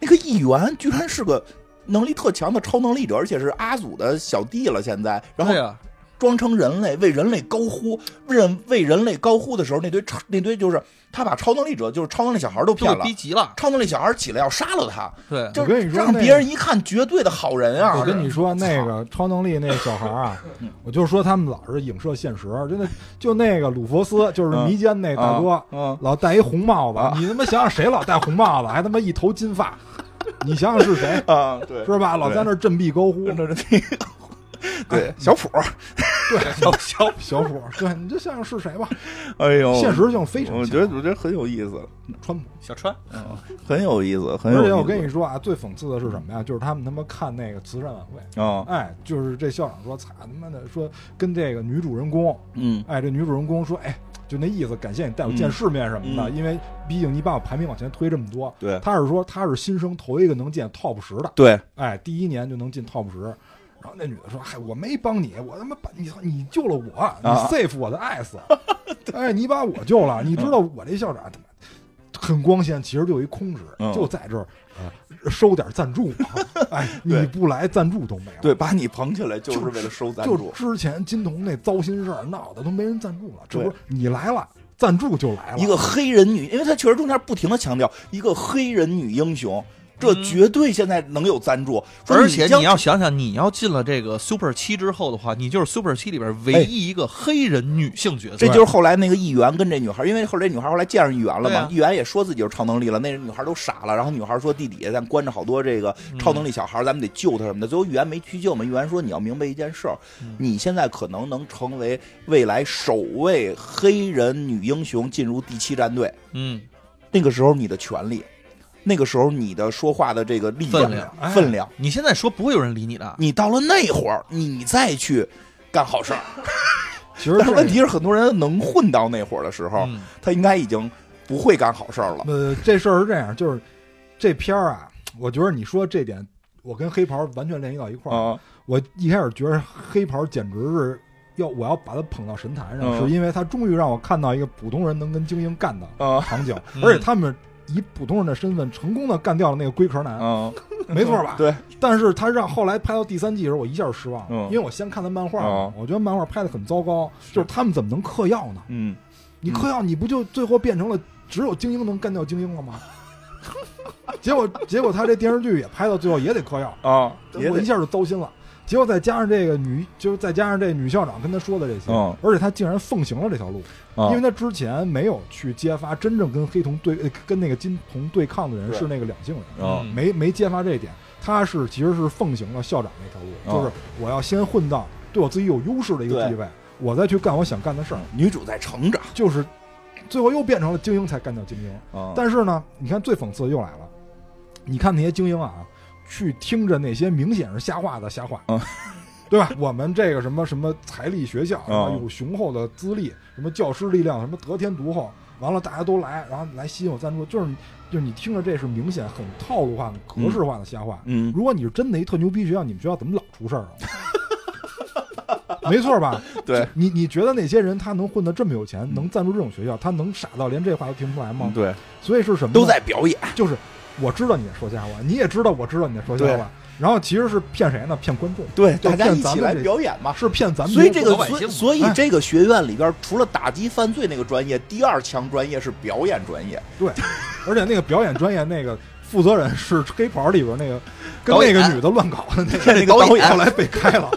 [SPEAKER 1] 那个议员居然是个能力特强的超能力者，而且是阿祖的小弟了，现在，然后
[SPEAKER 2] 对啊呀，
[SPEAKER 1] 装成人类为人类高呼，人为人类高呼的时候，那堆超那堆就是他把超能力者就是超能力小孩都
[SPEAKER 2] 就
[SPEAKER 1] 骗
[SPEAKER 2] 给
[SPEAKER 1] 了
[SPEAKER 2] 逼。急了。
[SPEAKER 1] 超能力小孩起来要杀了他，
[SPEAKER 2] 对，
[SPEAKER 1] 就
[SPEAKER 3] 我跟
[SPEAKER 1] 是
[SPEAKER 3] 你说
[SPEAKER 1] 让
[SPEAKER 3] 那
[SPEAKER 1] 别人一看绝对的好人啊！
[SPEAKER 3] 我跟你说，那
[SPEAKER 1] 操
[SPEAKER 3] 个超能力那小孩儿啊
[SPEAKER 1] 嗯，
[SPEAKER 3] 我就说他们老是影射现实，真的就那个鲁佛斯，就是
[SPEAKER 1] 嗯
[SPEAKER 3] 迷奸那大哥，
[SPEAKER 1] 嗯，
[SPEAKER 3] 老戴一红帽
[SPEAKER 1] 啊？
[SPEAKER 3] 子，你他妈想想谁老戴红帽子，还他妈一头金发，你想想是谁
[SPEAKER 1] 啊， 对，
[SPEAKER 3] 是吧？老在那儿振臂高呼，
[SPEAKER 1] 对对
[SPEAKER 3] 哎
[SPEAKER 1] 对，小普，
[SPEAKER 3] 对，
[SPEAKER 1] 小小，
[SPEAKER 3] 小伙儿，对，你就想想是谁吧？
[SPEAKER 1] 哎呦，
[SPEAKER 3] 现实性非常强。
[SPEAKER 1] 我觉得我觉得很有意思，
[SPEAKER 3] 川普，
[SPEAKER 2] 小川，
[SPEAKER 1] 很有意思，很有意
[SPEAKER 3] 而
[SPEAKER 1] 思。
[SPEAKER 3] 且我跟你说啊，最讽刺的是什么呀？就是他们他妈看那个慈善晚会，
[SPEAKER 1] 啊，
[SPEAKER 3] 哎，就是这校长说，操他妈的，说跟这个女主人公，
[SPEAKER 1] 嗯
[SPEAKER 3] 哎，这女主人公说，哎，就那意思，感谢你带我见世面什么的，
[SPEAKER 1] 嗯
[SPEAKER 3] 因为毕竟你把我排名往前推这么多。
[SPEAKER 1] 对
[SPEAKER 3] 她是说她是新生头一个能进 top 十的，
[SPEAKER 1] 对，
[SPEAKER 3] 哎，第一年就能进 top 十。然后那女的说：“哎嗨，我没帮你，我他妈把你你救了我，你
[SPEAKER 1] 啊
[SPEAKER 3] save 我的 ass，、哎，你把我救了，你知道我这校长他妈很光鲜，其实就一空职，
[SPEAKER 1] 嗯
[SPEAKER 3] 就在这儿、呃收点赞助， 哎，
[SPEAKER 1] 对
[SPEAKER 3] 你不来赞助都没有。”
[SPEAKER 1] 对，把你捧起来就是为了收赞
[SPEAKER 3] 就
[SPEAKER 1] 助，
[SPEAKER 3] 之前金童那糟心事儿闹得都没人赞助了，这
[SPEAKER 1] 对
[SPEAKER 3] 不是你来了，赞助就来了。
[SPEAKER 1] 一个黑人女，因为她确实中间不停的强调一个黑人女英雄，这绝对现在能有赞助，说
[SPEAKER 2] 嗯而且
[SPEAKER 1] 将
[SPEAKER 2] 你要想想，你要进了这个 Super 七之后的话，你就是 Super 七里边
[SPEAKER 1] 哎
[SPEAKER 2] 唯一一个黑人女性角色。
[SPEAKER 1] 这就是后来那个议员跟这女孩，因为后来这女孩后来见上议员了
[SPEAKER 2] 对
[SPEAKER 1] 嘛，
[SPEAKER 2] 啊
[SPEAKER 1] 议员也说自己有超能力了，那女孩都傻了。然后女孩说地底下咱关着好多这个超能力小孩，咱们得救他什么的。最后议员没去救嘛，议员说你要明白一件事儿，
[SPEAKER 2] 嗯
[SPEAKER 1] 你现在可能能成为未来首位黑人女英雄进入第七战队，
[SPEAKER 2] 嗯，
[SPEAKER 1] 那个时候你的权利，那个时候你的说话的这个力量
[SPEAKER 2] 分量
[SPEAKER 3] 哎
[SPEAKER 1] 分量，
[SPEAKER 2] 你现在说不会有人理你的，
[SPEAKER 1] 你到了那会儿你再去干好事儿。
[SPEAKER 3] 其实
[SPEAKER 1] 但是
[SPEAKER 3] 这
[SPEAKER 1] 问题是，很多人能混到那会儿的时候。
[SPEAKER 2] 嗯，
[SPEAKER 1] 他应该已经不会干好事儿了。
[SPEAKER 3] 呃，这事儿是这样，就是这片儿啊，我觉得你说这点，我跟黑袍完全联系到一块儿。
[SPEAKER 1] 啊，
[SPEAKER 3] 我一开始觉得黑袍简直是要我要把他捧到神坛上，
[SPEAKER 1] 嗯
[SPEAKER 3] 是因为他终于让我看到一个普通人能跟精英干的
[SPEAKER 1] 啊
[SPEAKER 3] 场景，
[SPEAKER 2] 嗯
[SPEAKER 3] 而且他们以普通人的身份成功的干掉了那个龟壳男，
[SPEAKER 1] 嗯，
[SPEAKER 3] 没错吧？
[SPEAKER 1] 对，
[SPEAKER 3] 但是他让后来拍到第三季的时候，我一下失望了，
[SPEAKER 1] 嗯
[SPEAKER 3] 因为我先看的漫画嘛，
[SPEAKER 1] 嗯
[SPEAKER 3] 我觉得漫画拍的很糟糕，就是他们怎么能嗑药呢？
[SPEAKER 1] 嗯，
[SPEAKER 3] 你嗑药，你不就最后变成了只有精英能干掉精英了吗？ 结果结果他这电视剧也拍到最后也得嗑药，
[SPEAKER 1] 啊，也
[SPEAKER 3] 我一
[SPEAKER 1] 得，
[SPEAKER 3] 下就糟心了。结果再加上这个女，就是再加上这女校长跟他说的这些，
[SPEAKER 1] 嗯
[SPEAKER 3] 而且他竟然奉行了这条路，因为
[SPEAKER 1] 啊
[SPEAKER 3] 他之前没有去揭发真正跟黑瞳对呃跟那个金童对抗的人
[SPEAKER 1] 对
[SPEAKER 3] 是那个两性人，
[SPEAKER 1] 啊
[SPEAKER 3] 没没揭发这一点，他是其实是奉行了校长那条
[SPEAKER 1] 嗯
[SPEAKER 3] 路，就是我要先混到对我自己有优势的一个
[SPEAKER 1] 对嗯
[SPEAKER 3] 地位，我再去干我想干的事儿，
[SPEAKER 1] 女主在成长，
[SPEAKER 3] 就是最后又变成了精英才干掉精英。
[SPEAKER 1] 啊
[SPEAKER 3] 但是呢，你看最讽刺的又来了，你看那些精英啊，去听着那些明显是瞎话的瞎话，
[SPEAKER 1] 嗯
[SPEAKER 3] 对吧？我们这个什么什么财力学校，什么
[SPEAKER 1] 嗯
[SPEAKER 3] 有雄厚的资历，什么教师力量，什么得天独厚，完了大家都来，然后来吸引我赞助，就是你就是你听着这是明显很套路化、很格式化的瞎话。
[SPEAKER 1] 嗯，
[SPEAKER 3] 如果你是真的一特牛逼学校，你们学校怎么老出事儿啊？ 没错吧？
[SPEAKER 1] 对，
[SPEAKER 3] 你你觉得那些人他能混得这么有钱，
[SPEAKER 1] 嗯
[SPEAKER 3] 能赞助这种学校，他能傻到连这话都听不出来吗？
[SPEAKER 1] 对，
[SPEAKER 3] 所以是什么呢？
[SPEAKER 1] 都在表演，
[SPEAKER 3] 就是我知道你在说瞎话，你也知道我知道你在说瞎
[SPEAKER 1] 对
[SPEAKER 3] 话，然后其实是骗谁呢？骗观众，
[SPEAKER 1] 对，
[SPEAKER 3] 就
[SPEAKER 1] 大家
[SPEAKER 3] 骗
[SPEAKER 1] 一
[SPEAKER 3] 咱
[SPEAKER 1] 起
[SPEAKER 3] 们
[SPEAKER 1] 来
[SPEAKER 3] 这
[SPEAKER 1] 表演嘛。
[SPEAKER 3] 是骗咱们。
[SPEAKER 1] 所以这个
[SPEAKER 2] 老，百
[SPEAKER 1] 所以
[SPEAKER 2] 姓
[SPEAKER 1] 所以
[SPEAKER 3] 哎
[SPEAKER 1] 这个学院里边，除了打击犯罪那个专业，第二强专业是表演专业。
[SPEAKER 3] 而且那个表演专业那个负责人是黑袍里边那个跟
[SPEAKER 2] 导
[SPEAKER 3] 那
[SPEAKER 2] 演
[SPEAKER 3] 个女的乱搞的那个
[SPEAKER 1] 那个导演
[SPEAKER 3] 后来被开了。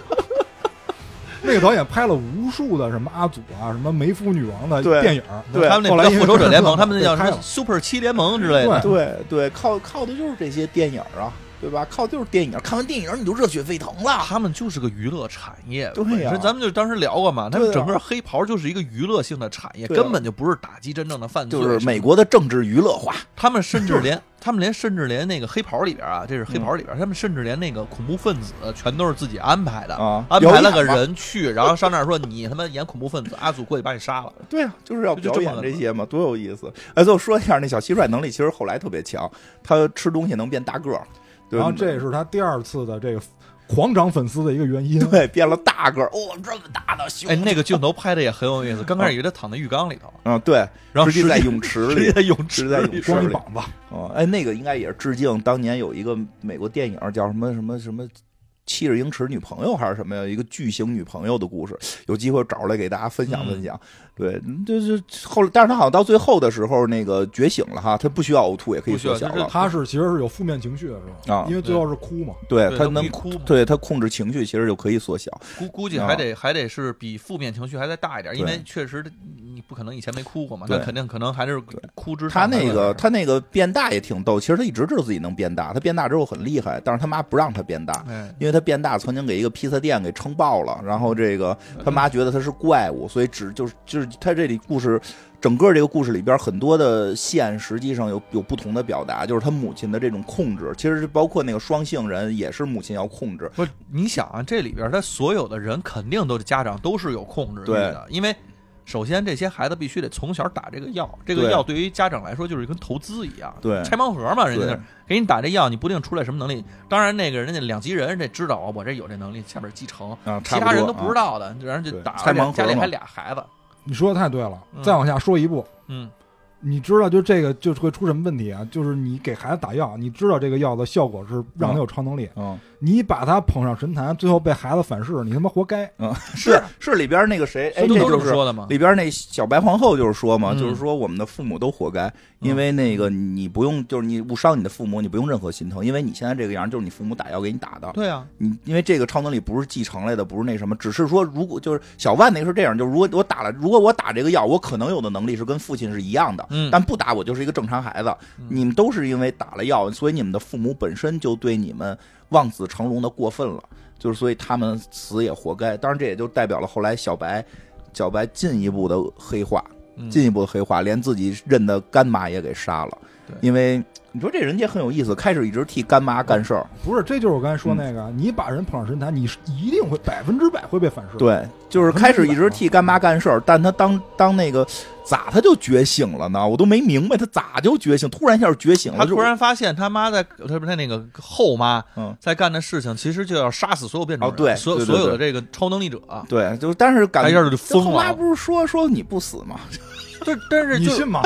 [SPEAKER 3] 那个导演拍了无数的什么阿祖啊、什么梅夫女王的
[SPEAKER 1] 对
[SPEAKER 3] 电影，
[SPEAKER 1] 对
[SPEAKER 2] 他们
[SPEAKER 3] 后
[SPEAKER 2] 那
[SPEAKER 3] 来
[SPEAKER 2] 叫
[SPEAKER 3] 因为
[SPEAKER 2] 复仇者联 盟，
[SPEAKER 3] 被
[SPEAKER 2] 他们那叫什
[SPEAKER 3] 开
[SPEAKER 2] 么
[SPEAKER 3] 了
[SPEAKER 2] Super 七联盟之类的。
[SPEAKER 1] 对对，靠靠的就是这些电影啊，对吧？靠就是电影，看完电影你就热血沸腾了。
[SPEAKER 2] 他们就是个娱乐产业，
[SPEAKER 1] 啊对呀
[SPEAKER 2] 本身咱们就当时聊过嘛，他
[SPEAKER 1] 对
[SPEAKER 2] 们
[SPEAKER 1] 啊
[SPEAKER 2] 整个黑袍就是一个娱乐性的产业，
[SPEAKER 1] 对啊
[SPEAKER 2] 根本就不是打击真正的犯罪。
[SPEAKER 1] 就是美国的政治娱乐化，
[SPEAKER 2] 他们甚至连 他们连甚至连那个黑袍里边啊，这是黑袍里边，
[SPEAKER 1] 嗯
[SPEAKER 2] 他们甚至连那个恐怖分子全都是自己安排的
[SPEAKER 1] 啊
[SPEAKER 2] 安排
[SPEAKER 1] 表
[SPEAKER 2] 了个
[SPEAKER 1] 演嘛
[SPEAKER 2] 人去，然后上那儿说你他妈演恐怖分子，阿祖过去把你杀了。
[SPEAKER 1] 对啊，就是要
[SPEAKER 2] 就
[SPEAKER 1] 表
[SPEAKER 2] 就这
[SPEAKER 1] 演
[SPEAKER 2] 么
[SPEAKER 1] 这
[SPEAKER 2] 个
[SPEAKER 1] 些嘛，多有意思！哎，最后说一下，那小蟋蟀能力其实后来特别强，他吃东西能变大个儿，对
[SPEAKER 3] 然后这也是他第二次的这个狂涨粉丝的一个原因。
[SPEAKER 1] 对变了大个儿，哦，这么大的熊，
[SPEAKER 2] 哎，那个镜头拍的也很有意思，刚开始以为他躺在浴缸里头，
[SPEAKER 1] 嗯，对，
[SPEAKER 2] 然后
[SPEAKER 1] 实际在泳
[SPEAKER 2] 直
[SPEAKER 1] 池
[SPEAKER 2] 接
[SPEAKER 1] 里
[SPEAKER 2] 在，泳
[SPEAKER 1] 直接
[SPEAKER 2] 池
[SPEAKER 1] 在
[SPEAKER 2] 里
[SPEAKER 1] 泳池
[SPEAKER 3] 光一
[SPEAKER 1] 里
[SPEAKER 3] 膀，子，
[SPEAKER 1] 哦，哎，那个应该也是致敬当年有一个美国电影叫什么什么什么。七十英尺女朋友还是什么呀？一个巨型女朋友的故事，有机会找来给大家分享
[SPEAKER 2] 嗯
[SPEAKER 1] 分享。对，嗯就是后来，但是他好像到最后的时候，那个觉醒了哈，他不需要呕吐也可以
[SPEAKER 2] 不需要
[SPEAKER 1] 缩小
[SPEAKER 2] 就是
[SPEAKER 1] 了。
[SPEAKER 3] 他是其实是有负面情绪的，是吧？
[SPEAKER 1] 啊
[SPEAKER 3] 因为最后是哭嘛。
[SPEAKER 1] 对
[SPEAKER 2] 对
[SPEAKER 1] 他
[SPEAKER 2] 他
[SPEAKER 1] 能
[SPEAKER 2] 会哭嘛
[SPEAKER 1] 对他控制情绪其实就可以缩小。
[SPEAKER 2] 估估计
[SPEAKER 1] 啊
[SPEAKER 2] 还得还得是比负面情绪还得大一点，因为确实你不可能以前没哭过嘛，那
[SPEAKER 1] 对
[SPEAKER 2] 肯定可能还是哭之
[SPEAKER 1] 他
[SPEAKER 2] 上还
[SPEAKER 1] 那
[SPEAKER 2] 有
[SPEAKER 1] 个
[SPEAKER 2] 点
[SPEAKER 1] 他那个变大也挺逗，其实他一直知道自己能变大，他变大之后很厉害，但是他妈不让他变大。
[SPEAKER 2] 哎，
[SPEAKER 1] 因为他变大，曾经给一个披萨店给撑爆了，然后这个
[SPEAKER 2] 嗯
[SPEAKER 1] 他妈觉得他是怪物，所以只就是就是他这里故事，整个这个故事里边很多的线实际上有有不同的表达，就是他母亲的这种控制，其实是包括那个双性人也是母亲要控制，
[SPEAKER 2] 不是你想啊，这里边他所有的人肯定都是家长都是有控制欲的，因为。首先，这些孩子必须得从小打这个药，这个
[SPEAKER 1] 对
[SPEAKER 2] 药对于家长来说就是跟投资一样，
[SPEAKER 1] 对
[SPEAKER 2] 拆盲盒嘛，人
[SPEAKER 1] 对
[SPEAKER 2] 家那儿给你打这药，你不定出来什么能力。当然，那个人家两级人，这知道哦我这有这能力，下边继承，
[SPEAKER 1] 啊，
[SPEAKER 2] 其他人都不知道的，然后就
[SPEAKER 3] 对
[SPEAKER 2] 打，
[SPEAKER 1] 拆盲盒
[SPEAKER 2] 家里
[SPEAKER 1] 嘛
[SPEAKER 2] 还俩孩子，
[SPEAKER 3] 你说的太对了
[SPEAKER 2] 嗯。
[SPEAKER 3] 再往下说一步，
[SPEAKER 2] 嗯，
[SPEAKER 3] 你知道就这个就会出什么问题啊？就是你给孩子打药，你知道这个药的效果是让他有超能力，
[SPEAKER 1] 嗯，
[SPEAKER 3] 你把他捧上神坛，最后被孩子反噬，你他妈活该。
[SPEAKER 1] 嗯是是里边那个谁，哎，
[SPEAKER 2] 都
[SPEAKER 1] 这
[SPEAKER 2] 都
[SPEAKER 1] 就
[SPEAKER 2] 么
[SPEAKER 1] 是
[SPEAKER 2] 说的嘛，
[SPEAKER 1] 里边那小白皇后就是说嘛，
[SPEAKER 2] 嗯
[SPEAKER 1] 就是说我们的父母都活该，因为那个你不用，就是你误伤你的父母，你不用任何心疼，因为你现在这个样，就是你父母打药给你打的。
[SPEAKER 2] 对啊，
[SPEAKER 1] 你因为这个超能力不是继承来的，不是那什么，只是说如果就是小万那个是这样，就是如果我打了，如果我打这个药，我可能有的能力是跟父亲是一样的，
[SPEAKER 2] 嗯
[SPEAKER 1] 但不打我就是一个正常孩子。
[SPEAKER 2] 嗯
[SPEAKER 1] 你们都是因为打了药，所以你们的父母本身就对你们望子成龙的过分了，就是所以他们死也活该。当然，这也就代表了后来小白。小白进一步的黑化，
[SPEAKER 2] 嗯
[SPEAKER 1] 进一步的黑化，连自己认的干妈也给杀了
[SPEAKER 2] 对。
[SPEAKER 1] 因为你说这人家很有意思，开始一直替干妈干事儿，
[SPEAKER 3] 不是，这就是我刚才说那个，你把人捧上神坛，你是一定会百分之百会被反
[SPEAKER 2] 嗯
[SPEAKER 3] 噬。，
[SPEAKER 1] 对，就是开始一直替干妈干事儿，但他当当那个咋他就觉醒了呢？我都没明白他咋就觉醒，突然一下觉醒了，
[SPEAKER 2] 他
[SPEAKER 1] 就
[SPEAKER 2] 突然发现他妈在，他不是他那个后妈
[SPEAKER 1] 嗯
[SPEAKER 2] 在干的事情，其实就要杀死所有变种
[SPEAKER 1] 哦
[SPEAKER 2] 人，
[SPEAKER 1] 对
[SPEAKER 2] 所
[SPEAKER 1] 对对
[SPEAKER 2] 所有的
[SPEAKER 1] 对
[SPEAKER 2] 这个超能力者，
[SPEAKER 1] 对，就但是
[SPEAKER 2] 他
[SPEAKER 1] 感
[SPEAKER 2] 一
[SPEAKER 1] 觉
[SPEAKER 2] 下就疯
[SPEAKER 1] 后妈
[SPEAKER 2] 了。
[SPEAKER 1] 不是说说你不死吗？
[SPEAKER 2] 但但是
[SPEAKER 3] 你
[SPEAKER 2] 就是
[SPEAKER 3] 信吗？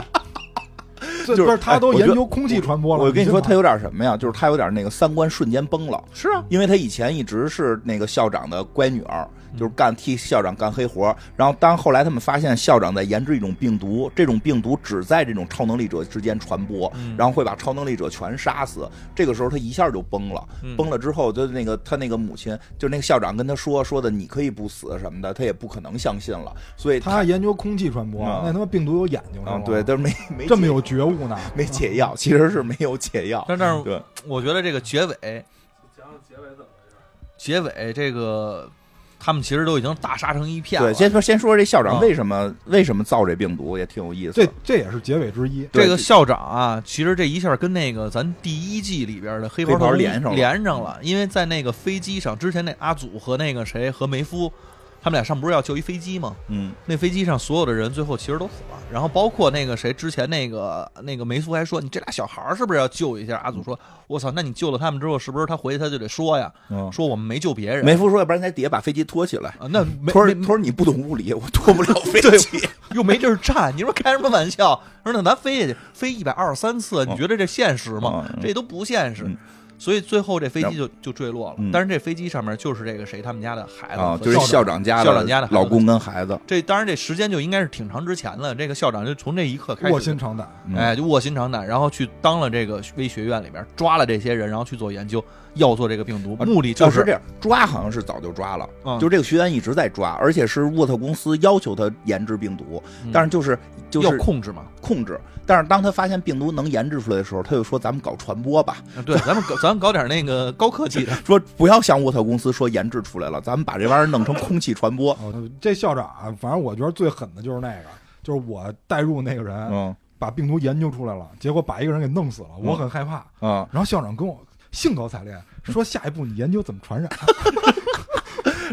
[SPEAKER 1] 就
[SPEAKER 3] 这
[SPEAKER 1] 是
[SPEAKER 3] 不是他都
[SPEAKER 1] 哎我觉
[SPEAKER 3] 研
[SPEAKER 1] 得
[SPEAKER 3] 究空气传播了。
[SPEAKER 1] 我跟你
[SPEAKER 3] 信
[SPEAKER 1] 说，
[SPEAKER 3] 吗
[SPEAKER 1] 他有点什么呀？就是他有点那个三观瞬间崩了。
[SPEAKER 2] 是啊，
[SPEAKER 1] 因为他以前一直是那个校长的乖女儿，
[SPEAKER 2] 嗯
[SPEAKER 1] 就是干替校长干黑活儿。然后当后来他们发现校长在研制一种病毒，这种病毒只在这种超能力者之间传播，
[SPEAKER 2] 嗯
[SPEAKER 1] 然后会把超能力者全杀死。这个时候他一下就崩了，
[SPEAKER 2] 嗯
[SPEAKER 1] 崩了之后就那个他那个母亲，就那个校长跟他说说的你可以不死什么的，他也不可能相信了。所以他
[SPEAKER 3] 他研究空气传播，
[SPEAKER 1] 啊
[SPEAKER 3] 那他妈病毒有眼睛是
[SPEAKER 1] 啊
[SPEAKER 3] 吗？，
[SPEAKER 1] 对，，他没没
[SPEAKER 3] 这么
[SPEAKER 1] 解
[SPEAKER 3] 有觉悟呢？
[SPEAKER 1] 没解药，其实是没有解药。
[SPEAKER 2] 但但
[SPEAKER 1] 对
[SPEAKER 2] 是我觉得这个结尾
[SPEAKER 4] 讲讲结尾怎么回事？
[SPEAKER 2] 结尾这个他们其实都已经大杀成一片了。
[SPEAKER 1] 对，先说先说这校长
[SPEAKER 2] 啊
[SPEAKER 1] 为什么、为什么造这病毒也挺有意思的。
[SPEAKER 3] 这这也是结尾之一。
[SPEAKER 1] 对
[SPEAKER 2] 这个校长啊，其实这一下跟那个咱第一季里边的黑
[SPEAKER 1] 黑
[SPEAKER 2] 袍
[SPEAKER 1] 袍
[SPEAKER 2] 特工
[SPEAKER 1] 连上了嗯
[SPEAKER 2] 连上了，因为在那个飞机上，之前那阿祖和那个谁和梅夫，他们俩上不是要救一飞机吗？
[SPEAKER 1] 嗯。
[SPEAKER 2] 那飞机上所有的人最后其实都死了，然后包括那个谁，之前那个那个梅苏还说你这俩小孩儿是不是要救一下？阿祖说，我操，那你救了他们之后，是不是他回去他就得说呀？
[SPEAKER 1] 嗯
[SPEAKER 2] 说我们没救别人。
[SPEAKER 1] 梅夫说，要不然在底下把飞机拖起来。
[SPEAKER 2] 啊，那没
[SPEAKER 1] 托儿
[SPEAKER 2] 没
[SPEAKER 1] 托儿，你不懂物理，我拖不了飞 机。
[SPEAKER 2] 又没地儿站，你说开什么玩笑？说那咱飞下去，飞一百二十三次，你觉得这现实吗
[SPEAKER 1] 哦嗯？
[SPEAKER 2] 这都不现实
[SPEAKER 1] 嗯。
[SPEAKER 2] 所以最后这飞机就就坠落了
[SPEAKER 1] 嗯。
[SPEAKER 2] 但是这飞机上面就是这个谁他们家的孩子
[SPEAKER 1] 啊，
[SPEAKER 2] 和
[SPEAKER 1] 就是
[SPEAKER 2] 校长
[SPEAKER 1] 校长家
[SPEAKER 2] 校长家的孩子
[SPEAKER 1] 老公跟孩子，
[SPEAKER 2] 这当然这时间就应该是挺长之前了。这个校长就从这一刻开
[SPEAKER 3] 卧
[SPEAKER 2] 始
[SPEAKER 3] 薪
[SPEAKER 2] 就，
[SPEAKER 3] 尝胆。，
[SPEAKER 1] 嗯
[SPEAKER 2] 哎，就卧薪尝胆，然后去当了这个微学院里边抓了这些人，然后去做研究，要做这个病毒，
[SPEAKER 1] 啊
[SPEAKER 2] 目的
[SPEAKER 1] 就
[SPEAKER 2] 就是是
[SPEAKER 1] 这样抓，好像是早就抓了，
[SPEAKER 2] 嗯
[SPEAKER 1] 就这个学员一直在抓，而且是沃特公司要求他研制病毒，
[SPEAKER 2] 嗯
[SPEAKER 1] 但是就是就
[SPEAKER 2] 要
[SPEAKER 1] 是
[SPEAKER 2] 控制嘛。
[SPEAKER 1] 控制，但是当他发现病毒能研制出来的时候，他就说咱们搞传播吧，
[SPEAKER 2] 啊对，咱们搞咱们搞点那个高科技的，
[SPEAKER 1] 说不要向沃特公司说研制出来了，咱们把这玩意儿弄成空气传播
[SPEAKER 3] 哦，这校长啊，反正我觉得最狠的就是那个，就是我带入那个人，
[SPEAKER 1] 嗯
[SPEAKER 3] 把病毒研究出来了，结果把一个人给弄死了，我很害怕。
[SPEAKER 1] 啊，
[SPEAKER 3] 然后校长跟我兴高采烈说：“下一步你研究怎么 传染？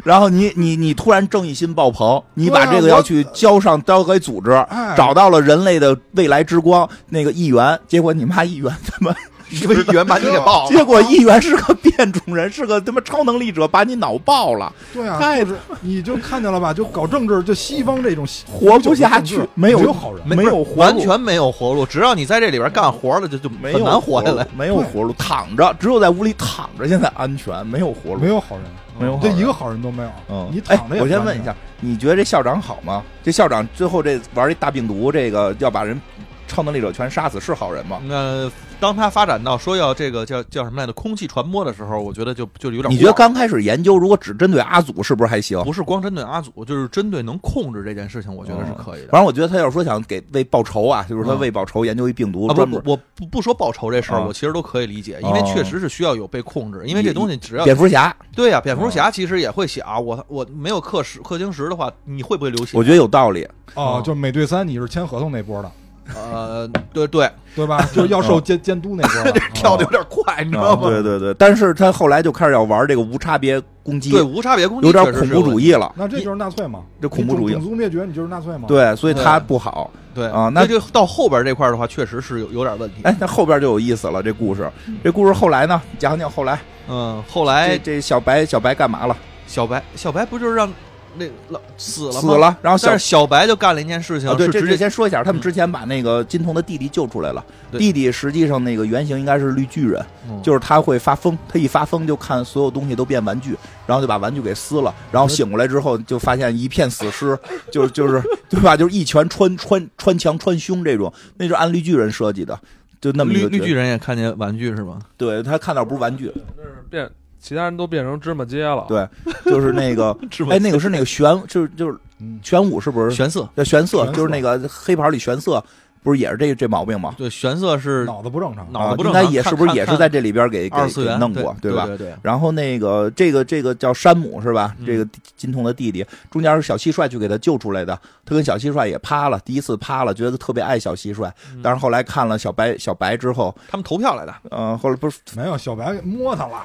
[SPEAKER 1] 然后你你你突然正义心爆棚，你把
[SPEAKER 3] 对啊
[SPEAKER 1] 这个要
[SPEAKER 3] 我
[SPEAKER 1] 去交上交给组织，
[SPEAKER 3] 哎，
[SPEAKER 1] 找到了人类的未来之光那个议员，结果你妈议员他妈一个议员 把你给爆 了，结果议员是个变种人，是个他妈超能力者，把你脑爆了，
[SPEAKER 3] 对啊，
[SPEAKER 1] 太
[SPEAKER 3] 你就看见了吧？就搞政治，就西方这种西
[SPEAKER 1] 活不下
[SPEAKER 3] 就
[SPEAKER 1] 去
[SPEAKER 3] 是，
[SPEAKER 1] 没
[SPEAKER 3] 没有
[SPEAKER 1] 有
[SPEAKER 3] 好人
[SPEAKER 1] 没有活路
[SPEAKER 2] 完全没有活路。只要你在这里边干活了，就就
[SPEAKER 1] 没
[SPEAKER 2] 很
[SPEAKER 1] 有
[SPEAKER 2] 难活下来。
[SPEAKER 1] 没有活路，躺着，只有在屋里躺着，现在安全，没有活路
[SPEAKER 3] 没。有好人，
[SPEAKER 1] 没有好
[SPEAKER 3] 这
[SPEAKER 1] 人
[SPEAKER 3] 一个好人都没有。
[SPEAKER 1] 嗯，
[SPEAKER 3] 你躺着
[SPEAKER 1] 哎
[SPEAKER 3] 也
[SPEAKER 1] 我先
[SPEAKER 3] 不安
[SPEAKER 1] 问一
[SPEAKER 3] 全
[SPEAKER 1] 下，你觉得这校长好吗？这校长最后这玩这大病毒，这个要把人超能力者全杀死，是好人吗？
[SPEAKER 2] 那当它发展到说要这个叫叫什么来着，空气传播的时候，我觉得就就有点
[SPEAKER 1] 你觉得
[SPEAKER 2] 过
[SPEAKER 1] 刚开始研究，如果只针对阿祖，是不是还行？
[SPEAKER 2] 不是光针对阿祖，就是针对能控制这件事情，我觉得是可以的。
[SPEAKER 1] 反正我觉得他要是说想给为报仇啊，就是说
[SPEAKER 2] 嗯
[SPEAKER 1] 为报仇研究一病毒，
[SPEAKER 2] 啊不
[SPEAKER 1] 专门
[SPEAKER 2] 不，我不不说报仇这事儿，
[SPEAKER 1] 啊
[SPEAKER 2] 我其实都可以理解，因为
[SPEAKER 1] 哦
[SPEAKER 2] 确实是需要有被控制，因为
[SPEAKER 1] 你
[SPEAKER 2] 这东西只要
[SPEAKER 1] 蝙蝠侠，
[SPEAKER 2] 对呀、啊蝙
[SPEAKER 1] 啊
[SPEAKER 2] 蝠侠其实也会想，我我没有氪石氪晶石的话，你会不会流血？
[SPEAKER 1] 我觉得有道理。
[SPEAKER 3] 哦
[SPEAKER 2] 哦，
[SPEAKER 3] 就是美队三你是签合同那 波的，
[SPEAKER 2] 呃，对对，
[SPEAKER 3] 对吧？就是要受监监督那波 的。哦
[SPEAKER 2] 跳的有点快，你知道
[SPEAKER 1] 啊
[SPEAKER 2] 吗？
[SPEAKER 1] 对对对，但是他后来就开始要玩这个无差别攻击，
[SPEAKER 2] 对无差别攻击
[SPEAKER 1] 有点
[SPEAKER 2] 确实
[SPEAKER 1] 恐
[SPEAKER 2] 是
[SPEAKER 1] 怖主
[SPEAKER 2] 问题，
[SPEAKER 1] 义了。
[SPEAKER 3] 那这就是纳粹嘛？
[SPEAKER 1] 这恐怖主义
[SPEAKER 3] 你种种族灭绝，你就是纳粹嘛？，
[SPEAKER 1] 对，所以他
[SPEAKER 2] 对
[SPEAKER 1] 不好。
[SPEAKER 2] 对
[SPEAKER 1] 啊那
[SPEAKER 2] 就到后边这块儿的话，确实是有有点问题。
[SPEAKER 1] 哎，那后边就有意思了，这故事，这故事后来呢？讲讲后来，
[SPEAKER 2] 嗯，后
[SPEAKER 1] 这
[SPEAKER 2] 来
[SPEAKER 1] 这小白小白干嘛了？
[SPEAKER 2] 小白小白不就是让那老死了吗？
[SPEAKER 1] 死了，然后小
[SPEAKER 2] 但是小白就干了一件事情，
[SPEAKER 1] 啊，对，
[SPEAKER 2] 是
[SPEAKER 1] 这
[SPEAKER 2] 直
[SPEAKER 1] 这
[SPEAKER 2] 接
[SPEAKER 1] 先说一下，他们
[SPEAKER 2] 嗯
[SPEAKER 1] 之前把那个金童的弟弟救出来了。
[SPEAKER 2] 对
[SPEAKER 1] 弟弟实际上那个原型应该是绿巨人，
[SPEAKER 2] 嗯
[SPEAKER 1] 就是他会发疯，他一发疯就看所有东西都变玩具，然后就把玩具给撕了，然后
[SPEAKER 2] 嗯
[SPEAKER 1] 醒过来之后就发现一片死尸， 就就是对吧？就是一拳穿穿穿墙穿胸这种，那就是按绿巨人设计的，就那么一
[SPEAKER 2] 绿
[SPEAKER 1] 个
[SPEAKER 2] 绿
[SPEAKER 1] 角
[SPEAKER 2] 巨人也看见玩具是吗？
[SPEAKER 1] 对他看到不是玩具，
[SPEAKER 5] 那是变，其他人都变成芝麻街了。
[SPEAKER 1] 对就是那个
[SPEAKER 2] 是吗
[SPEAKER 1] 哎，那个是那个玄，就是就是
[SPEAKER 3] 嗯，
[SPEAKER 1] 玄武是不是？
[SPEAKER 2] 玄色，
[SPEAKER 1] 叫玄色，
[SPEAKER 3] 玄
[SPEAKER 1] 就是
[SPEAKER 3] 色
[SPEAKER 1] 那个黑袍里玄色，不是也是这这毛病吗？
[SPEAKER 2] 对，玄色是
[SPEAKER 3] 脑子不正常。
[SPEAKER 2] 脑子不
[SPEAKER 1] 啊
[SPEAKER 2] 正
[SPEAKER 1] 应该
[SPEAKER 2] 常
[SPEAKER 1] 也
[SPEAKER 2] 看
[SPEAKER 1] 是不是
[SPEAKER 2] 看
[SPEAKER 1] 也是
[SPEAKER 2] 看
[SPEAKER 1] 在这里边给给
[SPEAKER 2] 二次
[SPEAKER 1] 给
[SPEAKER 2] 元，
[SPEAKER 1] 弄过，
[SPEAKER 2] 对
[SPEAKER 1] 吧？
[SPEAKER 2] 对对，
[SPEAKER 1] 然后那个这个这个叫山姆是吧？
[SPEAKER 2] 嗯
[SPEAKER 1] 这个金童的弟弟，中间是小蟋蟀去给他救出来的。他跟小蟋蟀也趴了，第一次趴了，觉得特别爱小蟋蟀。
[SPEAKER 2] 嗯
[SPEAKER 1] 但是后来看了小白小白之后，
[SPEAKER 2] 他们投票来的。
[SPEAKER 1] 呃，后来不是，
[SPEAKER 3] 没有小白摸他了，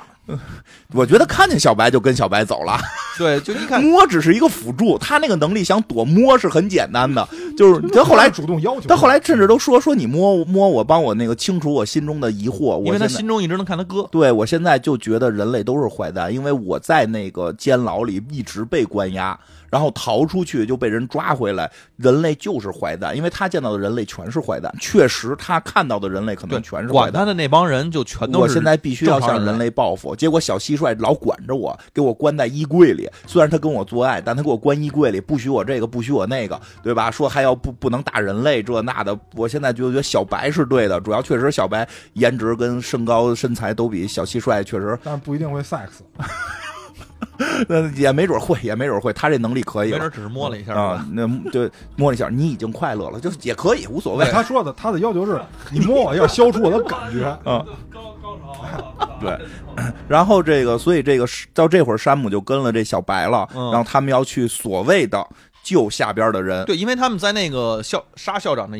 [SPEAKER 1] 我觉得看见小白就跟小白走 了，
[SPEAKER 2] 对，就一看，
[SPEAKER 1] 摸只是一个辅助，他那个能力想躲摸是很简单 的，就是他后来
[SPEAKER 3] 他主动要求，
[SPEAKER 1] 他后来甚至都说说你摸我摸我，帮我那个清除我心中的疑惑。
[SPEAKER 2] 因
[SPEAKER 1] 我
[SPEAKER 2] 为他
[SPEAKER 1] 现在
[SPEAKER 2] 心中一直能看他哥。
[SPEAKER 1] 对我现在就觉得人类都是坏蛋，因为我在那个监牢里一直被关押，然后逃出去就被人抓回来。人类就是坏蛋，因为他见到的人类全是坏蛋，确实他看到的人类可
[SPEAKER 2] 对
[SPEAKER 1] 能全，是坏
[SPEAKER 2] 管他
[SPEAKER 1] 蛋。
[SPEAKER 2] 的那帮人就全啊都
[SPEAKER 1] 我
[SPEAKER 2] 是。
[SPEAKER 1] 现在必须要向
[SPEAKER 2] 正
[SPEAKER 1] 人
[SPEAKER 2] 常人
[SPEAKER 1] 类报复。结果小蟋蟀老管着我，给我关在衣柜里。虽然他跟我做爱，但他给我关衣柜里，不许我这个，不许我那个，对吧？说还要不不能打人类这那的。我现在就觉得小白是对的，主要确实小白颜值跟身高身材都比小蟋蟀确实
[SPEAKER 3] 但是不一定会 sex。
[SPEAKER 1] 那也没准会，也没准会，他这能力可以
[SPEAKER 2] 没
[SPEAKER 1] 了
[SPEAKER 2] 准只是摸了一下
[SPEAKER 1] 啊
[SPEAKER 2] 吧。。
[SPEAKER 1] 那就摸一下，你已经快乐了，就是也可以，无
[SPEAKER 2] 哎
[SPEAKER 1] 所谓。
[SPEAKER 3] 哎他说的他的要求是，你摸我要消除我的感觉。
[SPEAKER 1] 嗯，
[SPEAKER 4] 高高潮 了，
[SPEAKER 1] 对， 然后这个，所以这个是到这会儿，山姆就跟了这小白了，
[SPEAKER 2] 嗯
[SPEAKER 1] 然后他们要去所谓的救下边的人。
[SPEAKER 2] 对，因为他们在那个校杀校长那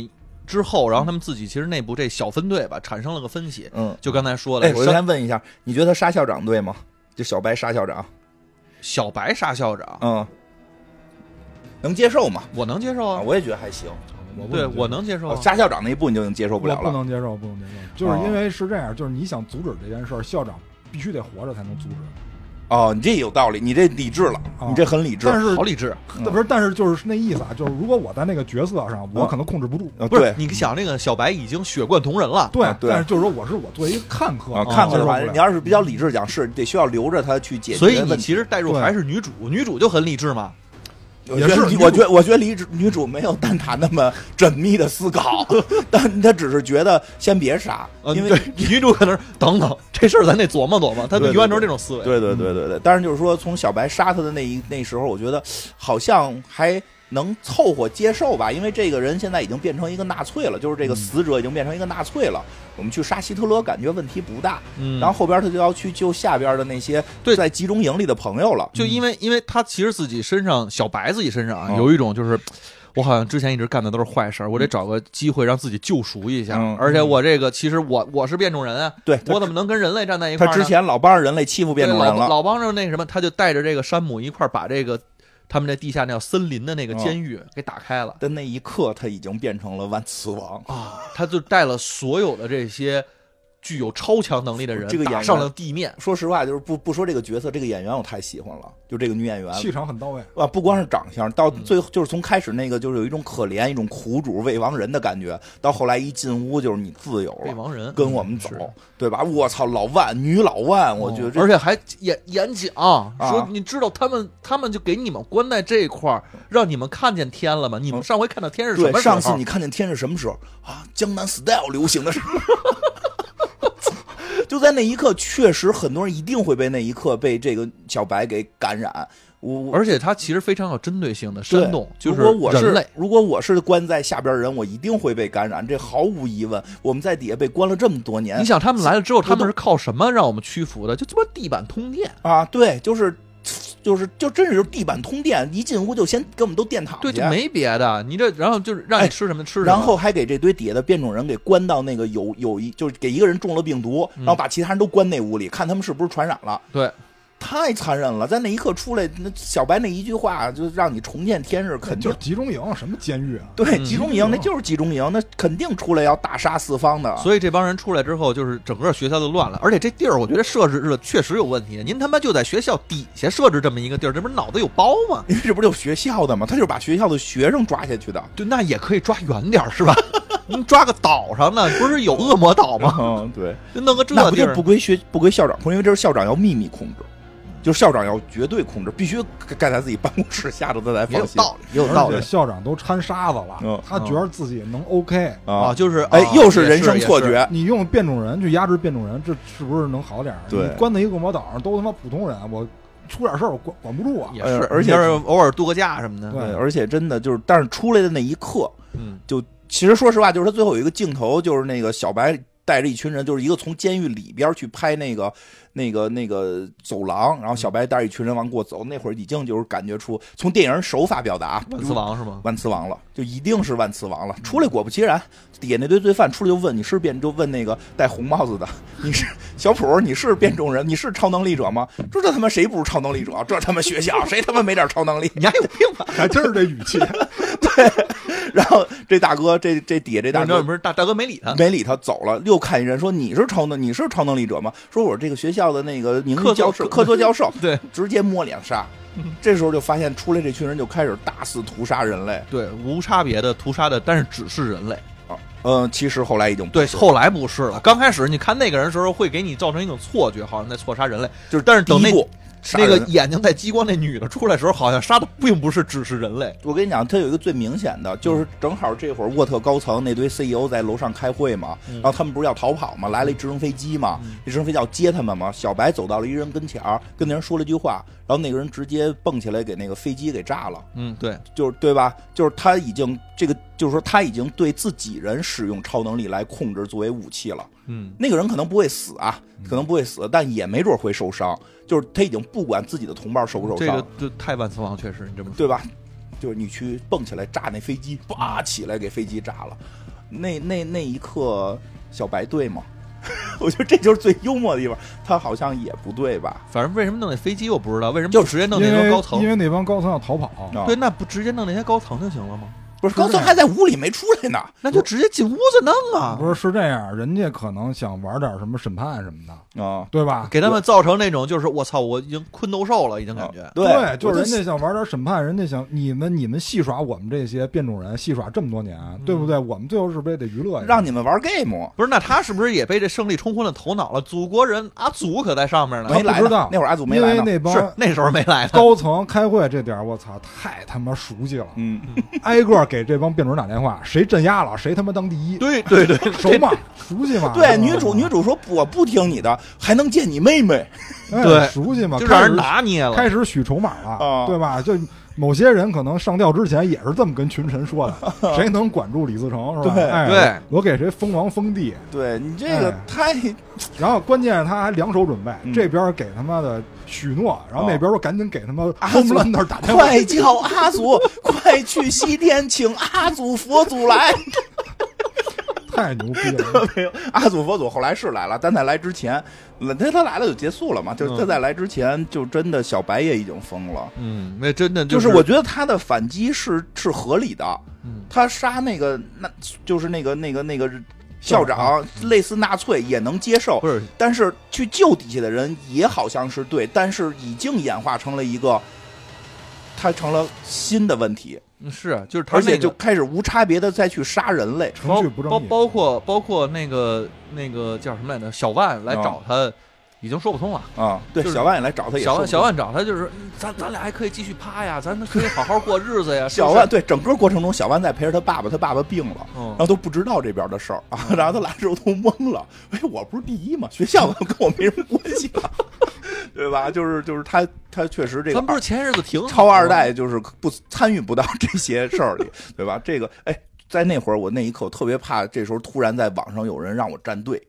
[SPEAKER 2] 之后，然后他们自己其实内部这小分队吧，产生了个分歧。
[SPEAKER 1] 嗯，
[SPEAKER 2] 就刚才说
[SPEAKER 1] 哎，
[SPEAKER 2] 的，
[SPEAKER 1] 我
[SPEAKER 2] 山
[SPEAKER 1] 先问一下，你觉得他杀校长对吗？就小白杀校长，
[SPEAKER 2] 小白杀校长，
[SPEAKER 1] 嗯，能接受吗？
[SPEAKER 2] 我能接受
[SPEAKER 1] 啊，
[SPEAKER 2] 啊，
[SPEAKER 1] 我也觉得还行。
[SPEAKER 3] 我不
[SPEAKER 2] 对
[SPEAKER 3] 能接受
[SPEAKER 2] 我能接受
[SPEAKER 1] 哦
[SPEAKER 2] 啊。
[SPEAKER 1] 杀校长那一步你就已经接受不了哦
[SPEAKER 3] 我不
[SPEAKER 1] 了。
[SPEAKER 3] 能接受，不能接受，就是因为是这样，就是你想阻止这件事儿，校长必须得活着才能阻止。
[SPEAKER 1] 哦，你这有道理，你这理智了，
[SPEAKER 3] 啊
[SPEAKER 1] 你这很理智。
[SPEAKER 3] 但是
[SPEAKER 2] 好理智。
[SPEAKER 1] 嗯
[SPEAKER 3] 不是，但是就是那意思啊，就是如果我在那个角色上，我
[SPEAKER 1] 啊
[SPEAKER 3] 可能控制不住。
[SPEAKER 1] 啊，
[SPEAKER 2] 不是
[SPEAKER 1] 对，
[SPEAKER 2] 你想，那个小白已经血贯同人了，
[SPEAKER 3] 对
[SPEAKER 1] 啊，对
[SPEAKER 3] 但是就是说，我是我哦作为一个看客
[SPEAKER 1] 啊，看看
[SPEAKER 3] 客的
[SPEAKER 1] 的话，
[SPEAKER 3] 话，
[SPEAKER 1] 你要是比较理智讲，是得需要留着他去解决
[SPEAKER 2] 所以
[SPEAKER 1] 问题。
[SPEAKER 2] 你其实代入
[SPEAKER 3] 对
[SPEAKER 2] 还是女主，女主就很理智嘛。
[SPEAKER 1] 我
[SPEAKER 3] 也
[SPEAKER 1] 觉得
[SPEAKER 3] 是
[SPEAKER 1] 你
[SPEAKER 3] 女
[SPEAKER 1] 我
[SPEAKER 3] 主
[SPEAKER 1] 觉得我觉得理智女主没有蛋挞那么缜密的思 考，但她只是觉得先别杀，
[SPEAKER 2] 呃，
[SPEAKER 1] 因为
[SPEAKER 2] 对女主可能是等等这事儿咱得琢磨琢磨，她
[SPEAKER 1] 对对
[SPEAKER 2] 永远都是这种思维。
[SPEAKER 1] 对对对对对，当然就是说，从小白杀他的那一那时候，我觉得好像还能凑合接受吧，因为这个人现在已经变成一个纳粹了，就是这个死者已经变成一个纳粹了。我们去杀希特勒，感觉问题不大。
[SPEAKER 2] 嗯，
[SPEAKER 1] 然后后边他就要去救下边的那些
[SPEAKER 2] 对
[SPEAKER 1] 在集中营里的朋友了。
[SPEAKER 2] 就因为因为她其实自己身上小白自己身上啊
[SPEAKER 1] 嗯
[SPEAKER 2] 有一种就是。我好像之前一直干的都是坏事儿，我得找个机会让自己救赎一下。
[SPEAKER 1] 嗯
[SPEAKER 2] 而且我这个其实我我是变种人啊，
[SPEAKER 1] 对
[SPEAKER 2] 我
[SPEAKER 1] 他
[SPEAKER 2] 怎么能跟人类站在一块
[SPEAKER 1] 他
[SPEAKER 2] 儿呢？
[SPEAKER 1] 之前老帮着人类欺负变种人
[SPEAKER 2] 对老
[SPEAKER 1] 了，
[SPEAKER 2] 老帮着那个什么，他就带着这个山姆一块儿把这个他们那地下那叫森林的那个
[SPEAKER 1] 哦
[SPEAKER 2] 监狱给打开了
[SPEAKER 1] 但那一刻他已经变成了万磁王。
[SPEAKER 2] 啊！他就带了所有的这些具有超强能力的人
[SPEAKER 1] 这个演
[SPEAKER 2] 打
[SPEAKER 1] 员
[SPEAKER 2] 上了地面，
[SPEAKER 1] 说实话，就是不不说这个角色，这个演员我太喜欢了，就这个女演员，
[SPEAKER 3] 气场很到位。
[SPEAKER 1] 啊，不光是长相，到
[SPEAKER 2] 嗯
[SPEAKER 1] 最后就是从开始那个就是有一种可怜、一种苦主未亡人的感觉，到后来一进屋就是你自由
[SPEAKER 2] 被
[SPEAKER 1] 了，
[SPEAKER 2] 亡人嗯
[SPEAKER 1] 跟我们走
[SPEAKER 2] 是，
[SPEAKER 1] 对吧？我操，老万女老万，我觉得
[SPEAKER 2] 哦
[SPEAKER 1] 这、啊
[SPEAKER 2] 而且还演演讲、说，你知道他们他们就给你们关在这一块儿，让你们看见天了吗？你们
[SPEAKER 1] 嗯
[SPEAKER 2] 上回看到天是什么
[SPEAKER 1] 对
[SPEAKER 2] 时
[SPEAKER 1] 上
[SPEAKER 2] 候？
[SPEAKER 1] 次你看见天是什么时候啊？江南 style 流行的时候。 就在那一刻，确实很多人一定会被那一刻被这个小白给感染。我我
[SPEAKER 2] 而且他其实非常有针对性的
[SPEAKER 1] 对
[SPEAKER 2] 煽动，就是
[SPEAKER 1] 如果我
[SPEAKER 2] 人
[SPEAKER 1] 是
[SPEAKER 2] 类。
[SPEAKER 1] 如果我是关在下边儿人，我一定会被感染，这毫无疑问。我们在底下被关了这么多年
[SPEAKER 2] 你，想他们来了之后，
[SPEAKER 1] 都
[SPEAKER 2] 他们是靠什么让我们屈服的？就这么地板通电。
[SPEAKER 1] 啊，对，就是就是就真是地板通电，一进屋就先给我们都电躺
[SPEAKER 2] 对，
[SPEAKER 1] 去
[SPEAKER 2] 就。没别的，你这然后就是让
[SPEAKER 1] 哎
[SPEAKER 2] 你吃什么吃什么，
[SPEAKER 1] 然后还给这堆底下的变种人给关到那个有有一就是给一个人中了病毒，
[SPEAKER 2] 嗯
[SPEAKER 1] 然后把其他人都关那屋里，看他们是不是传染了。
[SPEAKER 2] 对，
[SPEAKER 1] 太残忍了，在那一刻出来，那小白那一句话就让你重见天日，肯定
[SPEAKER 3] 就是集中营，什么监狱啊？
[SPEAKER 1] 对
[SPEAKER 2] 嗯
[SPEAKER 1] 集中营，那就是集中营，那肯定出来要大杀四方的。
[SPEAKER 2] 所以这帮人出来之后，就是整个学校就乱了，而且这地儿我觉得设置的确实有问题。您他妈就在学校底下设置这么一个地儿，这不是脑子有包吗？
[SPEAKER 1] 因为这不就学校的吗？他就是把学校的学生抓下去的。
[SPEAKER 2] 对，那也可以抓远点儿是 吧？您抓个岛上呢，不是有恶魔岛吗？
[SPEAKER 1] 嗯，对，
[SPEAKER 2] 就弄个哦 这
[SPEAKER 1] 那不
[SPEAKER 2] 地
[SPEAKER 1] 就
[SPEAKER 2] 儿
[SPEAKER 1] 不，归学不归校长控制，因为这是校长要秘密控制，就是校长要绝对控制，必须盖在自己办公室下头，他才
[SPEAKER 2] 也有
[SPEAKER 1] 放心。
[SPEAKER 2] 道理，也有道
[SPEAKER 3] 而
[SPEAKER 2] 理
[SPEAKER 3] 且校长都掺沙子
[SPEAKER 1] 嗯
[SPEAKER 3] 了，他觉得自己能 OK。
[SPEAKER 2] 啊！
[SPEAKER 1] 啊，
[SPEAKER 2] 就是
[SPEAKER 1] 哎
[SPEAKER 2] 啊，
[SPEAKER 1] 又是
[SPEAKER 2] 也
[SPEAKER 1] 人生错
[SPEAKER 2] 也是嗯
[SPEAKER 1] 觉，
[SPEAKER 3] 你用变种人去压制变种人，这是不是能好点儿？啊
[SPEAKER 1] 对
[SPEAKER 3] 你关在一个恶魔岛上，都他妈普通人，我出点事儿我管管不住啊！
[SPEAKER 2] 也
[SPEAKER 1] 哎
[SPEAKER 2] 是，
[SPEAKER 1] 而且
[SPEAKER 2] 你要是偶尔度个假什么的，
[SPEAKER 3] 对
[SPEAKER 1] 对，而且真的就是，但是出来的那一刻，
[SPEAKER 2] 嗯，
[SPEAKER 1] 其实说实话，就是他最后有一个镜头，就是那个小白带着一群人，就是一个从监狱里边去拍那个、那个、那个走廊，然后
[SPEAKER 2] 嗯
[SPEAKER 1] 小白带着一群人往过走。那会儿已经就是感觉出从电影手法表达，
[SPEAKER 2] 万磁王是吗？
[SPEAKER 1] 万磁王了，就一定是万磁王了。出来果不其然，底下那堆罪犯出来就问你是变，就问那个戴红帽子的，你是小普，你是变种人，你是超能力者吗？说这他妈谁不是超能力者？这他妈学 校谁他妈没点超能力？
[SPEAKER 2] 你还有病吧？
[SPEAKER 3] 还真是这语气，
[SPEAKER 1] 然后这大哥，这这底下这 大
[SPEAKER 2] 你知道
[SPEAKER 1] 哥
[SPEAKER 2] 不是大大哥没理他，
[SPEAKER 1] 没理他走了，又看一人说你是超能你是超能力者吗？说我是这个学校的那个名誉
[SPEAKER 2] 客座
[SPEAKER 1] 教授，科座教授，
[SPEAKER 2] 对，
[SPEAKER 1] 直接摸脸杀。这时候就发现出来这群人就开始大肆屠杀人类。
[SPEAKER 2] 对，无差别的屠杀的，但是只是人类。
[SPEAKER 1] 嗯，其实后来已经
[SPEAKER 2] 对，
[SPEAKER 1] 后。
[SPEAKER 2] 后来不是了。刚开始你看那个人的时候，会给你造成一种错觉，好像在错杀人类。
[SPEAKER 1] 就是
[SPEAKER 2] 但是等那
[SPEAKER 1] 第一步杀
[SPEAKER 2] 那
[SPEAKER 1] 人
[SPEAKER 2] 个眼睛带激光那女的出来的时候，好像杀的并不是只是人类。
[SPEAKER 1] 我跟你讲，它有一个最明显
[SPEAKER 2] 嗯
[SPEAKER 1] 的，就是正好这会儿沃特高层那堆 CEO 在楼上开会嘛，
[SPEAKER 2] 嗯
[SPEAKER 1] 然后他们不是要逃跑嘛，来了一直升飞机嘛
[SPEAKER 2] 嗯，
[SPEAKER 1] 这直升飞机要接他们嘛，小白走到了一人跟前儿，跟那人说了一句话，然后那个人直接蹦起来给那个飞机给炸了，
[SPEAKER 2] 嗯，对，
[SPEAKER 1] 就是对吧？就是他已经这个，就是说他已经对自己人使用超能力来控制作为武器了。
[SPEAKER 2] 嗯，
[SPEAKER 1] 那个人可能不会死啊，可能不会死，但也没准会受伤，就是他已经不管自己的同伴受不受
[SPEAKER 2] 这
[SPEAKER 1] 伤，
[SPEAKER 2] 个就太万磁王，确实你这么说。
[SPEAKER 1] 对吧？就是你去蹦起来炸那飞机，叭起来给飞机炸了，那那那一刻，小白对吗？ 我觉得这就是最幽默的地方，他好像也不对吧？
[SPEAKER 2] 反正为什么弄那飞机我不知道，为什么
[SPEAKER 1] 就
[SPEAKER 2] 不直接弄
[SPEAKER 3] 因
[SPEAKER 2] 那
[SPEAKER 3] 为
[SPEAKER 2] 些高
[SPEAKER 3] 因
[SPEAKER 2] 层？
[SPEAKER 3] 为那帮高层要逃跑，
[SPEAKER 1] 啊
[SPEAKER 2] 对，那不直接弄那些高层就行了吗？
[SPEAKER 1] 不是高
[SPEAKER 3] 这
[SPEAKER 1] 僧
[SPEAKER 3] 样
[SPEAKER 1] 还在屋里没出来呢，
[SPEAKER 2] 那就直接进屋子弄啊，
[SPEAKER 3] 不是是这样，人家可能想玩点什么审判什么的，
[SPEAKER 1] 啊，
[SPEAKER 3] 对吧？
[SPEAKER 2] 给他们造成那种就是我操，我已经困斗兽
[SPEAKER 1] 啊
[SPEAKER 2] 了，已经感觉。
[SPEAKER 3] 对，
[SPEAKER 1] 我
[SPEAKER 3] 就是人家想玩点审判，人家想你们你们戏耍我们这些变种人，戏耍这么多年，对不对？我们最后是不是也得娱乐一下？
[SPEAKER 1] 让你们玩 game 啊
[SPEAKER 2] 不是，那他是不是也被这胜利冲昏了头脑了？祖国人阿祖可在上面呢，
[SPEAKER 1] 没来
[SPEAKER 3] 不知
[SPEAKER 1] 呢
[SPEAKER 3] 道，
[SPEAKER 1] 那会儿阿祖没
[SPEAKER 3] 因
[SPEAKER 1] 来
[SPEAKER 3] 为
[SPEAKER 1] 呢，
[SPEAKER 3] 那帮
[SPEAKER 2] 是那时候没来呢。
[SPEAKER 3] 高层开会这点儿，我操，太他妈熟悉了，
[SPEAKER 1] 嗯，
[SPEAKER 3] 挨个儿给这帮变种人打电话，谁镇压了，谁他妈当第一，
[SPEAKER 2] 对对对，
[SPEAKER 3] 熟嘛，熟悉 嘛，
[SPEAKER 1] 啊对，
[SPEAKER 3] 吧
[SPEAKER 1] 女主女主说不我不听你的，还能见你妹妹，
[SPEAKER 3] 哎
[SPEAKER 2] 对
[SPEAKER 3] 熟悉嘛，
[SPEAKER 2] 就让人
[SPEAKER 3] 开始
[SPEAKER 2] 拿捏了。
[SPEAKER 3] 开始许筹码
[SPEAKER 1] 啊
[SPEAKER 3] 了，对吧？就某些人可能上吊之前也是这么跟群臣说 的，谁能管住李自成是吧？
[SPEAKER 1] 对
[SPEAKER 3] 哎
[SPEAKER 2] 对
[SPEAKER 3] 我给谁封王封地，
[SPEAKER 1] 对你这个
[SPEAKER 3] 哎
[SPEAKER 1] 太
[SPEAKER 3] 然后关键他还两手准备
[SPEAKER 1] 嗯，
[SPEAKER 3] 这边给他妈的许诺，然后那边说赶紧给他妈
[SPEAKER 1] 啊
[SPEAKER 3] 轰不乱那儿打电话，
[SPEAKER 1] 快叫阿祖， 快去西天请阿祖佛祖来。
[SPEAKER 3] 太牛逼 了！
[SPEAKER 1] 没有，阿祖佛祖后来是来了，但在来之前，他他来了就结束了嘛，就是
[SPEAKER 2] 嗯
[SPEAKER 1] 他在来之前，就真的小白也已经疯了。
[SPEAKER 2] 嗯，那真的
[SPEAKER 1] 就是是我觉得他的反击是是合理的，
[SPEAKER 2] 嗯
[SPEAKER 1] 他杀那个那就是那个那个那个校
[SPEAKER 3] 校
[SPEAKER 1] 长，类似纳粹也能接受
[SPEAKER 2] 不，是
[SPEAKER 1] 但是去救底下的人也好像是对，但是已经演化成了一个，他成了新的问题，
[SPEAKER 2] 嗯是就是他
[SPEAKER 1] 而且
[SPEAKER 2] 那
[SPEAKER 1] 就
[SPEAKER 2] 个
[SPEAKER 1] 开始无差别的再去杀人类。
[SPEAKER 3] 程
[SPEAKER 2] 包
[SPEAKER 3] 序不正
[SPEAKER 2] 包
[SPEAKER 3] 义，
[SPEAKER 2] 包括包括那个那个叫什么来着？小万
[SPEAKER 3] 啊
[SPEAKER 2] 来找他，已经说不通了。
[SPEAKER 1] 啊、对，
[SPEAKER 2] 就是
[SPEAKER 1] 小万也来找他也
[SPEAKER 2] 小
[SPEAKER 1] 说
[SPEAKER 2] 万
[SPEAKER 1] 不
[SPEAKER 2] 小万找他就是，嗯咱咱俩还可以继续趴呀，咱们可以好好过日子呀。是不
[SPEAKER 1] 小
[SPEAKER 2] 是
[SPEAKER 1] 万，对整个过程中，小万在陪着他爸爸，他爸爸病了，
[SPEAKER 2] 嗯
[SPEAKER 1] 然后都不知道这边的事儿啊，然后他来的时候都懵了，哎，我不是第一吗？学校跟我没什么关系 了，对吧？就是就是他他确实这个
[SPEAKER 2] 咱不是前日子挺好
[SPEAKER 1] 超二代
[SPEAKER 2] 吗，
[SPEAKER 1] 就是不参与不到这些事 儿里，对吧？这个哎，在那会儿我那一刻，我特别怕这时候突然在网上有人让我站队，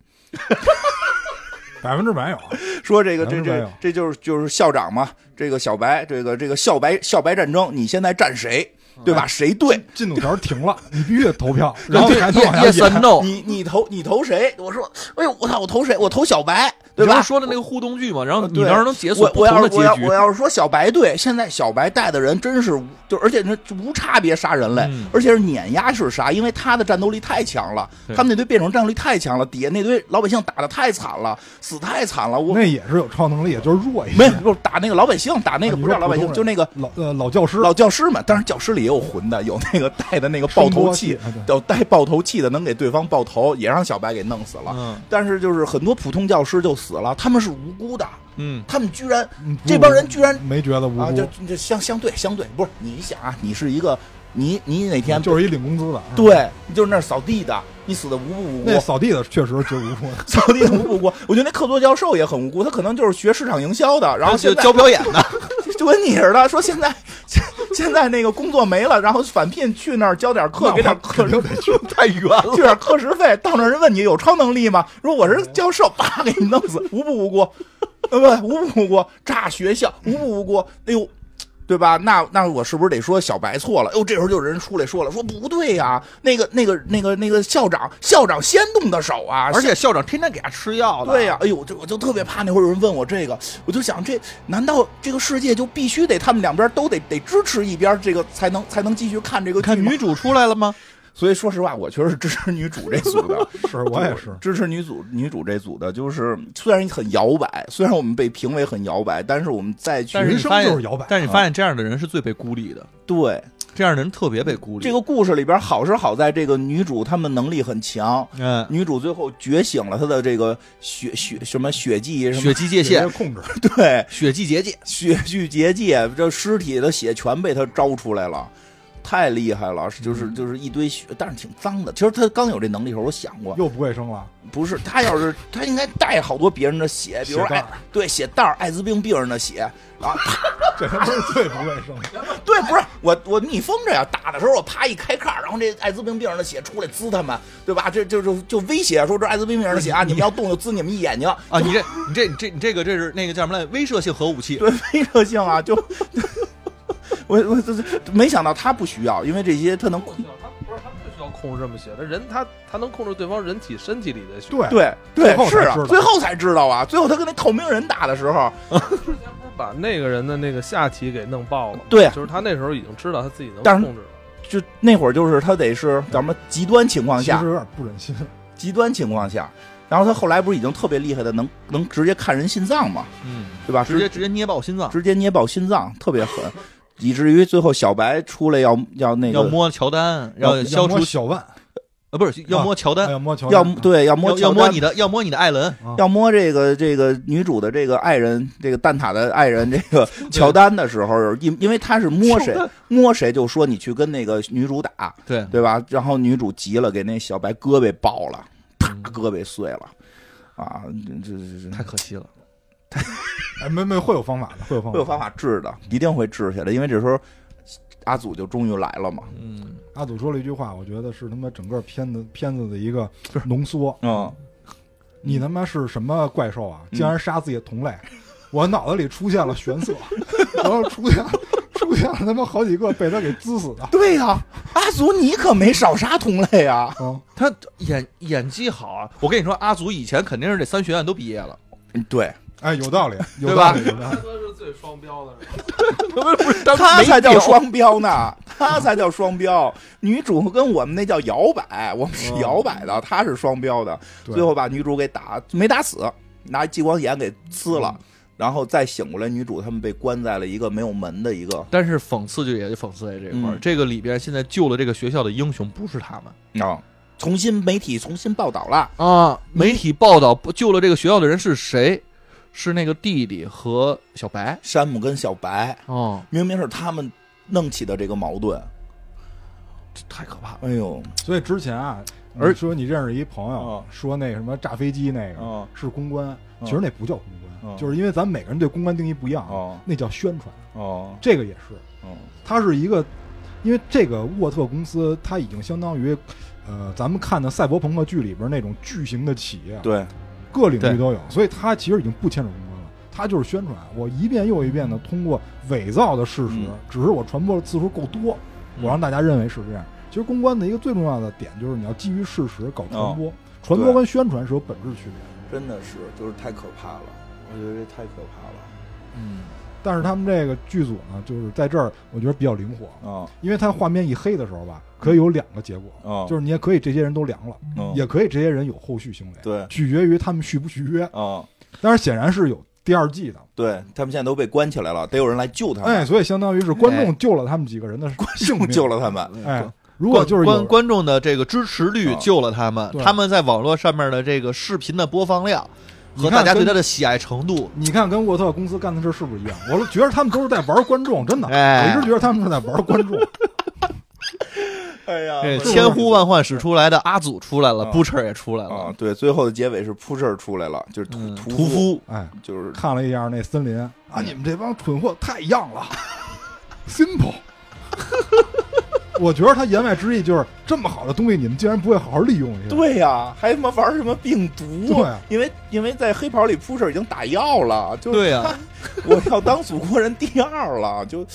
[SPEAKER 3] 百分之百有，
[SPEAKER 1] 说这个这
[SPEAKER 3] 明白
[SPEAKER 1] 这
[SPEAKER 3] 呀
[SPEAKER 1] 这就是就是校长嘛，这个小白，这个这个校白校白战争，你现在站谁？对
[SPEAKER 2] 嗯
[SPEAKER 1] 吧？谁对？
[SPEAKER 3] 进度条停 了，你必须得投票，
[SPEAKER 2] 然后
[SPEAKER 3] 人家还能往下
[SPEAKER 2] 叶叶三
[SPEAKER 3] 演
[SPEAKER 2] no，
[SPEAKER 1] 你你投你投谁？我说，哎呦，我操，我投谁？我投小白，对
[SPEAKER 2] 你不
[SPEAKER 1] 吧
[SPEAKER 2] 是？说的那个互动剧嘛，然后你
[SPEAKER 1] 呃对
[SPEAKER 2] 当时能解锁
[SPEAKER 1] 我
[SPEAKER 2] 不
[SPEAKER 1] 我
[SPEAKER 2] 同
[SPEAKER 1] 要是
[SPEAKER 2] 的结
[SPEAKER 1] 我要
[SPEAKER 2] 局
[SPEAKER 1] 我。要是说小白对，现在小白带的人真是无就而且那无差别杀人类，
[SPEAKER 2] 嗯
[SPEAKER 1] 而且是碾压式杀，因为他的战斗力太强了，
[SPEAKER 2] 对
[SPEAKER 1] 他们那堆变种战斗力太强了，底下那堆老百姓打的太惨了，死太惨了，我
[SPEAKER 3] 那也是有超能力，也就是弱一些。
[SPEAKER 1] 没不是打那个老百姓，打那
[SPEAKER 2] 啊
[SPEAKER 3] 那
[SPEAKER 1] 个不是老百姓，就那个。
[SPEAKER 3] 老呃老教师
[SPEAKER 1] 老教师们，当然教师里也有混的，有那个带的那个爆
[SPEAKER 3] 声
[SPEAKER 1] 头
[SPEAKER 3] 波
[SPEAKER 1] 器
[SPEAKER 3] 器啊，
[SPEAKER 1] 有带爆头器的能给对方爆头，也让小白给弄死了。
[SPEAKER 2] 嗯
[SPEAKER 1] 但是就是很多普通教师就死了，他们是无辜的，
[SPEAKER 2] 嗯，
[SPEAKER 1] 他们居然
[SPEAKER 3] 嗯不
[SPEAKER 1] 这帮人居然
[SPEAKER 3] 没觉得无
[SPEAKER 1] 啊，
[SPEAKER 3] 辜
[SPEAKER 1] 就，就相相对相对，不是你想啊，你是一个你你哪天
[SPEAKER 3] 就是一领工资的。是吧，
[SPEAKER 1] 对，你就是那儿扫地的，你死的无不无辜
[SPEAKER 3] 那，扫地的确实就无 辜。
[SPEAKER 1] 扫地的无不无辜。 我觉得那克多教授也很无辜，他可能就是学市场营销的， 然后
[SPEAKER 2] 就
[SPEAKER 1] 现在
[SPEAKER 2] 教表演 的，
[SPEAKER 1] 就跟你似的，说现在现现在那个工作没了，然后返聘去那儿教点课，给点课
[SPEAKER 3] 肯定得去。
[SPEAKER 2] 太远了。
[SPEAKER 1] 去点课时费，到那儿人问你有超能力吗？如果我是教授，啪给你弄死，无不无辜，呃不无不无辜，炸学校无不无辜，哎呦。对吧？那那我是不是得说小白错了？哎哟，这时候就有人出来说了，说不对呀、那个那个那个那个校长，校长先动的手啊，
[SPEAKER 2] 而且校长天天给他吃药的。
[SPEAKER 1] 对呀、哎呦，这我就特别怕那会儿有人问我这个，我就想这难道这个世界就必须得他们两边都得得支持一边，这个才能才能继续看这个剧
[SPEAKER 2] 看
[SPEAKER 1] 吗
[SPEAKER 2] 女主出来 了吗？
[SPEAKER 1] 所以说实话，我确实是支持女主这组的，
[SPEAKER 3] 是我也是，
[SPEAKER 1] 支持女主女主这组的，就是虽然很摇摆，虽然我们被评为很摇摆， 但是我们再去
[SPEAKER 2] 但是
[SPEAKER 3] 人
[SPEAKER 2] 你
[SPEAKER 3] 生
[SPEAKER 2] 发现
[SPEAKER 3] 就是摇摆
[SPEAKER 2] 但是你发现这样的人是最被孤立的，
[SPEAKER 1] 对
[SPEAKER 2] 这样的人特别被孤立。
[SPEAKER 1] 这个故事里边好是好在这个女主她们能力很强，
[SPEAKER 2] 嗯，
[SPEAKER 1] 女主最后觉醒了她的这个血血什么血迹什么
[SPEAKER 2] 血迹界
[SPEAKER 3] 直接
[SPEAKER 2] 限，
[SPEAKER 3] 控制。
[SPEAKER 1] 对
[SPEAKER 2] 血迹结界，
[SPEAKER 1] 血剧结界，这尸体的血全被他招出来了，太厉害了！
[SPEAKER 2] 嗯
[SPEAKER 1] 就是就是一堆血，但是挺脏的。其实他刚有这能力的时候，我想过，
[SPEAKER 3] 又不卫生了，
[SPEAKER 1] 不是他要是他应该带好多别人的血，比如说
[SPEAKER 3] 血
[SPEAKER 1] 哎
[SPEAKER 3] 袋儿，
[SPEAKER 1] 对血袋儿、艾滋病病人的血啊，
[SPEAKER 3] 这他妈是最不卫生的。
[SPEAKER 1] 对，不是我我密封着呀，打的时候我啪一开盖儿，然后这艾滋病病人的血出来滋他们，对吧？这就就就威胁说这艾滋病病人的血
[SPEAKER 3] 嗯
[SPEAKER 1] 啊，你们要动就滋你们一眼睛，
[SPEAKER 2] 啊！你这你这你这你这个这是那个叫什么来？威慑性核武器。
[SPEAKER 1] 对，威慑性啊，就 我我这这没想到他不需要，因为这些他能
[SPEAKER 5] 不需要他不是他不需要控制这么血，他人他他能控制对方人体身体里的血。
[SPEAKER 3] 对，
[SPEAKER 1] 对对
[SPEAKER 3] 最后
[SPEAKER 1] 是
[SPEAKER 3] 才
[SPEAKER 1] 啊
[SPEAKER 3] 知道，
[SPEAKER 1] 最后才知道啊，最后他跟那透明人打的时候，
[SPEAKER 5] 之前不是把那个人的那个下体给弄爆了吗？
[SPEAKER 1] 对啊
[SPEAKER 5] 就是他那时候已经知道他自己能
[SPEAKER 1] 但是
[SPEAKER 5] 控制了。
[SPEAKER 1] 就那会儿就是他得是咱们极端情况
[SPEAKER 3] 其
[SPEAKER 1] 下
[SPEAKER 3] 实，有点不忍心。
[SPEAKER 1] 极端情况下，然后他后来不是已经特别厉害的，能能直接看人心脏嘛，
[SPEAKER 2] 嗯，
[SPEAKER 1] 对吧？
[SPEAKER 2] 直接直接捏爆心脏，
[SPEAKER 1] 直接捏爆心脏，特别狠，以至于最后小白出来要要那
[SPEAKER 2] 要
[SPEAKER 1] 个
[SPEAKER 2] 摸乔丹，
[SPEAKER 1] 要
[SPEAKER 2] 要消除
[SPEAKER 3] 摸小万，
[SPEAKER 2] 呃不是要摸乔丹，
[SPEAKER 3] 要摸乔
[SPEAKER 1] 要
[SPEAKER 3] 丹
[SPEAKER 1] 对要摸嗯
[SPEAKER 2] 要要
[SPEAKER 1] 乔
[SPEAKER 2] 摸
[SPEAKER 1] 丹
[SPEAKER 2] 你的要摸你的艾 伦，
[SPEAKER 1] 要摸这个这个女主的这个爱人，这个蛋挞的爱人，这 个乔丹的时候，因因为他是摸 谁摸谁就说你去跟那个女主打，
[SPEAKER 2] 对，
[SPEAKER 1] 对吧？然后女主急了，给那小白胳膊爆了，啪，
[SPEAKER 2] 嗯
[SPEAKER 1] 胳膊碎了，啊，这这这
[SPEAKER 2] 太可惜了，
[SPEAKER 3] 哎，没没会有方法的，会有方
[SPEAKER 1] 会有方法治的，一定会治下来，因为这时候阿祖就终于来了嘛，
[SPEAKER 2] 嗯，
[SPEAKER 3] 阿祖说了一句话，我觉得是他妈整个片子片子的一个浓缩。
[SPEAKER 1] 嗯，
[SPEAKER 3] 你他妈是什么怪兽啊？
[SPEAKER 1] 嗯
[SPEAKER 3] 竟然杀自己的同类！我脑子里出现了玄色， 然后出现出现了他妈好几个被他给滋死的
[SPEAKER 1] 对呀、阿祖你可没少杀同类啊，
[SPEAKER 3] 啊！
[SPEAKER 2] 他演演技好啊，我跟你说，阿祖以前肯定是这三学院都毕业 了，
[SPEAKER 1] 对
[SPEAKER 3] 哎，有道理，有
[SPEAKER 2] 对
[SPEAKER 3] 道
[SPEAKER 2] 吧
[SPEAKER 3] 理，有道
[SPEAKER 5] 他
[SPEAKER 3] 理。
[SPEAKER 5] 哥是最双标的人，
[SPEAKER 2] 不是
[SPEAKER 1] 他才叫
[SPEAKER 2] 说，
[SPEAKER 1] 双标呢，他才叫双标。女主跟我们那叫摇摆，我们是摇摆的，他是双标的。
[SPEAKER 3] 对
[SPEAKER 1] 最后把女主给打没打死，拿激光眼给呲了，然后再醒过来，女主他们被关在了一个没有门的一个
[SPEAKER 2] 但是讽刺就也就讽刺在这一块儿，
[SPEAKER 1] 嗯
[SPEAKER 2] 这个里边现在救了这个学校的英雄不是他们
[SPEAKER 1] 啊，重新媒体重新报道了。
[SPEAKER 2] 啊，媒体报道不救了这个学校的人是谁？是那个弟弟和小白
[SPEAKER 1] 山姆跟小白
[SPEAKER 2] 哦，
[SPEAKER 1] 明明是他们弄起的这个矛盾，
[SPEAKER 2] 这太可怕了。
[SPEAKER 1] 哎呦，
[SPEAKER 3] 所以之前啊，
[SPEAKER 2] 而
[SPEAKER 3] 你说你认识一朋友
[SPEAKER 1] 哦，
[SPEAKER 3] 说那个什么炸飞机那个
[SPEAKER 1] 哦
[SPEAKER 3] 是公关，
[SPEAKER 1] 哦
[SPEAKER 3] 其实那不叫公关，
[SPEAKER 1] 哦
[SPEAKER 3] 就是因为咱们每个人对公关定义不一样，
[SPEAKER 1] 哦
[SPEAKER 3] 那叫宣传。
[SPEAKER 1] 哦
[SPEAKER 3] 这个也是，
[SPEAKER 1] 哦，
[SPEAKER 3] 它是一个，因为这个沃特公司，它已经相当于，呃，咱们看的赛博朋克剧里边那种巨型的企业，，啊
[SPEAKER 1] 对，
[SPEAKER 3] 各领域
[SPEAKER 2] 对
[SPEAKER 3] 都有，所以它其实已经不牵扯公关了，它就是宣传，我一遍又一遍的通过伪造的事实，
[SPEAKER 1] 嗯
[SPEAKER 3] 只是我传播的次数够多，我让大家认为是这样。其实公关的一个最重要的点就是你要基于事实搞传播，传播
[SPEAKER 1] 哦对
[SPEAKER 3] 跟宣传是有本质区别的。
[SPEAKER 1] 真的是就是太可怕了，我觉得这太可怕
[SPEAKER 2] 嗯，
[SPEAKER 3] 但是他们这个剧组呢，就是在这儿我觉得比较灵活，
[SPEAKER 1] 了啊。
[SPEAKER 3] 因为它画面一黑的时候吧，可以有两个结果，
[SPEAKER 1] 哦
[SPEAKER 3] 就是你也可以这些人都凉了，
[SPEAKER 1] 嗯
[SPEAKER 3] 也可以这些人有后续行为，
[SPEAKER 1] 对
[SPEAKER 3] 取决于他们续不续约。
[SPEAKER 1] 啊、
[SPEAKER 3] 但是显然是有第二季的，
[SPEAKER 1] 对他们现在都被关起来了，得有人来救他们，
[SPEAKER 3] 哎，所以相当于是观众救了他们几个人的 性命，
[SPEAKER 1] 哎救了他们。
[SPEAKER 3] 哎
[SPEAKER 2] 观。
[SPEAKER 3] 如果就是
[SPEAKER 2] 观
[SPEAKER 3] 有
[SPEAKER 2] 观众的这个支持率
[SPEAKER 1] 啊
[SPEAKER 2] 救了他们，
[SPEAKER 3] 对
[SPEAKER 2] 他们在网络上面的这个视频的播放量
[SPEAKER 3] 你
[SPEAKER 2] 和
[SPEAKER 3] 看
[SPEAKER 2] 大家对
[SPEAKER 3] 跟
[SPEAKER 2] 他的喜爱程度，
[SPEAKER 3] 你看跟沃特公司干的事是不是一样？我是觉得他们都是在玩观众，真的，
[SPEAKER 2] 哎
[SPEAKER 3] 我一直觉得他们是在玩观众。
[SPEAKER 1] 哎呀
[SPEAKER 2] 这
[SPEAKER 3] 是不是
[SPEAKER 2] 千呼万唤始出来的阿祖出来了
[SPEAKER 1] 啊
[SPEAKER 2] ，Butcher 也出来
[SPEAKER 1] 啊
[SPEAKER 2] 了，，
[SPEAKER 1] 对，最后的结尾是扑事儿出来了，就是屠、
[SPEAKER 2] 嗯
[SPEAKER 1] 屠
[SPEAKER 2] 屠夫，
[SPEAKER 3] 哎，
[SPEAKER 1] 就是
[SPEAKER 3] 看了一下那森林啊，
[SPEAKER 1] 嗯
[SPEAKER 3] 你们这帮蠢货太样了 ，simple。我觉得他言外之意就是这么好的东西，你们竟然不会好好利用一下。
[SPEAKER 1] 对呀、还他妈玩什么病毒？
[SPEAKER 3] 对啊
[SPEAKER 1] 因为因为在黑袍里扑事儿已经打药了，就是
[SPEAKER 2] 对呀
[SPEAKER 1] 他 我要当祖国人第二了，就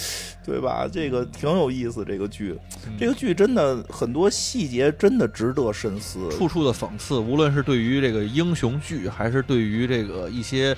[SPEAKER 1] 对吧？这个挺有意思，这个剧，这个剧真的很多细节真的值得深思。
[SPEAKER 2] 处处的讽刺，无论是对于这个英雄剧，还是对于这个一些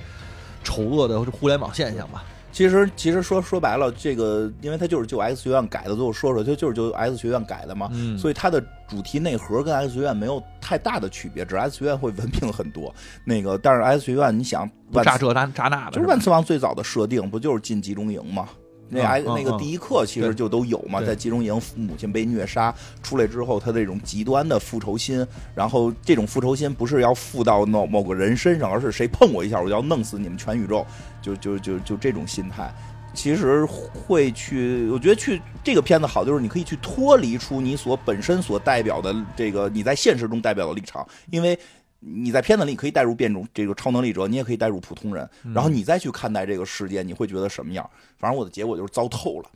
[SPEAKER 2] 丑恶的互联网现象吧，
[SPEAKER 1] 其实其实说说白了，这个因为它就是就 X 学院改的，最后说说它就是就 X 学院改的嘛，
[SPEAKER 2] 嗯
[SPEAKER 1] 啊所以它的主题内核跟 X 学院没有太大的区别，只是 X 学院会文明很多。那个，但是 X 学院，你想万
[SPEAKER 2] 炸
[SPEAKER 1] 磁
[SPEAKER 2] 这炸炸那的，
[SPEAKER 1] 就是万磁王最早的设定不就是进集中营吗？那
[SPEAKER 2] 嗯
[SPEAKER 1] X
[SPEAKER 2] 嗯
[SPEAKER 1] 那个
[SPEAKER 2] 嗯
[SPEAKER 1] 第一课其实
[SPEAKER 2] 对
[SPEAKER 1] 就都有嘛，
[SPEAKER 2] 对
[SPEAKER 1] 在集中营母亲被虐杀出来之后，他这种极端的复仇心，然后这种复仇心不是要附到某某个人身上，而是谁碰我一下，我就要弄死你们全宇宙，就就就就这种心态。其实会去，我觉得去这个片子好，就是你可以去脱离出你所本身所代表的这个你在现实中代表的立场，因为你在片子里可以带入变种这个超能力者，你也可以带入普通人，
[SPEAKER 2] 嗯
[SPEAKER 1] 然后你再去看待这个世界，你会觉得什么样？反正我的结果就是糟透了，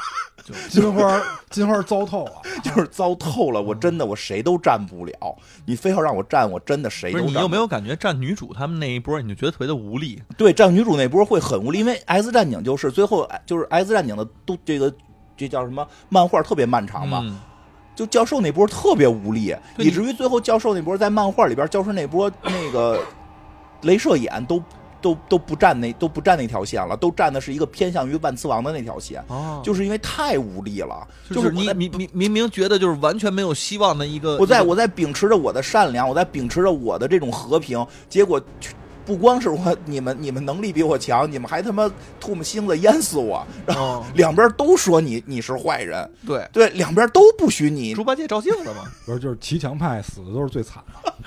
[SPEAKER 3] 金花， 金花糟透了。
[SPEAKER 1] 就是糟透了。我真的我谁都站不了，你非要让我站，我真的谁
[SPEAKER 2] 不
[SPEAKER 1] 都
[SPEAKER 2] 是
[SPEAKER 1] 站
[SPEAKER 2] 你
[SPEAKER 1] 了
[SPEAKER 2] 有没有感觉站女主他们那一波，你就觉得特别的无力？
[SPEAKER 1] 对站女主那波会很无力，因为《X 战警》就是最后就是《X 战警》的都这个这叫什么漫画特别漫长嘛，
[SPEAKER 2] 嗯
[SPEAKER 1] 就教授那波特别无力，
[SPEAKER 2] 对
[SPEAKER 1] 以至于最后教授那波在漫画里边，教授那波那个镭射眼都都都不站那都不站那条线了，都站的是一个偏向于万磁王的那条线，
[SPEAKER 2] 哦，
[SPEAKER 1] 就是因为太无力了，
[SPEAKER 2] 就
[SPEAKER 1] 啊就是
[SPEAKER 2] 你
[SPEAKER 1] 我在
[SPEAKER 2] 你你明明觉得就是完全没有希望的一个，
[SPEAKER 3] 呃
[SPEAKER 1] 我在
[SPEAKER 2] 一个
[SPEAKER 1] 我在秉持着我的善良，我在秉持着我的这种和平，结果去不光是我，你们你们能力比我强，你们还他妈吐沫星子淹死我，然后
[SPEAKER 2] 哦
[SPEAKER 1] 两边都说你你是坏人，
[SPEAKER 2] 对
[SPEAKER 1] 对，两边都不许你
[SPEAKER 2] 猪八戒照镜子嘛，
[SPEAKER 3] 不是就是骑墙派死的都是最惨的，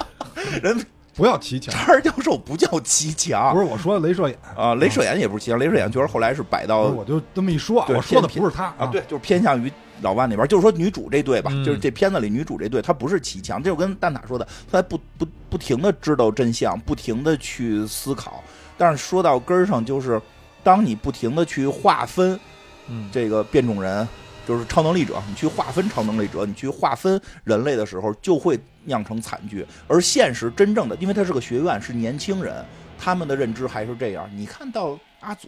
[SPEAKER 1] 人。
[SPEAKER 3] 不要骑墙。
[SPEAKER 1] 查尔教授不叫骑墙，
[SPEAKER 3] 不是我说的雷射眼
[SPEAKER 1] 啊，雷射眼也不是骑墙，雷射眼确实后来是摆
[SPEAKER 3] 不
[SPEAKER 1] 到
[SPEAKER 3] 是我就这么一说啊，
[SPEAKER 1] 对
[SPEAKER 3] 我说的
[SPEAKER 1] 偏
[SPEAKER 3] 不是他
[SPEAKER 1] 啊，对，就是偏向于老万那边，就是说女主这对吧，
[SPEAKER 2] 嗯
[SPEAKER 1] 就是这片子里女主这对，她不是骑墙，这就跟蛋塔说的，她不不不停的知道真相，不停的去思考，但是说到根儿上，就是当你不停的去划分
[SPEAKER 2] 嗯，
[SPEAKER 1] 这个变种人，就是超能力者，你去划分超能力者，你去划分人类的时候，就会酿成惨剧。而现实真正的，因为它是个学院，是年轻人，他们的认知还是这样。你看到阿祖。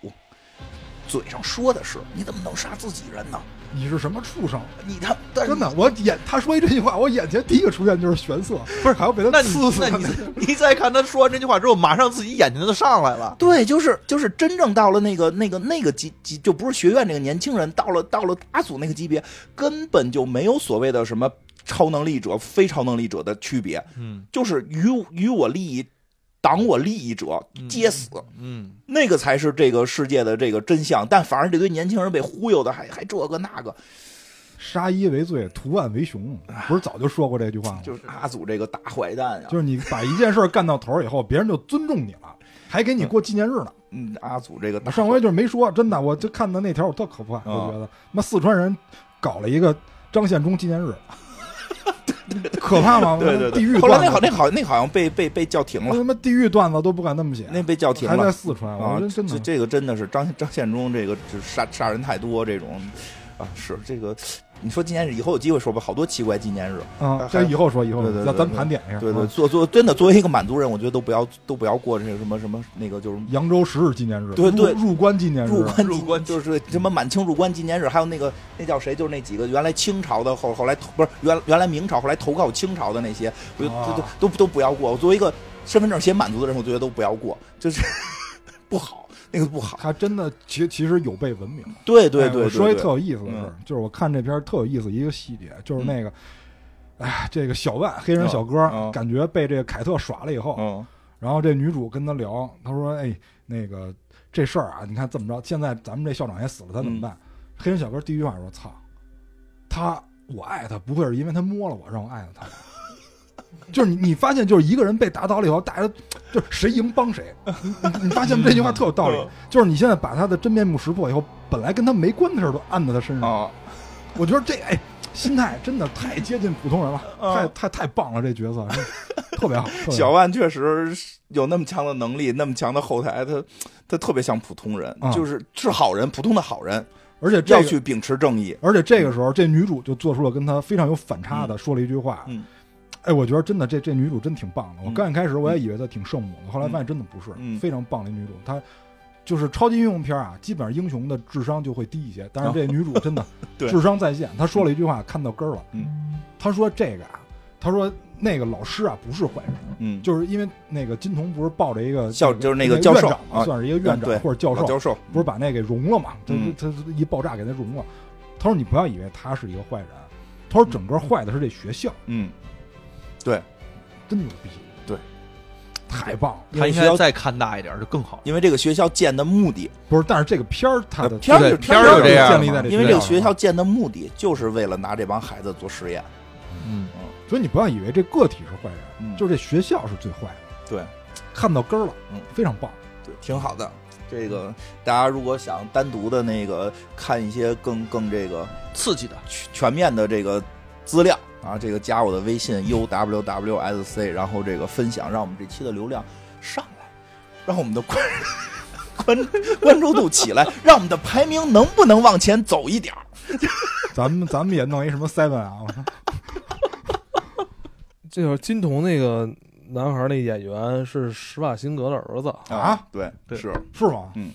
[SPEAKER 1] 嘴上说的是你怎么能杀自己人呢？
[SPEAKER 3] 你是什么畜生？
[SPEAKER 1] 你他但是
[SPEAKER 3] 真的，我眼他说一这句话，我眼前第一个出现就是玄色，不是还要被
[SPEAKER 2] 那
[SPEAKER 3] 他
[SPEAKER 2] 你
[SPEAKER 3] 刺死
[SPEAKER 2] 那
[SPEAKER 3] 的
[SPEAKER 2] 你 你再看他说完这句话之后，马上自己眼睛就上来了，
[SPEAKER 1] 对，就是就是真正到了那个那个那个级级，就不是学院这个年轻人，到了到了阿祖那个级别，根本就没有所谓的什么超能力者、非超能力者的区别，
[SPEAKER 2] 嗯
[SPEAKER 1] 就是与与我利益、挡我利益者皆死。
[SPEAKER 2] 嗯，
[SPEAKER 1] 那个才是这个世界的这个真相，但反而这堆年轻人被忽悠的还还这个那个，
[SPEAKER 3] 杀一为罪，图万为雄，不是早就说过这句话吗？
[SPEAKER 1] 就是阿祖这个大坏蛋呀、啊
[SPEAKER 3] 就是你把一件事儿干到头儿以后，别人就尊重你了，还给你过纪念日呢。
[SPEAKER 1] 嗯，嗯阿祖这个
[SPEAKER 3] 我
[SPEAKER 1] 大
[SPEAKER 3] 上回就是没说，真的，我就看到那条我特可怕，我就觉得那四川人搞了一个张献忠纪念日，可怕吗？
[SPEAKER 1] 对对
[SPEAKER 3] 地
[SPEAKER 1] 对，
[SPEAKER 3] 狱
[SPEAKER 1] 后来那
[SPEAKER 3] 段
[SPEAKER 1] 好
[SPEAKER 3] 子，
[SPEAKER 1] 那好那好像被被被叫停了，
[SPEAKER 3] 他妈地狱段子都不敢那么写，啊
[SPEAKER 1] 那被叫停
[SPEAKER 3] 还
[SPEAKER 1] 了
[SPEAKER 3] 在。四川，
[SPEAKER 1] 啊
[SPEAKER 3] 我真，真
[SPEAKER 1] 这
[SPEAKER 3] 的
[SPEAKER 1] 这个真的是张张献忠这个就杀杀人太多这种，啊是这个，你说纪念日以后有机会说吧，好多奇怪纪念日，
[SPEAKER 3] 啊，这以后说以后
[SPEAKER 1] 对对
[SPEAKER 3] 说，
[SPEAKER 1] 对
[SPEAKER 3] 咱咱
[SPEAKER 1] 对
[SPEAKER 3] 盘点一下。
[SPEAKER 1] 对
[SPEAKER 3] 啊
[SPEAKER 1] 对，做做真的作为一个满族人，我觉得都不要都不要过这个什么什么那个就是
[SPEAKER 3] 扬州十日纪念日，
[SPEAKER 1] 对对
[SPEAKER 3] 入入关纪念日，
[SPEAKER 1] 入关
[SPEAKER 2] 入关
[SPEAKER 1] 就是什么满清入关纪念日，还有那个那叫谁，就是那几个原来清朝的后后来投不是原原来明朝后来投靠清朝的那些，我就
[SPEAKER 3] 啊
[SPEAKER 1] 都都都都不要过。我作为一个身份证写满族的人，我觉得都不要过，就是 不好，那个不好。
[SPEAKER 3] 还真的其其实有悖文明。
[SPEAKER 1] 对对
[SPEAKER 3] 哎
[SPEAKER 1] 对，对
[SPEAKER 3] 我说一
[SPEAKER 1] 对
[SPEAKER 3] 特有意思的事儿
[SPEAKER 1] 嗯，
[SPEAKER 3] 就是我看这片儿特有意思一个细节，就是那个，哎，这个小万黑人小哥
[SPEAKER 1] 嗯嗯
[SPEAKER 3] 感觉被这个凯特耍了以后，
[SPEAKER 1] 嗯
[SPEAKER 3] 然后这女主跟他聊，他说：“哎，那个这事儿啊，你看这么着，现在咱们这校长也死了，他怎么
[SPEAKER 1] 嗯
[SPEAKER 3] 办？”黑人小哥第一句话说：“操，他我爱他，不会是因为他摸了我让我爱了他。” 就是你，你发现就是一个人被打倒了以后，大家就是谁赢帮谁。你你你发现这句话特有道理
[SPEAKER 1] 嗯，
[SPEAKER 3] 就是你现在把他的真面目识破以后，本来跟他没关的事儿都按在他身上。
[SPEAKER 1] 啊
[SPEAKER 3] 我觉得这哎，心态真的太接近普通人了，太太太棒了，这角色真的特别好。特别好
[SPEAKER 1] 嗯 小万确实是有那么强的能力，那么强的后台，他他特别像普通人，
[SPEAKER 3] 啊
[SPEAKER 1] 就是是好人，普通的好人，
[SPEAKER 3] 而且这
[SPEAKER 1] 要
[SPEAKER 3] 个
[SPEAKER 1] 去秉持正义。
[SPEAKER 3] 而且这个时候，这女主就做出了跟她非常有反差的，说了一句话。
[SPEAKER 1] 嗯
[SPEAKER 3] 哎，我觉得真的，这这女主真挺棒的。我
[SPEAKER 1] 嗯
[SPEAKER 3] 刚一开始我也以为她挺圣母的，后来发现真的不是，
[SPEAKER 1] 嗯
[SPEAKER 3] 非常棒的一女主。她就是超级英雄片啊，基本上英雄的智商就会低一些，但是这女主真的
[SPEAKER 1] 对
[SPEAKER 3] 智商在线。她说了一句话，看到根儿了。
[SPEAKER 1] 嗯
[SPEAKER 3] 她说这个啊，她说那个老师啊不是坏人，
[SPEAKER 1] 嗯，
[SPEAKER 3] 就是因为那个金童不是抱着一个
[SPEAKER 1] 校就是那
[SPEAKER 3] 那
[SPEAKER 1] 个教授
[SPEAKER 3] 院长嘛
[SPEAKER 1] 啊
[SPEAKER 3] 算是一个院
[SPEAKER 1] 对
[SPEAKER 3] 长或者教授
[SPEAKER 1] 老，教授
[SPEAKER 3] 不是把那给融了嘛？他
[SPEAKER 1] 嗯
[SPEAKER 3] 他他一爆炸给他融了。他说：“你不要以为他是一个坏人，他说整个坏的是这学校，
[SPEAKER 1] 嗯，
[SPEAKER 3] 真牛逼，
[SPEAKER 1] 对，
[SPEAKER 3] 太棒了。
[SPEAKER 2] 他应该再看大一点就更好。
[SPEAKER 1] 因为这个学校建的目的。
[SPEAKER 3] 不是，但是这个片儿它的
[SPEAKER 1] 呃片儿
[SPEAKER 2] 对
[SPEAKER 1] 就
[SPEAKER 2] 片儿就这样
[SPEAKER 3] 建立
[SPEAKER 2] 嘛
[SPEAKER 3] 在这
[SPEAKER 1] 因为这个学
[SPEAKER 3] 上
[SPEAKER 1] 校建的目的就是为了拿这帮孩子做实验。
[SPEAKER 2] 嗯，
[SPEAKER 3] 所以你不要以为这个体是坏人，
[SPEAKER 1] 嗯
[SPEAKER 3] 就是这学校是最坏的。
[SPEAKER 1] 对
[SPEAKER 3] 看到根儿了，
[SPEAKER 1] 嗯
[SPEAKER 3] 非常棒。
[SPEAKER 1] 对，挺好的。这个大家如果想单独的那个看一些更更这个
[SPEAKER 2] 刺激的，
[SPEAKER 1] 全全面的这个资料啊，这个加我的微信 u w w s c，然后这个分享，让我们这期的流量上来，让我们的关 关关注度起来，让我们的排名能不能往前走一点儿？
[SPEAKER 3] 咱们咱们也弄一什么 seven 啊， 我说
[SPEAKER 5] 这会儿金童那个男孩儿那演员是施瓦辛格的儿子，
[SPEAKER 3] 啊，
[SPEAKER 1] 对，
[SPEAKER 5] 对
[SPEAKER 1] 是
[SPEAKER 3] 是吗？
[SPEAKER 1] 嗯，